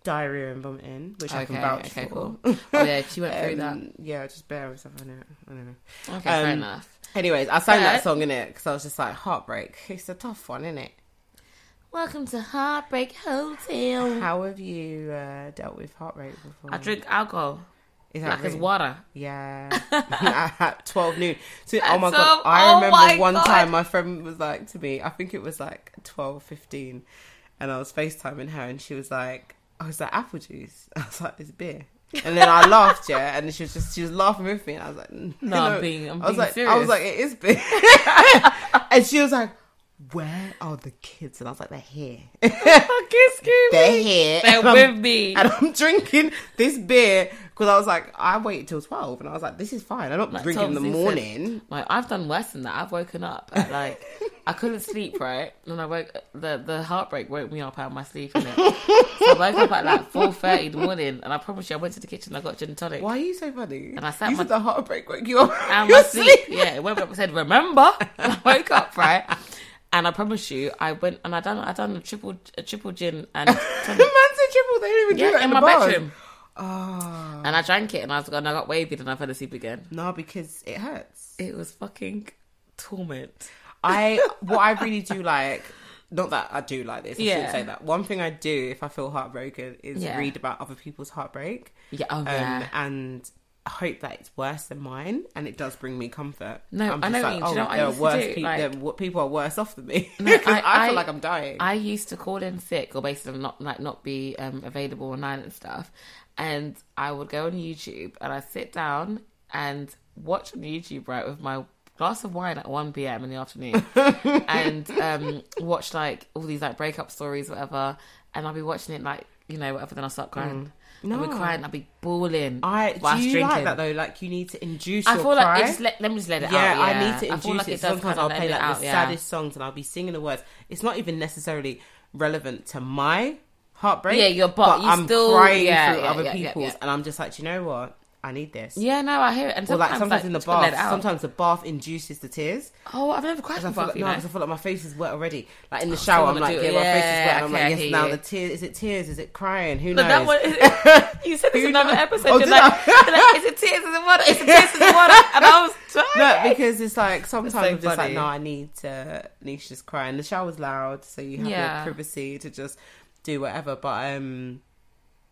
[SPEAKER 2] diarrhea and vomiting, which I can
[SPEAKER 1] Okay,
[SPEAKER 2] vouch
[SPEAKER 1] okay,
[SPEAKER 2] for.
[SPEAKER 1] cool. Oh yeah, she went through that.
[SPEAKER 2] Um, yeah, just bear with myself. I know. I know.
[SPEAKER 1] Okay, fair
[SPEAKER 2] um,
[SPEAKER 1] enough.
[SPEAKER 2] Anyways, I sang that
[SPEAKER 1] But-
[SPEAKER 2] song in it because I was just like heartbreak. It's a tough one, isn't it?
[SPEAKER 1] Welcome to Heartbreak Hotel.
[SPEAKER 2] How have you uh, dealt with heartbreak before?
[SPEAKER 1] I drink alcohol
[SPEAKER 2] Is that
[SPEAKER 1] like it's
[SPEAKER 2] real?
[SPEAKER 1] water.
[SPEAKER 2] Yeah, at twelve noon. So, oh my
[SPEAKER 1] At 12
[SPEAKER 2] god, I
[SPEAKER 1] oh
[SPEAKER 2] remember
[SPEAKER 1] my
[SPEAKER 2] one
[SPEAKER 1] God.
[SPEAKER 2] time my friend was like to me. I think it was like twelve fifteen, and I was FaceTiming her, and she was like, "I was like apple juice." I was like, "It's beer." And then I laughed, yeah, and she was just she was laughing with me, and I was like, "No,
[SPEAKER 1] I'm being- I'm
[SPEAKER 2] I was
[SPEAKER 1] being
[SPEAKER 2] like, I
[SPEAKER 1] serious.
[SPEAKER 2] was like, "It is beer," and she was like, "Where are the kids?" And I was like, "They're here, they're here,
[SPEAKER 1] They're
[SPEAKER 2] And I'm-
[SPEAKER 1] with me.
[SPEAKER 2] and I'm drinking this beer because I was like, I wait till twelve, and I was like, this is fine. I'm not
[SPEAKER 1] Like
[SPEAKER 2] drinking in the
[SPEAKER 1] Tom Zhu said,
[SPEAKER 2] morning.
[SPEAKER 1] Like I've done worse than that. I've woken up at like I couldn't sleep right, and I woke the the heartbreak woke me up out of my sleep. innit? so I woke up at like four thirty in the morning, and I promise you, I went to the kitchen. I got gin and tonic.
[SPEAKER 2] Why are you so funny?
[SPEAKER 1] And I sat
[SPEAKER 2] you
[SPEAKER 1] my-
[SPEAKER 2] said the heartbreak woke you up.
[SPEAKER 1] and
[SPEAKER 2] You're
[SPEAKER 1] my sleep.
[SPEAKER 2] asleep.
[SPEAKER 1] Yeah, it woke me up and said, "Remember?" And I woke up right, and I promise you, I went and I done I done a triple a triple gin and
[SPEAKER 2] the man
[SPEAKER 1] tonic.
[SPEAKER 2] said triple. They didn't even do
[SPEAKER 1] yeah,
[SPEAKER 2] that
[SPEAKER 1] in
[SPEAKER 2] in,
[SPEAKER 1] my
[SPEAKER 2] the bars.
[SPEAKER 1] bedroom,
[SPEAKER 2] Oh
[SPEAKER 1] and I drank it, and I was and I got wavy, and I fell asleep again.
[SPEAKER 2] no, because it hurts.
[SPEAKER 1] It was fucking torment.
[SPEAKER 2] I what I really do like. Not that I do like this. I
[SPEAKER 1] Yeah.
[SPEAKER 2] shouldn't say that. One thing I do if I feel heartbroken is
[SPEAKER 1] Yeah.
[SPEAKER 2] read about other people's heartbreak,
[SPEAKER 1] Yeah, oh
[SPEAKER 2] um,
[SPEAKER 1] yeah.
[SPEAKER 2] and hope that it's worse than mine, and it does bring me comfort.
[SPEAKER 1] No, I know what you mean. Do you know what I
[SPEAKER 2] oh, there are
[SPEAKER 1] used to
[SPEAKER 2] worse
[SPEAKER 1] do?
[SPEAKER 2] people.
[SPEAKER 1] Like-
[SPEAKER 2] people are worse off than me.
[SPEAKER 1] No,
[SPEAKER 2] 'Cause
[SPEAKER 1] I-
[SPEAKER 2] I,
[SPEAKER 1] I-
[SPEAKER 2] feel like I'm dying.
[SPEAKER 1] I used to call in sick or basically not like not be um, available online and stuff, and I would go on YouTube and I sit down and watch on YouTube right with my glass of wine at one p.m. in the afternoon and um, watch like all these like breakup stories whatever, and I'll be watching it like you know whatever. Then I'll start crying. I'll be
[SPEAKER 2] Mm. No.
[SPEAKER 1] crying. I'll be bawling.
[SPEAKER 2] I, do
[SPEAKER 1] whilst
[SPEAKER 2] you like
[SPEAKER 1] drinking.
[SPEAKER 2] that though? Like you need to induce.
[SPEAKER 1] I
[SPEAKER 2] your
[SPEAKER 1] feel
[SPEAKER 2] cry.
[SPEAKER 1] like it just let, let me just let it
[SPEAKER 2] yeah,
[SPEAKER 1] out.
[SPEAKER 2] I need to
[SPEAKER 1] I
[SPEAKER 2] induce
[SPEAKER 1] feel like
[SPEAKER 2] it.
[SPEAKER 1] it does
[SPEAKER 2] Sometimes
[SPEAKER 1] kind of
[SPEAKER 2] I'll
[SPEAKER 1] let
[SPEAKER 2] play
[SPEAKER 1] it
[SPEAKER 2] like
[SPEAKER 1] out,
[SPEAKER 2] the
[SPEAKER 1] yeah.
[SPEAKER 2] saddest songs and I'll be singing the words. It's not even necessarily relevant to my heartbreak.
[SPEAKER 1] Yeah, your butt- you
[SPEAKER 2] I'm
[SPEAKER 1] still-
[SPEAKER 2] crying
[SPEAKER 1] yeah,
[SPEAKER 2] through
[SPEAKER 1] yeah,
[SPEAKER 2] other
[SPEAKER 1] yeah, yeah,
[SPEAKER 2] people's,
[SPEAKER 1] yeah.
[SPEAKER 2] and I'm just like, "Do you know what? I need this.
[SPEAKER 1] Yeah, no, I hear it. And
[SPEAKER 2] Or
[SPEAKER 1] sometimes,
[SPEAKER 2] like sometimes in the
[SPEAKER 1] just gotta let
[SPEAKER 2] bath,
[SPEAKER 1] it out.
[SPEAKER 2] sometimes the bath induces the tears.
[SPEAKER 1] Oh, I've never cried
[SPEAKER 2] 'Cause I
[SPEAKER 1] in
[SPEAKER 2] feel
[SPEAKER 1] bath,
[SPEAKER 2] like,
[SPEAKER 1] you
[SPEAKER 2] no,
[SPEAKER 1] know.
[SPEAKER 2] 'cause I feel like my face is wet already. Like in the shower, I'm
[SPEAKER 1] wanna
[SPEAKER 2] like,
[SPEAKER 1] do
[SPEAKER 2] yeah,
[SPEAKER 1] it.
[SPEAKER 2] my face is wet.
[SPEAKER 1] Yeah,
[SPEAKER 2] And I'm
[SPEAKER 1] okay, I
[SPEAKER 2] like,
[SPEAKER 1] hear
[SPEAKER 2] yes, now
[SPEAKER 1] you.
[SPEAKER 2] the tears. Is it tears? Is it crying? Who
[SPEAKER 1] But that
[SPEAKER 2] knows?
[SPEAKER 1] one, you said this
[SPEAKER 2] You
[SPEAKER 1] in another
[SPEAKER 2] know-
[SPEAKER 1] episode.
[SPEAKER 2] Oh,
[SPEAKER 1] you're,
[SPEAKER 2] did
[SPEAKER 1] like,
[SPEAKER 2] I?
[SPEAKER 1] you're like, is it tears in the water? Is it tears in the water? And I was
[SPEAKER 2] no,
[SPEAKER 1] trying.
[SPEAKER 2] because it's like sometimes
[SPEAKER 1] so
[SPEAKER 2] I'm just
[SPEAKER 1] funny.
[SPEAKER 2] like, no, I need to, need to just cry. And the shower's loud, so you have
[SPEAKER 1] Yeah.
[SPEAKER 2] your privacy to just do whatever. But um,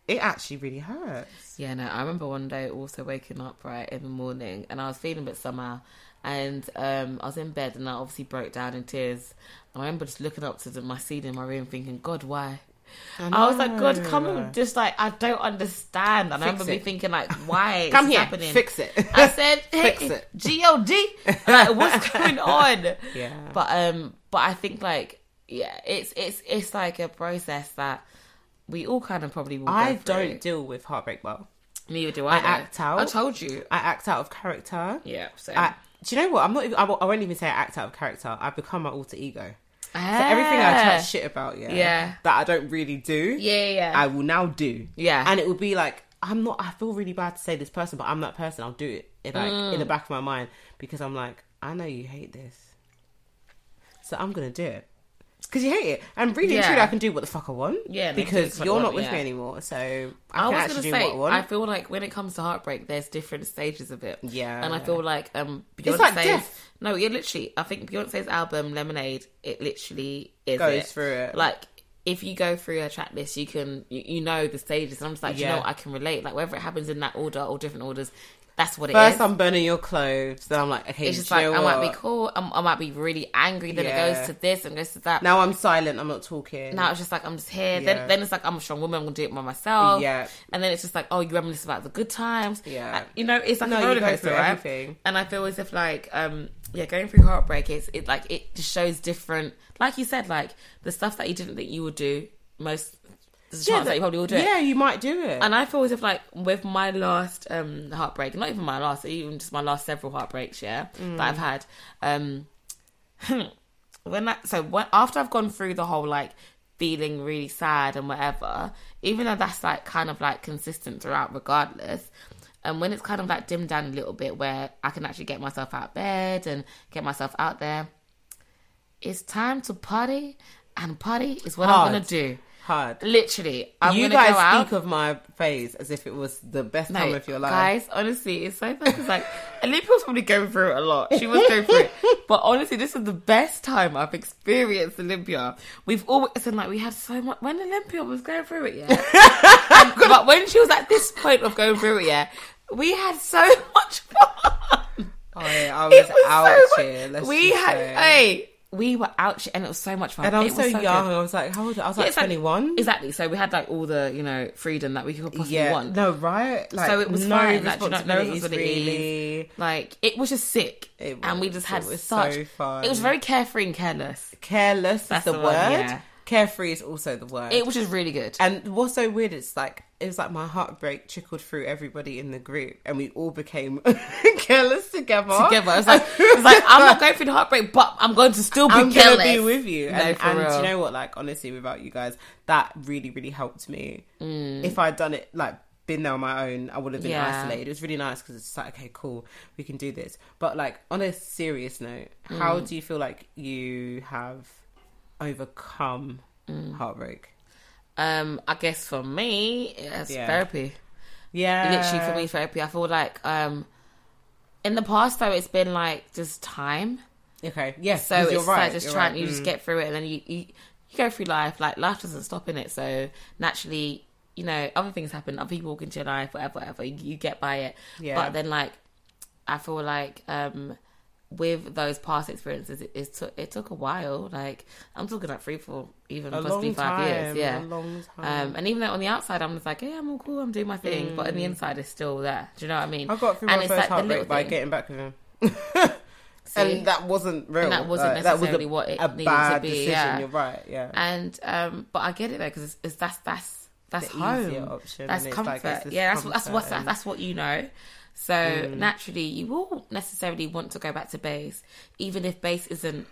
[SPEAKER 2] it actually really hurts.
[SPEAKER 1] Yeah, no, I remember one day also waking up right in the morning and I was feeling a bit somehow. And um, I was in bed and I obviously broke down in tears. And I remember just looking up to the, my ceiling in my room thinking, God, why? I was like, God, come and just like I don't understand. And I remember me
[SPEAKER 2] it.
[SPEAKER 1] thinking like, why
[SPEAKER 2] Come
[SPEAKER 1] is
[SPEAKER 2] here,
[SPEAKER 1] happening?
[SPEAKER 2] fix it.
[SPEAKER 1] I said, hey,
[SPEAKER 2] Fix it.
[SPEAKER 1] God, like, what's going on?
[SPEAKER 2] Yeah.
[SPEAKER 1] But um, but I think like yeah, it's it's it's like a process that we all kind of probably will. go
[SPEAKER 2] I
[SPEAKER 1] through.
[SPEAKER 2] don't deal with heartbreak well.
[SPEAKER 1] Neither do I. though.
[SPEAKER 2] act out.
[SPEAKER 1] I told you.
[SPEAKER 2] I act out of character.
[SPEAKER 1] Yeah. So
[SPEAKER 2] I, do you know what? I'm not. Even, I, won't- I won't even say I act out of character. I become my alter ego. So everything I chat shit about, yeah,
[SPEAKER 1] Yeah.
[SPEAKER 2] that I don't really do,
[SPEAKER 1] Ah. Yeah, yeah.
[SPEAKER 2] I will now do.
[SPEAKER 1] Yeah.
[SPEAKER 2] and it will be like I'm not. I feel really bad to say this person, but I'm that person. I'll do it, in, like
[SPEAKER 1] Mm.
[SPEAKER 2] in the back of my mind because I'm like, I know you hate this, so I'm gonna do it because you hate it. And really, and
[SPEAKER 1] Yeah.
[SPEAKER 2] truly, I can do what the fuck I want.
[SPEAKER 1] Yeah, they can do what
[SPEAKER 2] because
[SPEAKER 1] they
[SPEAKER 2] you're
[SPEAKER 1] want,
[SPEAKER 2] not with
[SPEAKER 1] yeah.
[SPEAKER 2] me anymore, so I,
[SPEAKER 1] I
[SPEAKER 2] can
[SPEAKER 1] was
[SPEAKER 2] actually
[SPEAKER 1] gonna
[SPEAKER 2] do
[SPEAKER 1] say,
[SPEAKER 2] what I
[SPEAKER 1] I
[SPEAKER 2] want.
[SPEAKER 1] feel like when it comes to heartbreak, there's different stages of it.
[SPEAKER 2] Yeah.
[SPEAKER 1] and I feel like um, Beyonce's
[SPEAKER 2] like death.
[SPEAKER 1] no, yeah, literally. I think Beyonce's album Lemonade, it literally is
[SPEAKER 2] Goes through it.
[SPEAKER 1] Like if you go through her track list, you can you, you know the stages, and I'm just like, you
[SPEAKER 2] Yeah.
[SPEAKER 1] know, what? I can relate. Like whether it happens in that order or different orders, that's what it is.
[SPEAKER 2] First, I'm burning your clothes. Then I'm like, okay,
[SPEAKER 1] it's just
[SPEAKER 2] do you
[SPEAKER 1] like I
[SPEAKER 2] know
[SPEAKER 1] might
[SPEAKER 2] what?
[SPEAKER 1] be cool, i I might be really angry. Then it
[SPEAKER 2] Yeah.
[SPEAKER 1] goes to this and goes to that.
[SPEAKER 2] Now I'm silent. I'm not talking.
[SPEAKER 1] Now it's just like I'm just here.
[SPEAKER 2] Yeah.
[SPEAKER 1] Then then it's like I'm a strong woman. I'm gonna do it by myself.
[SPEAKER 2] Yeah.
[SPEAKER 1] And then it's just like oh, you reminisce about the good times.
[SPEAKER 2] Yeah.
[SPEAKER 1] Uh, you know, it's like
[SPEAKER 2] No,
[SPEAKER 1] a
[SPEAKER 2] you
[SPEAKER 1] roller
[SPEAKER 2] go
[SPEAKER 1] coaster,
[SPEAKER 2] through
[SPEAKER 1] right?
[SPEAKER 2] everything.
[SPEAKER 1] And I feel as if like um yeah, going through heartbreak, it's it like it just shows different. Like you said, like the stuff that you didn't think you would do. Most there's a chance that you probably will do it.
[SPEAKER 2] Yeah, you might do it.
[SPEAKER 1] And I feel as if like with my last um heartbreak, not even my last, even just my last several heartbreaks, yeah,
[SPEAKER 2] Mm.
[SPEAKER 1] that I've had. Um when I so when after I've gone through the whole like feeling really sad and whatever, even though that's like kind of like consistent throughout regardless. And when it's kind of like dimmed down a little bit where I can actually get myself out of bed and get myself out there, it's time to party and party is what
[SPEAKER 2] Hard.
[SPEAKER 1] I'm gonna do.
[SPEAKER 2] Hard.
[SPEAKER 1] Literally, I'm
[SPEAKER 2] you
[SPEAKER 1] gonna
[SPEAKER 2] guys
[SPEAKER 1] go out.
[SPEAKER 2] speak of my phase as if it was the best time
[SPEAKER 1] Mate,
[SPEAKER 2] of your life.
[SPEAKER 1] Guys, honestly, it's so funny because like Olympia was probably going through it a lot. She was going through it. But honestly, this is the best time I've experienced Olympia. We've always and like we had so much when Olympia was going through it, yeah. And- but when she was at this point of going through it, yeah, we had so much fun.
[SPEAKER 2] Oh, yeah, I
[SPEAKER 1] It
[SPEAKER 2] was, out
[SPEAKER 1] so
[SPEAKER 2] here.
[SPEAKER 1] much-
[SPEAKER 2] Let's
[SPEAKER 1] we
[SPEAKER 2] just
[SPEAKER 1] had
[SPEAKER 2] say.
[SPEAKER 1] hey, we were out here and it was so much fun.
[SPEAKER 2] and I
[SPEAKER 1] It
[SPEAKER 2] was so,
[SPEAKER 1] good.
[SPEAKER 2] young. I was like, how old? I was like
[SPEAKER 1] It's like-
[SPEAKER 2] twenty one.
[SPEAKER 1] Exactly. So we had like all the, you know, freedom that we could possibly
[SPEAKER 2] yeah,
[SPEAKER 1] want.
[SPEAKER 2] no, right? Like,
[SPEAKER 1] so it was
[SPEAKER 2] no
[SPEAKER 1] fine. Like, do you know, no
[SPEAKER 2] responsibilities,
[SPEAKER 1] responsibilities.
[SPEAKER 2] really.
[SPEAKER 1] Like it was just sick,
[SPEAKER 2] It
[SPEAKER 1] and we
[SPEAKER 2] was.
[SPEAKER 1] just had
[SPEAKER 2] It was
[SPEAKER 1] such.
[SPEAKER 2] so fun.
[SPEAKER 1] It was very carefree and careless.
[SPEAKER 2] Careless
[SPEAKER 1] That's
[SPEAKER 2] is the,
[SPEAKER 1] the
[SPEAKER 2] word.
[SPEAKER 1] one, yeah.
[SPEAKER 2] Carefree is also the word.
[SPEAKER 1] It was just really good.
[SPEAKER 2] and what's so weird is like it was like my heartbreak trickled through everybody in the group, and we all became careless together.
[SPEAKER 1] Together, it's like it's like I'm not going through the heartbreak, but I'm going to still be
[SPEAKER 2] I'm
[SPEAKER 1] careless.
[SPEAKER 2] gonna be with you.
[SPEAKER 1] No,
[SPEAKER 2] and
[SPEAKER 1] for
[SPEAKER 2] and
[SPEAKER 1] real.
[SPEAKER 2] do you know what? Like honestly, without you guys, that really, really helped me. If I'd done it like been there on my own, I would have been
[SPEAKER 1] Mm. Yeah.
[SPEAKER 2] isolated. It was really nice because it's like, okay, cool, we can do this. But like on a serious note,
[SPEAKER 1] Mm.
[SPEAKER 2] how do you feel like you have overcome
[SPEAKER 1] Mm.
[SPEAKER 2] heartbreak?
[SPEAKER 1] um, I guess for me, it's
[SPEAKER 2] Yeah. Uh,
[SPEAKER 1] therapy.
[SPEAKER 2] Yeah,
[SPEAKER 1] Literally for me, therapy. I feel like um, in the past though, it's been like just time.
[SPEAKER 2] Okay, yes.
[SPEAKER 1] So
[SPEAKER 2] 'cause
[SPEAKER 1] it's
[SPEAKER 2] you're right.
[SPEAKER 1] like just
[SPEAKER 2] you're
[SPEAKER 1] trying,
[SPEAKER 2] right. Mm.
[SPEAKER 1] you just get through it, and then you, you you go through life. Like life doesn't stop in it, so naturally, you know, other things happen. Other people walk into your life, whatever, whatever. You, you get by it,
[SPEAKER 2] Yeah.
[SPEAKER 1] but then like I feel like um with those past experiences, it, it took it took a while. Like I'm talking like three, four, even
[SPEAKER 2] a
[SPEAKER 1] possibly
[SPEAKER 2] long
[SPEAKER 1] five
[SPEAKER 2] time.
[SPEAKER 1] years, yeah.
[SPEAKER 2] a long time. Mm.
[SPEAKER 1] Um, and even though on the outside I'm just like, yeah, I'm all cool, I'm doing my thing, but on the inside it's still there. Do you know what I mean?
[SPEAKER 2] I got through
[SPEAKER 1] and
[SPEAKER 2] my
[SPEAKER 1] it's
[SPEAKER 2] first
[SPEAKER 1] like the
[SPEAKER 2] heartbreak
[SPEAKER 1] little
[SPEAKER 2] by
[SPEAKER 1] thing.
[SPEAKER 2] getting back with him.
[SPEAKER 1] See?
[SPEAKER 2] and that wasn't real.
[SPEAKER 1] And that wasn't
[SPEAKER 2] Like,
[SPEAKER 1] necessarily what it
[SPEAKER 2] a
[SPEAKER 1] needed to
[SPEAKER 2] bad
[SPEAKER 1] be,
[SPEAKER 2] Decision.
[SPEAKER 1] yeah.
[SPEAKER 2] You're right. Yeah.
[SPEAKER 1] and um but i get it though because it's, it's that's that's that's
[SPEAKER 2] The
[SPEAKER 1] home
[SPEAKER 2] easier option,
[SPEAKER 1] that's
[SPEAKER 2] and it's
[SPEAKER 1] comfort
[SPEAKER 2] like, it's this
[SPEAKER 1] yeah that's what that's what
[SPEAKER 2] comfort Mm. and-
[SPEAKER 1] that's what you know so naturally you will necessarily want to go back to base even if base isn't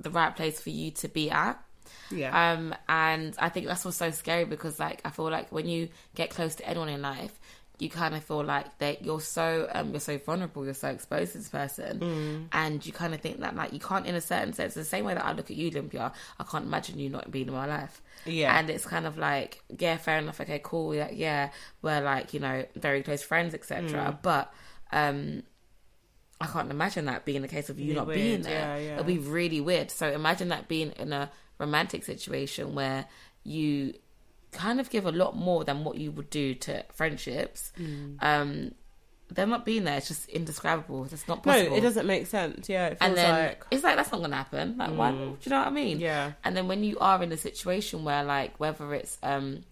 [SPEAKER 1] the right place for you to be at
[SPEAKER 2] yeah.
[SPEAKER 1] um and i think that's what's so scary because like i feel like when you get close to anyone in life you kind of feel like that you're so um you're so vulnerable you're so exposed to this person and you kind of think that like you can't in a certain sense the same way that i look at you olympia i can't imagine you not being in my life
[SPEAKER 2] Yeah.
[SPEAKER 1] and it's kind of like yeah fair enough okay cool yeah yeah we're like you know very close friends etc
[SPEAKER 2] Mm.
[SPEAKER 1] but um I can't imagine that being the case of you
[SPEAKER 2] Be
[SPEAKER 1] not
[SPEAKER 2] weird,
[SPEAKER 1] being there.
[SPEAKER 2] yeah, yeah.
[SPEAKER 1] It'll be really weird. So imagine that being in a romantic situation where you
[SPEAKER 2] Mm.
[SPEAKER 1] kind of give a lot more than what you would do to friendships. Um, them not being there, it's just indescribable. It's not
[SPEAKER 2] No,
[SPEAKER 1] possible.
[SPEAKER 2] it doesn't make sense. Yeah, it feels
[SPEAKER 1] And then
[SPEAKER 2] like Mm.
[SPEAKER 1] it's like that's not gonna happen. Like why? Do you know what I mean?
[SPEAKER 2] yeah,
[SPEAKER 1] And then when you are in a situation where like whether it's um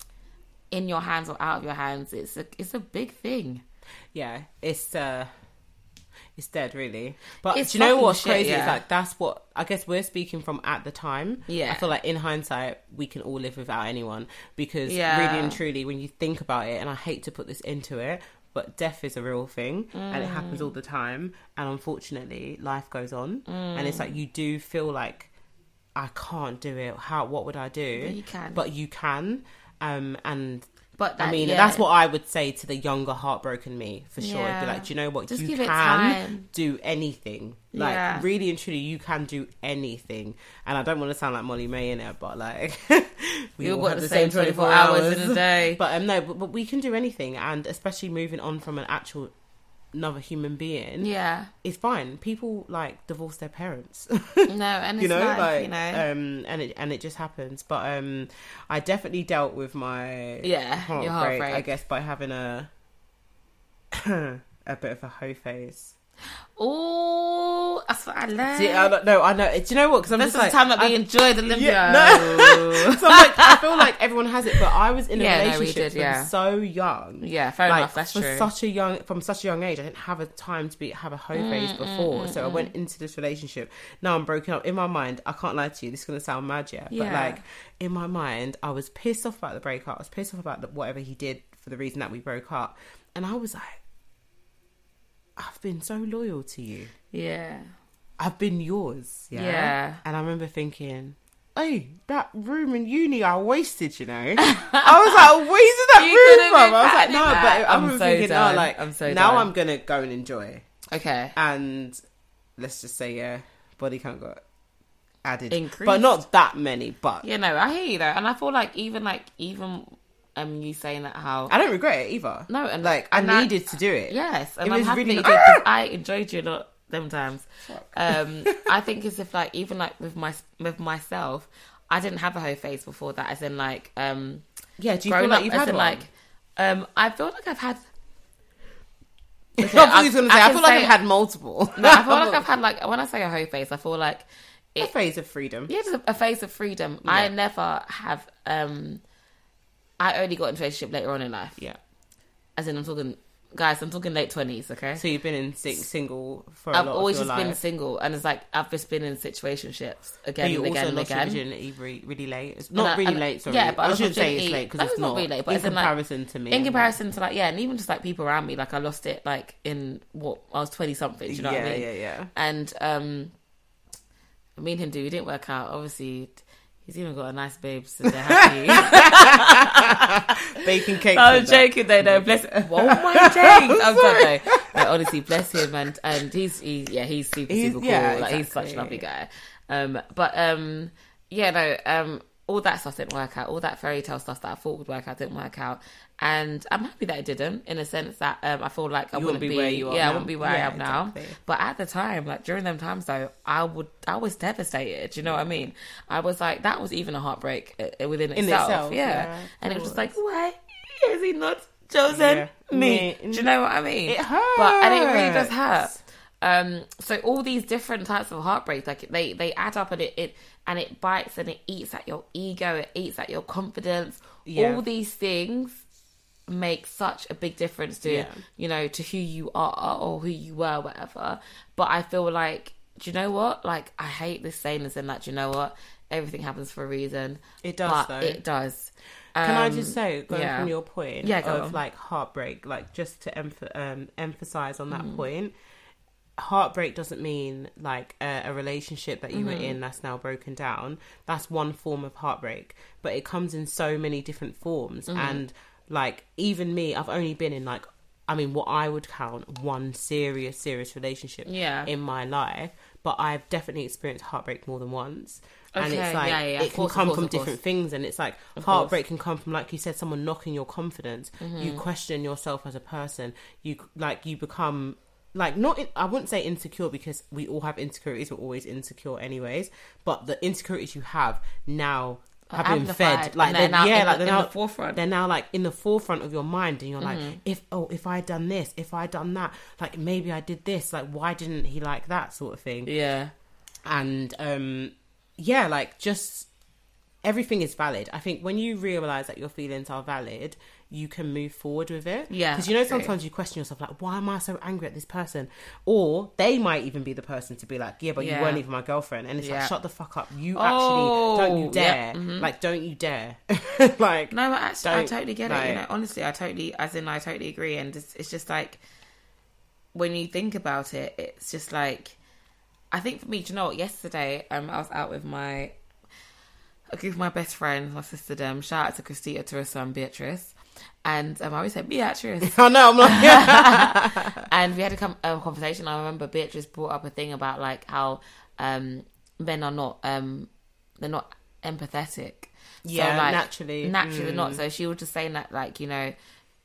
[SPEAKER 1] in your hands or out of your hands, it's a it's a big thing.
[SPEAKER 2] yeah. It's uh, it's dead really. But
[SPEAKER 1] It's
[SPEAKER 2] do you know
[SPEAKER 1] fucking
[SPEAKER 2] what's
[SPEAKER 1] shit,
[SPEAKER 2] crazy? It's
[SPEAKER 1] yeah.
[SPEAKER 2] like that's what I guess we're speaking from at the time.
[SPEAKER 1] Yeah.
[SPEAKER 2] I feel like in hindsight we can all live without anyone because
[SPEAKER 1] Yeah.
[SPEAKER 2] really and truly, when you think about it, and I hate to put this into it. But death is a real thing and it happens
[SPEAKER 1] Mm.
[SPEAKER 2] all the time. And unfortunately, life goes on. And
[SPEAKER 1] Mm.
[SPEAKER 2] it's like you do feel like I can't do it. How? What would I do?
[SPEAKER 1] But you can.
[SPEAKER 2] But you can. Um, and
[SPEAKER 1] But
[SPEAKER 2] I
[SPEAKER 1] that-
[SPEAKER 2] mean,
[SPEAKER 1] Uh, yeah.
[SPEAKER 2] that's what I would say to the younger, heartbroken me for sure. I'd be
[SPEAKER 1] Yeah.
[SPEAKER 2] like, do you know what?
[SPEAKER 1] Just
[SPEAKER 2] you
[SPEAKER 1] give
[SPEAKER 2] can
[SPEAKER 1] it time.
[SPEAKER 2] do anything. Like,
[SPEAKER 1] Yeah.
[SPEAKER 2] really and truly, you can do anything. And I don't want to sound like Molly May in it, but like, we
[SPEAKER 1] We all got the same 24 hours in a day.
[SPEAKER 2] But um, no, but, but we can do anything. And especially moving on from an actual another human being,
[SPEAKER 1] Yeah.
[SPEAKER 2] it's fine. People like divorce their parents.
[SPEAKER 1] No, and it's
[SPEAKER 2] you know,
[SPEAKER 1] life,
[SPEAKER 2] like,
[SPEAKER 1] you know.
[SPEAKER 2] um, and it and it just happens. But um, I definitely dealt with my
[SPEAKER 1] Yeah, your heartbreak.
[SPEAKER 2] I guess by having a a bit of a hoe face.
[SPEAKER 1] oh, that's what I learned.
[SPEAKER 2] Do you, I don't know. I know. Do you know what? Because I'm
[SPEAKER 1] this is
[SPEAKER 2] just like
[SPEAKER 1] the time that we
[SPEAKER 2] I-
[SPEAKER 1] enjoyed Olympia.
[SPEAKER 2] Yeah, no. so I'm like, I feel like everyone has it, but I was in a
[SPEAKER 1] Yeah, no, we
[SPEAKER 2] relationship
[SPEAKER 1] did,
[SPEAKER 2] from
[SPEAKER 1] yeah.
[SPEAKER 2] so young.
[SPEAKER 1] Yeah, fair
[SPEAKER 2] like
[SPEAKER 1] enough. That's
[SPEAKER 2] for
[SPEAKER 1] true.
[SPEAKER 2] such a young from such a young age, I didn't have a time to be have a hoe phase
[SPEAKER 1] Mm,
[SPEAKER 2] before. so I went into this relationship. Now I'm broken up. In my mind, I can't lie to you. This is gonna sound mad, yeah, but
[SPEAKER 1] Yeah.
[SPEAKER 2] like in my mind, I was pissed off about the breakup. I was pissed off about the, whatever he did for the reason that we broke up, and I was like, I've been so loyal to you.
[SPEAKER 1] yeah.
[SPEAKER 2] I've been yours. Yeah.
[SPEAKER 1] Yeah.
[SPEAKER 2] And I remember thinking, hey, that room in uni I wasted, you know? I was like, I wasted that
[SPEAKER 1] You
[SPEAKER 2] room,
[SPEAKER 1] could've been
[SPEAKER 2] mum. I was like, no,
[SPEAKER 1] happy
[SPEAKER 2] but
[SPEAKER 1] that.
[SPEAKER 2] I
[SPEAKER 1] I'm
[SPEAKER 2] remember
[SPEAKER 1] so
[SPEAKER 2] thinking,
[SPEAKER 1] done.
[SPEAKER 2] oh, like,
[SPEAKER 1] I'm so
[SPEAKER 2] now
[SPEAKER 1] done.
[SPEAKER 2] I'm going to go and enjoy.
[SPEAKER 1] Okay.
[SPEAKER 2] And let's just say, yeah, body count got added.
[SPEAKER 1] Increased.
[SPEAKER 2] But not that many, but
[SPEAKER 1] You know, I hear you though, and I feel like even like even um you saying that how
[SPEAKER 2] I don't regret it either.
[SPEAKER 1] No, and-
[SPEAKER 2] like, I
[SPEAKER 1] and that-
[SPEAKER 2] needed to do it.
[SPEAKER 1] yes, and
[SPEAKER 2] It
[SPEAKER 1] I'm
[SPEAKER 2] was
[SPEAKER 1] happy
[SPEAKER 2] really- Ah!
[SPEAKER 1] that you did 'cause I enjoyed you a lot them times.
[SPEAKER 2] Fuck.
[SPEAKER 1] Um, I think as if like even like with my with myself, I didn't have a hoe phase before that. As in like um,
[SPEAKER 2] Yeah, do you
[SPEAKER 1] growing
[SPEAKER 2] feel like
[SPEAKER 1] up,
[SPEAKER 2] you've
[SPEAKER 1] as
[SPEAKER 2] had
[SPEAKER 1] in
[SPEAKER 2] one?
[SPEAKER 1] like um, I feel like I've had.
[SPEAKER 2] I thought you was
[SPEAKER 1] I-
[SPEAKER 2] gonna say,
[SPEAKER 1] I
[SPEAKER 2] I,
[SPEAKER 1] can
[SPEAKER 2] feel like
[SPEAKER 1] say-
[SPEAKER 2] I've had multiple.
[SPEAKER 1] No, I feel like I've had like when I say a hoe phase, I feel like
[SPEAKER 2] a
[SPEAKER 1] it
[SPEAKER 2] phase of freedom.
[SPEAKER 1] Yeah, just a, a phase of freedom. I never have. um I only got into a relationship later on in life.
[SPEAKER 2] Yeah.
[SPEAKER 1] As in, I'm talking, guys. I'm talking late twenties. Okay.
[SPEAKER 2] So you've been in sing- single for a
[SPEAKER 1] I've
[SPEAKER 2] lot
[SPEAKER 1] always just
[SPEAKER 2] of your
[SPEAKER 1] been
[SPEAKER 2] life.
[SPEAKER 1] single, and it's like I've just been in situationships
[SPEAKER 2] But
[SPEAKER 1] again
[SPEAKER 2] you
[SPEAKER 1] and again
[SPEAKER 2] also
[SPEAKER 1] and
[SPEAKER 2] lost your
[SPEAKER 1] again.
[SPEAKER 2] virginity re- really late. It's
[SPEAKER 1] And I-
[SPEAKER 2] not really
[SPEAKER 1] and-
[SPEAKER 2] late, sorry.
[SPEAKER 1] yeah, but I
[SPEAKER 2] I
[SPEAKER 1] lost
[SPEAKER 2] shouldn't say it's
[SPEAKER 1] virginity-
[SPEAKER 2] late
[SPEAKER 1] no,
[SPEAKER 2] because it's
[SPEAKER 1] it's not
[SPEAKER 2] not.
[SPEAKER 1] really late, but
[SPEAKER 2] in
[SPEAKER 1] it's in, like-
[SPEAKER 2] comparison to me,
[SPEAKER 1] In comparison to like yeah, and even just like people around me, like I lost it like in what I was twenty something. Do you know
[SPEAKER 2] yeah,
[SPEAKER 1] what I mean?
[SPEAKER 2] yeah, yeah.
[SPEAKER 1] And um, me and him do. We didn't work out. Obviously, he's even got a nice babe, so they're happy.
[SPEAKER 2] Baking cake.
[SPEAKER 1] I was joking though. No, bless. Oh my days! I'm sorry. Though. No, honestly, bless him and and he's he, yeah he's super
[SPEAKER 2] He's-
[SPEAKER 1] super cool.
[SPEAKER 2] yeah,
[SPEAKER 1] Like he's such a
[SPEAKER 2] exactly.
[SPEAKER 1] lovely guy. Um, but um, yeah, no, um, all that stuff didn't work out. All that fairy tale stuff that I thought would work out didn't work out, and I'm happy that it didn't. In a sense that um, I feel like I
[SPEAKER 2] You
[SPEAKER 1] wouldn't be,
[SPEAKER 2] where you are.
[SPEAKER 1] Yeah, I
[SPEAKER 2] now.
[SPEAKER 1] wouldn't be where
[SPEAKER 2] Yeah,
[SPEAKER 1] I am now.
[SPEAKER 2] exactly.
[SPEAKER 1] But at the time, like during them times though, I would I was devastated. do You know what I mean? I was like that was even a heartbreak uh, within
[SPEAKER 2] In
[SPEAKER 1] itself.
[SPEAKER 2] itself,
[SPEAKER 1] yeah.
[SPEAKER 2] yeah, of
[SPEAKER 1] and it was just
[SPEAKER 2] course.
[SPEAKER 1] like why is he not chosen
[SPEAKER 2] Yeah.
[SPEAKER 1] me?
[SPEAKER 2] Me.
[SPEAKER 1] Do you know what I mean?
[SPEAKER 2] It hurts.
[SPEAKER 1] But and it really does hurt. Um, so all these different types of heartbreaks, like they they add up and it, it and it bites and it eats at your ego, it eats at your confidence.
[SPEAKER 2] Yeah.
[SPEAKER 1] All these things make such a big difference to
[SPEAKER 2] Yeah.
[SPEAKER 1] you know to who you are or who you were, whatever. But I feel like, do you know what? Like I hate this saying as in that. do you know what? Everything happens for a reason.
[SPEAKER 2] It does,
[SPEAKER 1] but
[SPEAKER 2] though.
[SPEAKER 1] It does.
[SPEAKER 2] Can I
[SPEAKER 1] Um,
[SPEAKER 2] just say, going
[SPEAKER 1] yeah.
[SPEAKER 2] from your point
[SPEAKER 1] Yeah, go
[SPEAKER 2] of
[SPEAKER 1] on.
[SPEAKER 2] like heartbreak, like just to emph- um, emphasize on that
[SPEAKER 1] Mm.
[SPEAKER 2] point, heartbreak doesn't mean like a, a relationship that you
[SPEAKER 1] Mm-hmm.
[SPEAKER 2] were in that's now broken down. That's one form of heartbreak, but it comes in so many different forms.
[SPEAKER 1] Mm-hmm.
[SPEAKER 2] And like, even me, I've only been in like, I mean, what I would count one serious, serious relationship
[SPEAKER 1] Yeah.
[SPEAKER 2] in my life, but I've definitely experienced heartbreak more than once. and
[SPEAKER 1] Okay,
[SPEAKER 2] it's like
[SPEAKER 1] yeah, yeah, yeah.
[SPEAKER 2] it
[SPEAKER 1] Of
[SPEAKER 2] can
[SPEAKER 1] course, of
[SPEAKER 2] come
[SPEAKER 1] course,
[SPEAKER 2] from
[SPEAKER 1] of course.
[SPEAKER 2] different things and it's like heartbreak can come from like you said someone knocking your confidence you
[SPEAKER 1] Mm-hmm.
[SPEAKER 2] question yourself as a person you like you become like not in, i wouldn't say insecure because we all have insecurities we're always insecure anyways but the insecurities you have now have been fed.
[SPEAKER 1] amplified,
[SPEAKER 2] Like
[SPEAKER 1] and
[SPEAKER 2] they're,
[SPEAKER 1] they're now
[SPEAKER 2] yeah,
[SPEAKER 1] in
[SPEAKER 2] like
[SPEAKER 1] the-
[SPEAKER 2] they're
[SPEAKER 1] in
[SPEAKER 2] now
[SPEAKER 1] the Mm-hmm. forefront.
[SPEAKER 2] They're now like in the forefront of your mind, and you're like, if oh, if I had done this, if I had done that, like maybe I did this. Like why didn't he like that sort of thing?
[SPEAKER 1] Yeah.
[SPEAKER 2] And um, yeah, like just everything is valid. I think when you realize that your feelings are valid, you can move forward with it.
[SPEAKER 1] Yeah,
[SPEAKER 2] because you know
[SPEAKER 1] true.
[SPEAKER 2] sometimes you question yourself, like, why am I so angry at this person? Or they might even be the person to be like, yeah, but
[SPEAKER 1] Yeah.
[SPEAKER 2] you weren't even my girlfriend, and it's
[SPEAKER 1] Yeah.
[SPEAKER 2] like, shut the fuck up. You
[SPEAKER 1] Oh,
[SPEAKER 2] actually don't you
[SPEAKER 1] yeah,
[SPEAKER 2] dare like don't you dare like
[SPEAKER 1] No, but actually, I
[SPEAKER 2] Don't,
[SPEAKER 1] totally get it. You
[SPEAKER 2] like-
[SPEAKER 1] know, honestly, I totally, as in, I totally agree. And it's, it's just like when you think about it, it's just like I think for me, do you know what? Yesterday, um, I was out with my a group of my best friends, my sister them. Shout out to Christina, Teresa, and Beatrice. And um, I always said Beatrice
[SPEAKER 2] I know I'm like yeah.
[SPEAKER 1] and we had a com- um, conversation. I remember Beatrice brought up a thing about like how um, men are not um, they're not empathetic.
[SPEAKER 2] Yeah, naturally. Mm.
[SPEAKER 1] naturally they're not. So she was just saying that like you know,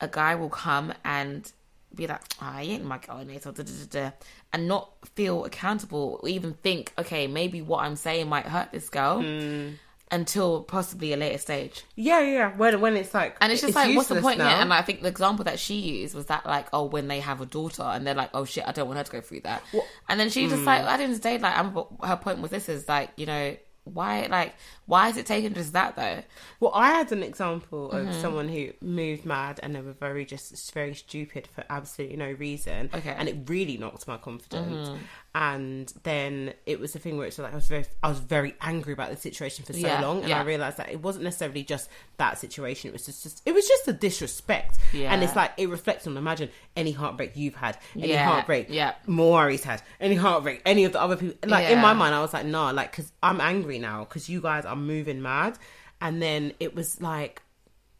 [SPEAKER 1] a guy will come and be like, "Ah, I ain't my girl, innit?" or da, da, da, da, and not feel accountable or even think, okay, maybe what I'm saying might hurt this girl.
[SPEAKER 2] Mm.
[SPEAKER 1] Until possibly a later stage,
[SPEAKER 2] yeah yeah when when it's like
[SPEAKER 1] and it's just like, what's the
[SPEAKER 2] useless
[SPEAKER 1] point?
[SPEAKER 2] now.
[SPEAKER 1] Yeah, and I think the example that she used was that like, oh, when they have a daughter, and they're like, oh shit, I don't want her to go through that. And then she
[SPEAKER 2] Hmm.
[SPEAKER 1] just like, at the end of the day, like, I'm, her point was this is like, you know, why, like, why is it taking just that though?
[SPEAKER 2] Well, I had an example of
[SPEAKER 1] Mm-hmm.
[SPEAKER 2] someone who moved mad and they were very just very stupid for absolutely no reason.
[SPEAKER 1] Okay. Mm-hmm.
[SPEAKER 2] And it really knocked my confidence. And then it was the thing where it's like I was very I was very angry about the situation for so
[SPEAKER 1] Yeah,
[SPEAKER 2] long and
[SPEAKER 1] yeah.
[SPEAKER 2] I realised that it wasn't necessarily just that situation, it was just, just it was just the disrespect.
[SPEAKER 1] Yeah.
[SPEAKER 2] And it's like it reflects on imagine any heartbreak you've had, any
[SPEAKER 1] Yeah,
[SPEAKER 2] heartbreak
[SPEAKER 1] yeah.
[SPEAKER 2] Maury's had, any heartbreak, any of the other people like in my
[SPEAKER 1] Yeah.
[SPEAKER 2] mind and I was like, nah, like, because I'm angry now because you guys are moving mad. And then it was like,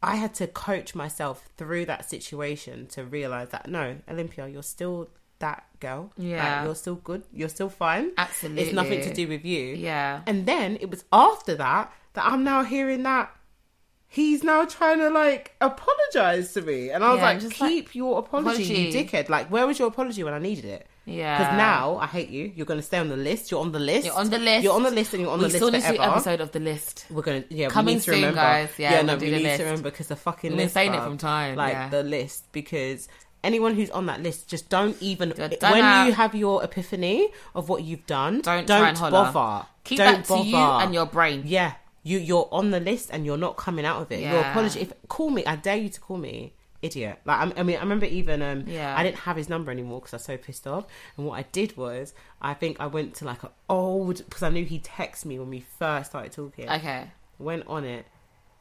[SPEAKER 2] I had to coach myself through that situation to realize that no, Olympia, you're still that girl. Like,
[SPEAKER 1] Yeah.
[SPEAKER 2] you're still good. You're still fine.
[SPEAKER 1] Absolutely.
[SPEAKER 2] It's nothing to do with you.
[SPEAKER 1] Yeah.
[SPEAKER 2] And then it was after that that I'm now hearing that he's now trying to like apologize to me. And I was
[SPEAKER 1] Yeah,
[SPEAKER 2] like,
[SPEAKER 1] just
[SPEAKER 2] keep
[SPEAKER 1] like,
[SPEAKER 2] your apology, you
[SPEAKER 1] apology.
[SPEAKER 2] dickhead. Like, where was your apology when I needed it?
[SPEAKER 1] Yeah.
[SPEAKER 2] Because now I hate you. You're going to stay on the list. You're on the list.
[SPEAKER 1] You're on the list.
[SPEAKER 2] You're on the list, and you're on
[SPEAKER 1] we
[SPEAKER 2] the
[SPEAKER 1] still
[SPEAKER 2] list
[SPEAKER 1] need to do
[SPEAKER 2] forever.
[SPEAKER 1] episode of the list.
[SPEAKER 2] We're gonna yeah. we
[SPEAKER 1] Coming
[SPEAKER 2] need to
[SPEAKER 1] soon,
[SPEAKER 2] remember.
[SPEAKER 1] guys. Yeah,
[SPEAKER 2] yeah
[SPEAKER 1] we're
[SPEAKER 2] no,
[SPEAKER 1] gonna
[SPEAKER 2] we
[SPEAKER 1] do the
[SPEAKER 2] need
[SPEAKER 1] list.
[SPEAKER 2] to remember because the fucking
[SPEAKER 1] We've been
[SPEAKER 2] list,
[SPEAKER 1] saying it
[SPEAKER 2] bruv.
[SPEAKER 1] from time,
[SPEAKER 2] Like
[SPEAKER 1] yeah.
[SPEAKER 2] the list because. Anyone who's on that list, just don't even.
[SPEAKER 1] Don't-
[SPEAKER 2] it-
[SPEAKER 1] don't
[SPEAKER 2] when
[SPEAKER 1] have-
[SPEAKER 2] you have your epiphany of what you've done,
[SPEAKER 1] Don't,
[SPEAKER 2] don't,
[SPEAKER 1] try and holler.
[SPEAKER 2] bother.
[SPEAKER 1] Keep
[SPEAKER 2] Don't
[SPEAKER 1] that to you
[SPEAKER 2] bother.
[SPEAKER 1] and your brain.
[SPEAKER 2] Yeah, you you're on the list and you're not coming out of it. Your
[SPEAKER 1] Yeah.
[SPEAKER 2] apology. If call me, I dare you to call me idiot. Like I'm, I mean, I remember even um,
[SPEAKER 1] Yeah.
[SPEAKER 2] I didn't have his number anymore because I was so pissed off. And what I did was, I think I went to like an old because I knew he texted me when we first started talking.
[SPEAKER 1] Okay.
[SPEAKER 2] went on it.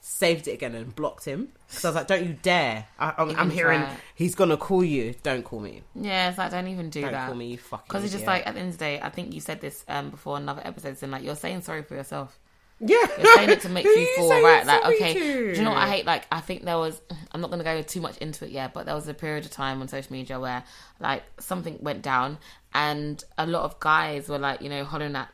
[SPEAKER 2] Saved it again and blocked him because I was like, "Don't you dare!" I, I'm, I'm
[SPEAKER 1] Even
[SPEAKER 2] hearing
[SPEAKER 1] try.
[SPEAKER 2] he's gonna call you. Don't call me.
[SPEAKER 1] Yeah, it's like don't even do
[SPEAKER 2] Don't
[SPEAKER 1] that.
[SPEAKER 2] call me. You fucking.
[SPEAKER 1] Because it's just
[SPEAKER 2] idiot.
[SPEAKER 1] like at the end of the day, I think you said this um, before in another episodes, and like you're saying sorry for yourself.
[SPEAKER 2] yeah,
[SPEAKER 1] You're saying it to make
[SPEAKER 2] Who
[SPEAKER 1] you
[SPEAKER 2] you
[SPEAKER 1] feel
[SPEAKER 2] saying
[SPEAKER 1] right. Like,
[SPEAKER 2] sorry
[SPEAKER 1] okay,
[SPEAKER 2] to?
[SPEAKER 1] do you know what I hate? Like, I think there was, I'm not going to go too much into it yet, but there was a period of time on social media where, like, something went down, and a lot of guys were, like, you know, hollering at,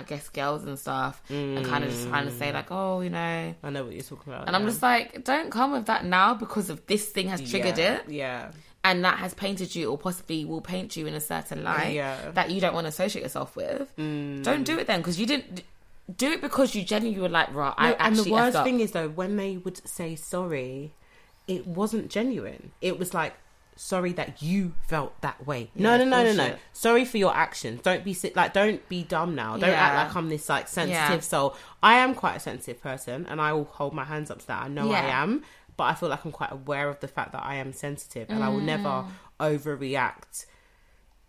[SPEAKER 1] I guess, girls and stuff, and kind of just trying to
[SPEAKER 2] Mm.
[SPEAKER 1] say, like, oh, you know.
[SPEAKER 2] I know what you're talking about.
[SPEAKER 1] And I'm just like, don't come with that now because of this thing has triggered it
[SPEAKER 2] Yeah.
[SPEAKER 1] and that has painted you or possibly will paint you in a certain light
[SPEAKER 2] Yeah. Mm.
[SPEAKER 1] that you don't want to associate yourself with, don't do it then because you didn't do it because you genuinely were like, right, I
[SPEAKER 2] No, and
[SPEAKER 1] actually
[SPEAKER 2] the worst
[SPEAKER 1] effed up.
[SPEAKER 2] thing is though, when they would say sorry, it wasn't genuine. It was like sorry that you felt that way.
[SPEAKER 1] Yeah,
[SPEAKER 2] no, no, no, no, no.
[SPEAKER 1] bullshit.
[SPEAKER 2] Sorry for your actions. Don't be si- like, don't be dumb now. Don't act
[SPEAKER 1] Yeah.
[SPEAKER 2] like I'm this like sensitive
[SPEAKER 1] Yeah.
[SPEAKER 2] soul. I am quite a sensitive person, and I will hold my hands up to that. I know
[SPEAKER 1] Yeah.
[SPEAKER 2] I am, but I feel like I'm quite aware of the fact that I am sensitive, and I will never
[SPEAKER 1] Mm.
[SPEAKER 2] overreact.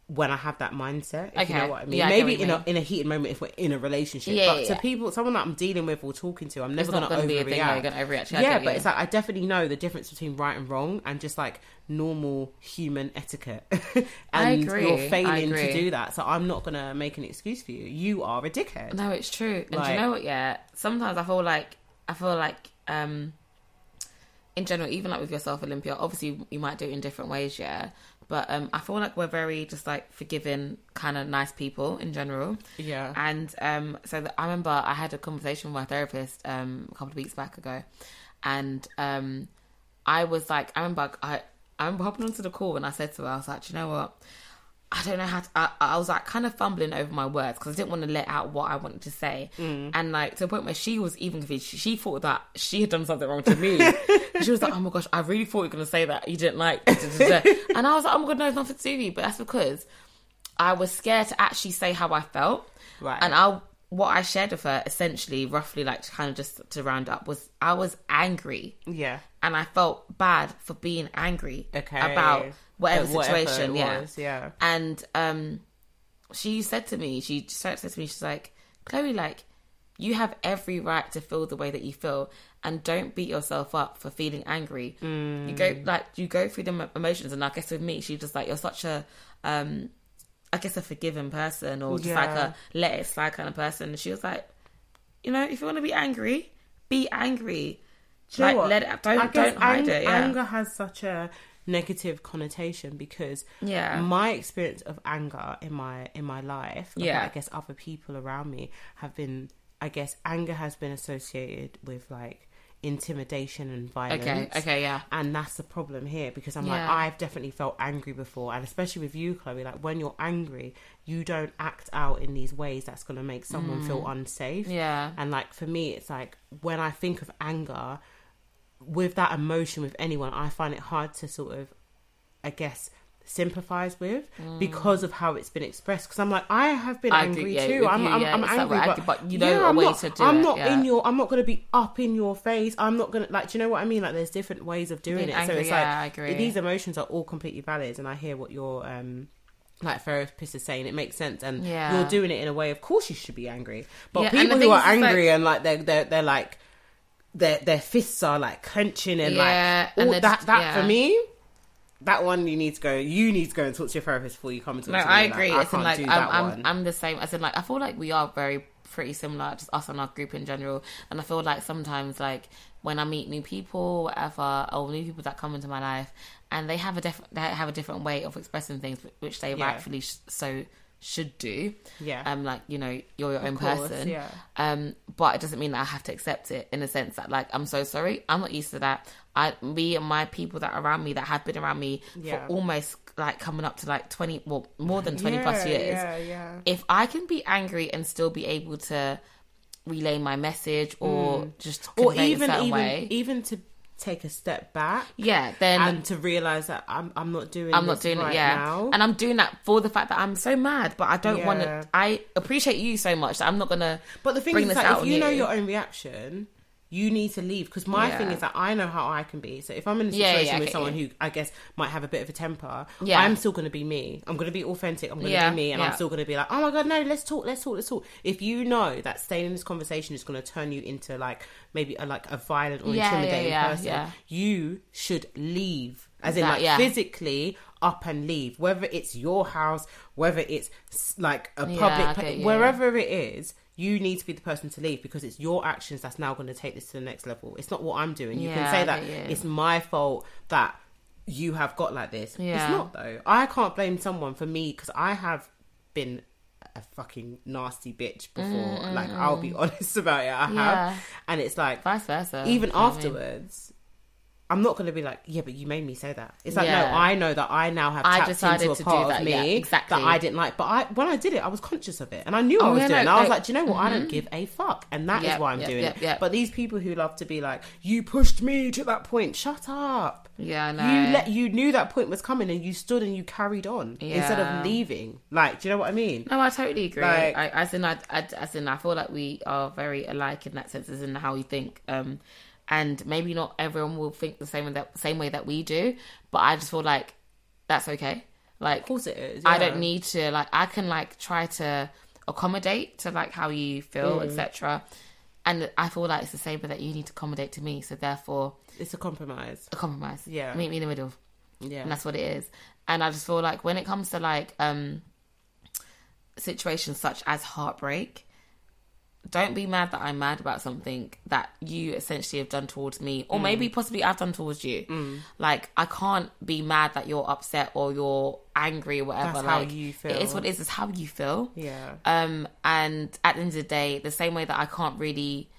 [SPEAKER 2] When I have that mindset, if you know
[SPEAKER 1] Okay.
[SPEAKER 2] what I mean.
[SPEAKER 1] Yeah, I get what
[SPEAKER 2] Maybe
[SPEAKER 1] you
[SPEAKER 2] in a
[SPEAKER 1] mean.
[SPEAKER 2] in a heated moment if we're in a relationship,
[SPEAKER 1] Yeah,
[SPEAKER 2] but
[SPEAKER 1] yeah,
[SPEAKER 2] to
[SPEAKER 1] yeah.
[SPEAKER 2] people, someone that I'm dealing with or talking to, I'm never
[SPEAKER 1] It's
[SPEAKER 2] never
[SPEAKER 1] not
[SPEAKER 2] gonna,
[SPEAKER 1] gonna
[SPEAKER 2] overreact.
[SPEAKER 1] be a thing where you're gonna overreact. Yeah, I
[SPEAKER 2] Yeah,
[SPEAKER 1] get
[SPEAKER 2] but
[SPEAKER 1] you.
[SPEAKER 2] it's like I definitely know the difference between right and wrong and just like normal human etiquette. and
[SPEAKER 1] I agree,
[SPEAKER 2] you're
[SPEAKER 1] I
[SPEAKER 2] failing
[SPEAKER 1] agree.
[SPEAKER 2] to do that, so I'm not gonna make an excuse for you. You are a dickhead.
[SPEAKER 1] No, it's true. And do you
[SPEAKER 2] Like-
[SPEAKER 1] know what? Yeah, sometimes I feel like I feel like um in general, even like with yourself, Olympia. Obviously, you might do it in different ways, yeah. But um I feel like we're very just like forgiving, kind of nice people in general.
[SPEAKER 2] Yeah.
[SPEAKER 1] And um so that I remember I had a conversation with my therapist um a couple of weeks back ago, and um I was like, I remember I I remember hopping onto the call and I said to her, I was like, "Do you know what. I don't know how to, I, I was like kind of fumbling over my words because I didn't want to let out what I wanted to say. And like to the point where she was even confused. She, she thought that she had done something wrong to me. she was like, oh my gosh, I really thought you were going to say that. You didn't like. da, da, da." and I was like, oh my God, no, it's nothing to you. But that's because I was scared to actually say how I felt.
[SPEAKER 2] Right.
[SPEAKER 1] And I, what I shared with her essentially, roughly, like to kind of just to round up, was I was angry
[SPEAKER 2] Yeah.
[SPEAKER 1] and I felt bad for being angry
[SPEAKER 2] Okay.
[SPEAKER 1] about whatever
[SPEAKER 2] But whatever
[SPEAKER 1] situation.
[SPEAKER 2] it
[SPEAKER 1] yeah.
[SPEAKER 2] was, yeah.
[SPEAKER 1] And um, she said to me, she said to me, she's like, Chloe, like, you have every right to feel the way that you feel, and don't beat yourself up for feeling angry. You
[SPEAKER 2] Mm.
[SPEAKER 1] go like you go through the em- emotions, and I guess with me, she's just like you're such a um, I guess a forgiving person, or just like
[SPEAKER 2] Yeah.
[SPEAKER 1] a let it slide kind of person. And she was like, you know, if you want to be angry, be angry.
[SPEAKER 2] Do you
[SPEAKER 1] Like
[SPEAKER 2] know what?
[SPEAKER 1] let it
[SPEAKER 2] I
[SPEAKER 1] don't
[SPEAKER 2] guess
[SPEAKER 1] don't hide
[SPEAKER 2] ang-
[SPEAKER 1] it. Yeah.
[SPEAKER 2] Anger has such a negative connotation because
[SPEAKER 1] Yeah.
[SPEAKER 2] my experience of anger in my in my life, but
[SPEAKER 1] Yeah.
[SPEAKER 2] I guess other people around me have been. I guess anger has been associated with like intimidation and violence.
[SPEAKER 1] Okay. Okay. Yeah.
[SPEAKER 2] And that's the problem here because I'm like,
[SPEAKER 1] Yeah.
[SPEAKER 2] I've definitely felt angry before, and especially with you, Chloe. Like, when you're angry, you don't act out in these ways that's going to make someone feel
[SPEAKER 1] Mm.
[SPEAKER 2] unsafe.
[SPEAKER 1] Yeah.
[SPEAKER 2] And like for me, it's like when I think of anger, with that emotion with anyone, I find it hard to sort of, I guess, sympathize with because of how it's been expressed. Because I'm like, I have been
[SPEAKER 1] Mm. I do,
[SPEAKER 2] angry
[SPEAKER 1] yeah,
[SPEAKER 2] too.
[SPEAKER 1] with
[SPEAKER 2] I'm,
[SPEAKER 1] you,
[SPEAKER 2] I'm,
[SPEAKER 1] yeah,
[SPEAKER 2] I'm
[SPEAKER 1] it's like
[SPEAKER 2] angry,
[SPEAKER 1] we're
[SPEAKER 2] but,
[SPEAKER 1] angry, but you know
[SPEAKER 2] yeah,
[SPEAKER 1] a
[SPEAKER 2] I'm
[SPEAKER 1] way
[SPEAKER 2] not,
[SPEAKER 1] to do
[SPEAKER 2] I'm
[SPEAKER 1] it,
[SPEAKER 2] not
[SPEAKER 1] yeah.
[SPEAKER 2] in your. I'm not going to be up in your face. I'm not going to like. Do you know what I mean? Like, there's different ways of doing
[SPEAKER 1] Being
[SPEAKER 2] it. so
[SPEAKER 1] angry,
[SPEAKER 2] it's
[SPEAKER 1] yeah, I
[SPEAKER 2] like
[SPEAKER 1] agree.
[SPEAKER 2] these emotions are all completely valid, and I hear what your um. Like therapist is saying, it makes sense, and
[SPEAKER 1] Yeah.
[SPEAKER 2] you're doing it in a way. Of course, you should be angry, but
[SPEAKER 1] Yeah, and the
[SPEAKER 2] people who
[SPEAKER 1] thing
[SPEAKER 2] are
[SPEAKER 1] is, it's like-
[SPEAKER 2] angry and like they're they're, they're like their their fists are like clenching and
[SPEAKER 1] Yeah,
[SPEAKER 2] like all
[SPEAKER 1] and they're
[SPEAKER 2] that
[SPEAKER 1] just-
[SPEAKER 2] that
[SPEAKER 1] yeah.
[SPEAKER 2] for me that one you need to go you need to go and talk to your therapist before you come and talk
[SPEAKER 1] No,
[SPEAKER 2] to me
[SPEAKER 1] I
[SPEAKER 2] Like,
[SPEAKER 1] agree.
[SPEAKER 2] I
[SPEAKER 1] It's in
[SPEAKER 2] can't
[SPEAKER 1] like
[SPEAKER 2] do
[SPEAKER 1] I'm,
[SPEAKER 2] that
[SPEAKER 1] I'm,
[SPEAKER 2] one
[SPEAKER 1] I'm the same. I said like I feel like we are very pretty similar, just us and our group in general. And I feel like sometimes like when I meet new people, whatever, or new people that come into my life, and they have a def- they have a different way of expressing things, which they
[SPEAKER 2] Yeah.
[SPEAKER 1] rightfully sh- so should do.
[SPEAKER 2] Yeah.
[SPEAKER 1] Um, like you know, you're your own
[SPEAKER 2] course,
[SPEAKER 1] person.
[SPEAKER 2] yeah.
[SPEAKER 1] Um, but it doesn't mean that I have to accept it in the sense that like I'm so sorry, I'm not used to that. I, me and my people that are around me that have been around me
[SPEAKER 2] Yeah.
[SPEAKER 1] for almost like coming up to like 20, well, more than 20 plus
[SPEAKER 2] Yeah,
[SPEAKER 1] years.
[SPEAKER 2] yeah yeah
[SPEAKER 1] If I can be angry and still be able to relay my message or just
[SPEAKER 2] Hmm. or
[SPEAKER 1] convey it
[SPEAKER 2] even
[SPEAKER 1] a certain
[SPEAKER 2] even
[SPEAKER 1] way,
[SPEAKER 2] even to take a step back
[SPEAKER 1] yeah, then
[SPEAKER 2] and to realize that I'm I'm not doing
[SPEAKER 1] I'm not
[SPEAKER 2] this
[SPEAKER 1] doing
[SPEAKER 2] right
[SPEAKER 1] it, yeah.
[SPEAKER 2] now
[SPEAKER 1] And I'm doing that for the fact that I'm so mad, but I don't want
[SPEAKER 2] Yeah.
[SPEAKER 1] to. I appreciate you so much that I'm not gonna.
[SPEAKER 2] But the thing
[SPEAKER 1] bring
[SPEAKER 2] is,
[SPEAKER 1] this
[SPEAKER 2] like,
[SPEAKER 1] out
[SPEAKER 2] if
[SPEAKER 1] on
[SPEAKER 2] you, know
[SPEAKER 1] you.
[SPEAKER 2] your own reaction, you need to leave. Because my
[SPEAKER 1] Yeah.
[SPEAKER 2] thing is that I know how I can be. So if I'm in a
[SPEAKER 1] Yeah, yeah,
[SPEAKER 2] situation
[SPEAKER 1] I
[SPEAKER 2] with
[SPEAKER 1] get
[SPEAKER 2] someone
[SPEAKER 1] you.
[SPEAKER 2] who I guess might have a bit of a temper,
[SPEAKER 1] Yeah.
[SPEAKER 2] I'm still going to be me. I'm going to be authentic. I'm going to
[SPEAKER 1] Yeah,
[SPEAKER 2] be me, and I'm
[SPEAKER 1] yeah.
[SPEAKER 2] still going to be like, oh my god, no, let's talk, let's talk, let's talk. If you know that staying in this conversation is going to turn you into like maybe a, like a violent or
[SPEAKER 1] Yeah, yeah,
[SPEAKER 2] intimidating
[SPEAKER 1] yeah,
[SPEAKER 2] person,
[SPEAKER 1] yeah.
[SPEAKER 2] you should leave. As in,
[SPEAKER 1] That-
[SPEAKER 2] like
[SPEAKER 1] yeah.
[SPEAKER 2] physically up and leave. Whether it's your house, whether it's s- like a
[SPEAKER 1] Yeah,
[SPEAKER 2] public,
[SPEAKER 1] I
[SPEAKER 2] pla-
[SPEAKER 1] get you.
[SPEAKER 2] wherever whatever it is, you need to be the person to leave because it's your actions that's now going to take this to the next level. It's not what I'm doing. You
[SPEAKER 1] Yeah,
[SPEAKER 2] can say
[SPEAKER 1] I
[SPEAKER 2] that
[SPEAKER 1] get you.
[SPEAKER 2] it's my fault that you have got like this.
[SPEAKER 1] Yeah.
[SPEAKER 2] It's not though. I can't blame someone for me because I have been a fucking nasty bitch before. like I'll be honest about it. I
[SPEAKER 1] Mm, Yeah.
[SPEAKER 2] have, and it's like
[SPEAKER 1] Vice versa.
[SPEAKER 2] Uh, even
[SPEAKER 1] you know what I mean?
[SPEAKER 2] afterwards. I'm not going to be like, yeah, but you made me say that. It's like,
[SPEAKER 1] Yeah.
[SPEAKER 2] no, I know that I now have
[SPEAKER 1] I
[SPEAKER 2] tapped
[SPEAKER 1] decided
[SPEAKER 2] into a
[SPEAKER 1] to do
[SPEAKER 2] part of
[SPEAKER 1] that,
[SPEAKER 2] me
[SPEAKER 1] yeah, exactly.
[SPEAKER 2] that I didn't like. But I, when I did it, I was conscious of it, and I knew I
[SPEAKER 1] Oh,
[SPEAKER 2] was
[SPEAKER 1] yeah,
[SPEAKER 2] doing. it.
[SPEAKER 1] no,
[SPEAKER 2] I
[SPEAKER 1] like-
[SPEAKER 2] was
[SPEAKER 1] mm-hmm.
[SPEAKER 2] like, do you know what? I don't give a fuck, and that is
[SPEAKER 1] Yep,
[SPEAKER 2] why I'm
[SPEAKER 1] yep,
[SPEAKER 2] doing
[SPEAKER 1] yep,
[SPEAKER 2] it.
[SPEAKER 1] yep.
[SPEAKER 2] But these people who love to be like, you pushed me to that point. Shut up.
[SPEAKER 1] Yeah, I know.
[SPEAKER 2] You let you knew that point was coming, and you stood and you carried on instead
[SPEAKER 1] Yeah.
[SPEAKER 2] of leaving. Like, do you know what I mean?
[SPEAKER 1] No, I totally agree.
[SPEAKER 2] Like-
[SPEAKER 1] I, as in, I, I, as in, I feel like we are very alike in that sense, as in how we think. Um, and maybe not everyone will think the same that same way that we do, but I just feel like that's okay. Like,
[SPEAKER 2] Of course it is.
[SPEAKER 1] I
[SPEAKER 2] yeah.
[SPEAKER 1] don't need to like I can like try to accommodate to like how you feel,
[SPEAKER 2] Mm.
[SPEAKER 1] etc. And I feel like it's the same, but that you need to accommodate to me. So therefore,
[SPEAKER 2] It's a compromise.
[SPEAKER 1] a compromise.
[SPEAKER 2] Yeah.
[SPEAKER 1] meet me in the middle
[SPEAKER 2] Yeah.
[SPEAKER 1] and that's what it is and i just feel like when it comes to like um situations such as heartbreak don't be mad that i'm mad about something that you essentially have done towards me
[SPEAKER 2] Mm.
[SPEAKER 1] or maybe possibly i've done towards you like i can't be mad that you're upset or you're angry or whatever
[SPEAKER 2] That's how
[SPEAKER 1] like
[SPEAKER 2] you
[SPEAKER 1] it is
[SPEAKER 2] feel.
[SPEAKER 1] what it is it's how you feel
[SPEAKER 2] yeah.
[SPEAKER 1] um, and at the end of the day, the same way that I can't really,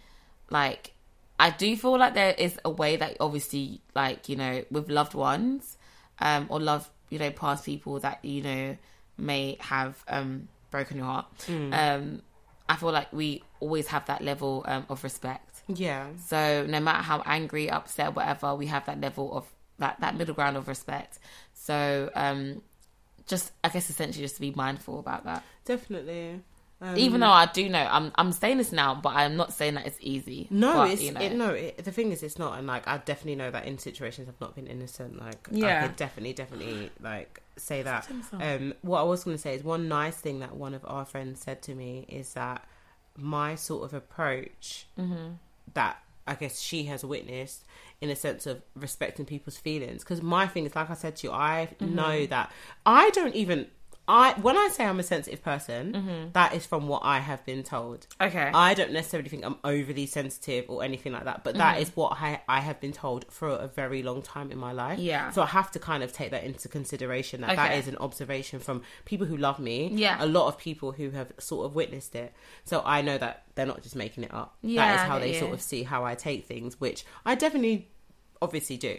[SPEAKER 1] like, I do feel like there is a way that obviously, like, you know, with loved ones, um, or love, you know, past people that, you know, may have um, broken your heart. Um, I feel like we always have that level um, of respect.
[SPEAKER 2] Yeah.
[SPEAKER 1] So no matter how angry, upset, whatever, we have that level of that that middle ground of respect. So um, just I guess essentially just to be mindful about that.
[SPEAKER 2] Definitely. Um,
[SPEAKER 1] Even though I do know I'm I'm saying this now, but I'm not saying that it's easy.
[SPEAKER 2] No,
[SPEAKER 1] but,
[SPEAKER 2] it's it, no. It, the thing is, it's not, and like I definitely know that in situations I've not been innocent. Like, I
[SPEAKER 1] Yeah.
[SPEAKER 2] could definitely, definitely, like say that.
[SPEAKER 1] Sometimes not.
[SPEAKER 2] Um, what I was going to say is one nice thing that one of our friends said to me is that my sort of approach
[SPEAKER 1] Mm-hmm.
[SPEAKER 2] that I guess she has witnessed in a sense of respecting people's feelings. Because my thing is, like I said to you, I
[SPEAKER 1] Mm-hmm.
[SPEAKER 2] know that I don't even. I when I say I'm a sensitive person,
[SPEAKER 1] Mm-hmm.
[SPEAKER 2] that is from what I have been told.
[SPEAKER 1] Okay.
[SPEAKER 2] I don't necessarily think I'm overly sensitive or anything like that, but that
[SPEAKER 1] Mm-hmm.
[SPEAKER 2] is what I, I have been told for a very long time in my life.
[SPEAKER 1] Yeah.
[SPEAKER 2] So I have to kind of take that into consideration that that
[SPEAKER 1] Okay.
[SPEAKER 2] is an observation from people who love me.
[SPEAKER 1] Yeah.
[SPEAKER 2] A lot of people who have sort of witnessed it. So I know that they're not just making it up.
[SPEAKER 1] Yeah,
[SPEAKER 2] That is how
[SPEAKER 1] I
[SPEAKER 2] they
[SPEAKER 1] get
[SPEAKER 2] sort
[SPEAKER 1] you.
[SPEAKER 2] of see how I take things, which I definitely obviously do.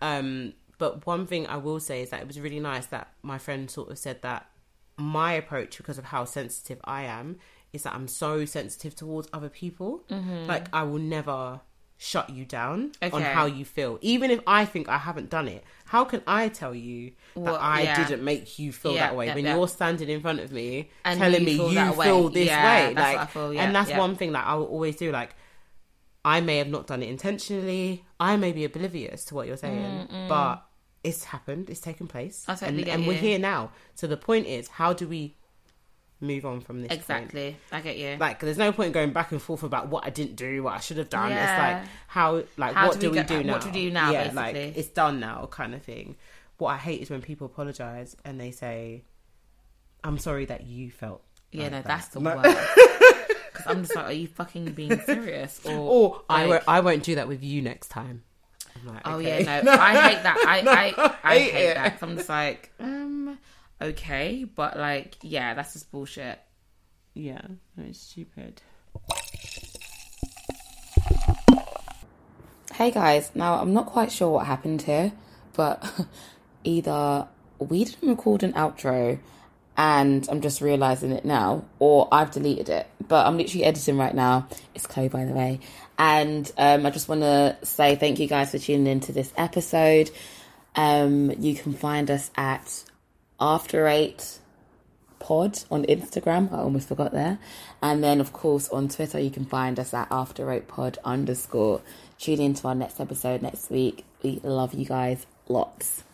[SPEAKER 2] Um, but one thing I will say is that it was really nice that my friend sort of said that my approach, because of how sensitive I am, is that I'm so sensitive towards other people. Like, I will never shut you down on
[SPEAKER 1] Mm-hmm. Okay.
[SPEAKER 2] how you feel. Even if I think I haven't done it, how can I tell you that
[SPEAKER 1] Well,
[SPEAKER 2] I
[SPEAKER 1] yeah.
[SPEAKER 2] didn't make you feel
[SPEAKER 1] Yeah,
[SPEAKER 2] that way
[SPEAKER 1] yeah,
[SPEAKER 2] when
[SPEAKER 1] yeah.
[SPEAKER 2] you're standing in front of me
[SPEAKER 1] And
[SPEAKER 2] telling
[SPEAKER 1] you
[SPEAKER 2] me
[SPEAKER 1] feel
[SPEAKER 2] you
[SPEAKER 1] that way.
[SPEAKER 2] feel this
[SPEAKER 1] Yeah,
[SPEAKER 2] way?
[SPEAKER 1] that's what
[SPEAKER 2] Like,
[SPEAKER 1] I feel, yeah,
[SPEAKER 2] and that's
[SPEAKER 1] yeah.
[SPEAKER 2] one thing that I will always do. Like, I may have not done it intentionally. I may be oblivious to what you're saying, but it's happened. It's taken place,
[SPEAKER 1] I totally
[SPEAKER 2] and,
[SPEAKER 1] get
[SPEAKER 2] and we're
[SPEAKER 1] you.
[SPEAKER 2] here now. So the point is, how do we move on from this? point?
[SPEAKER 1] exactly. I get you.
[SPEAKER 2] Like, there's no point going back and forth about what I didn't do, what I should have done.
[SPEAKER 1] Yeah.
[SPEAKER 2] It's like how, like,
[SPEAKER 1] How
[SPEAKER 2] what do
[SPEAKER 1] do
[SPEAKER 2] we,
[SPEAKER 1] we
[SPEAKER 2] do
[SPEAKER 1] go-
[SPEAKER 2] now?
[SPEAKER 1] what do we do now,
[SPEAKER 2] Yeah, like
[SPEAKER 1] basically.
[SPEAKER 2] it's done now, kind of thing. What I hate is when people apologize and they say, "I'm sorry that you felt."
[SPEAKER 1] yeah,
[SPEAKER 2] like
[SPEAKER 1] no,
[SPEAKER 2] that."
[SPEAKER 1] that's the
[SPEAKER 2] No.
[SPEAKER 1] worst. Because I'm just like, are you fucking being serious? Or,
[SPEAKER 2] Or I
[SPEAKER 1] like-
[SPEAKER 2] won't, I won't do that with you next time. I'm like,
[SPEAKER 1] Oh
[SPEAKER 2] okay.
[SPEAKER 1] yeah, no, I hate that. I I, I
[SPEAKER 2] hate
[SPEAKER 1] hate,
[SPEAKER 2] it.
[SPEAKER 1] that. 'Cause I'm just like, um, okay, but like, yeah, that's just bullshit.
[SPEAKER 2] Yeah, it's stupid.
[SPEAKER 1] Hey guys, now I'm not quite sure what happened here, but either we didn't record an outro and I'm just realizing it now, or I've deleted it. But I'm literally editing right now. It's Chloe, by the way. And um, I just want to say thank you guys for tuning in to this episode. Um, you can find us at After Eight pod on Instagram. I almost forgot there. And then, of course, on Twitter, you can find us at After Eight Pod underscore. Tune in to our next episode next week. We love you guys lots.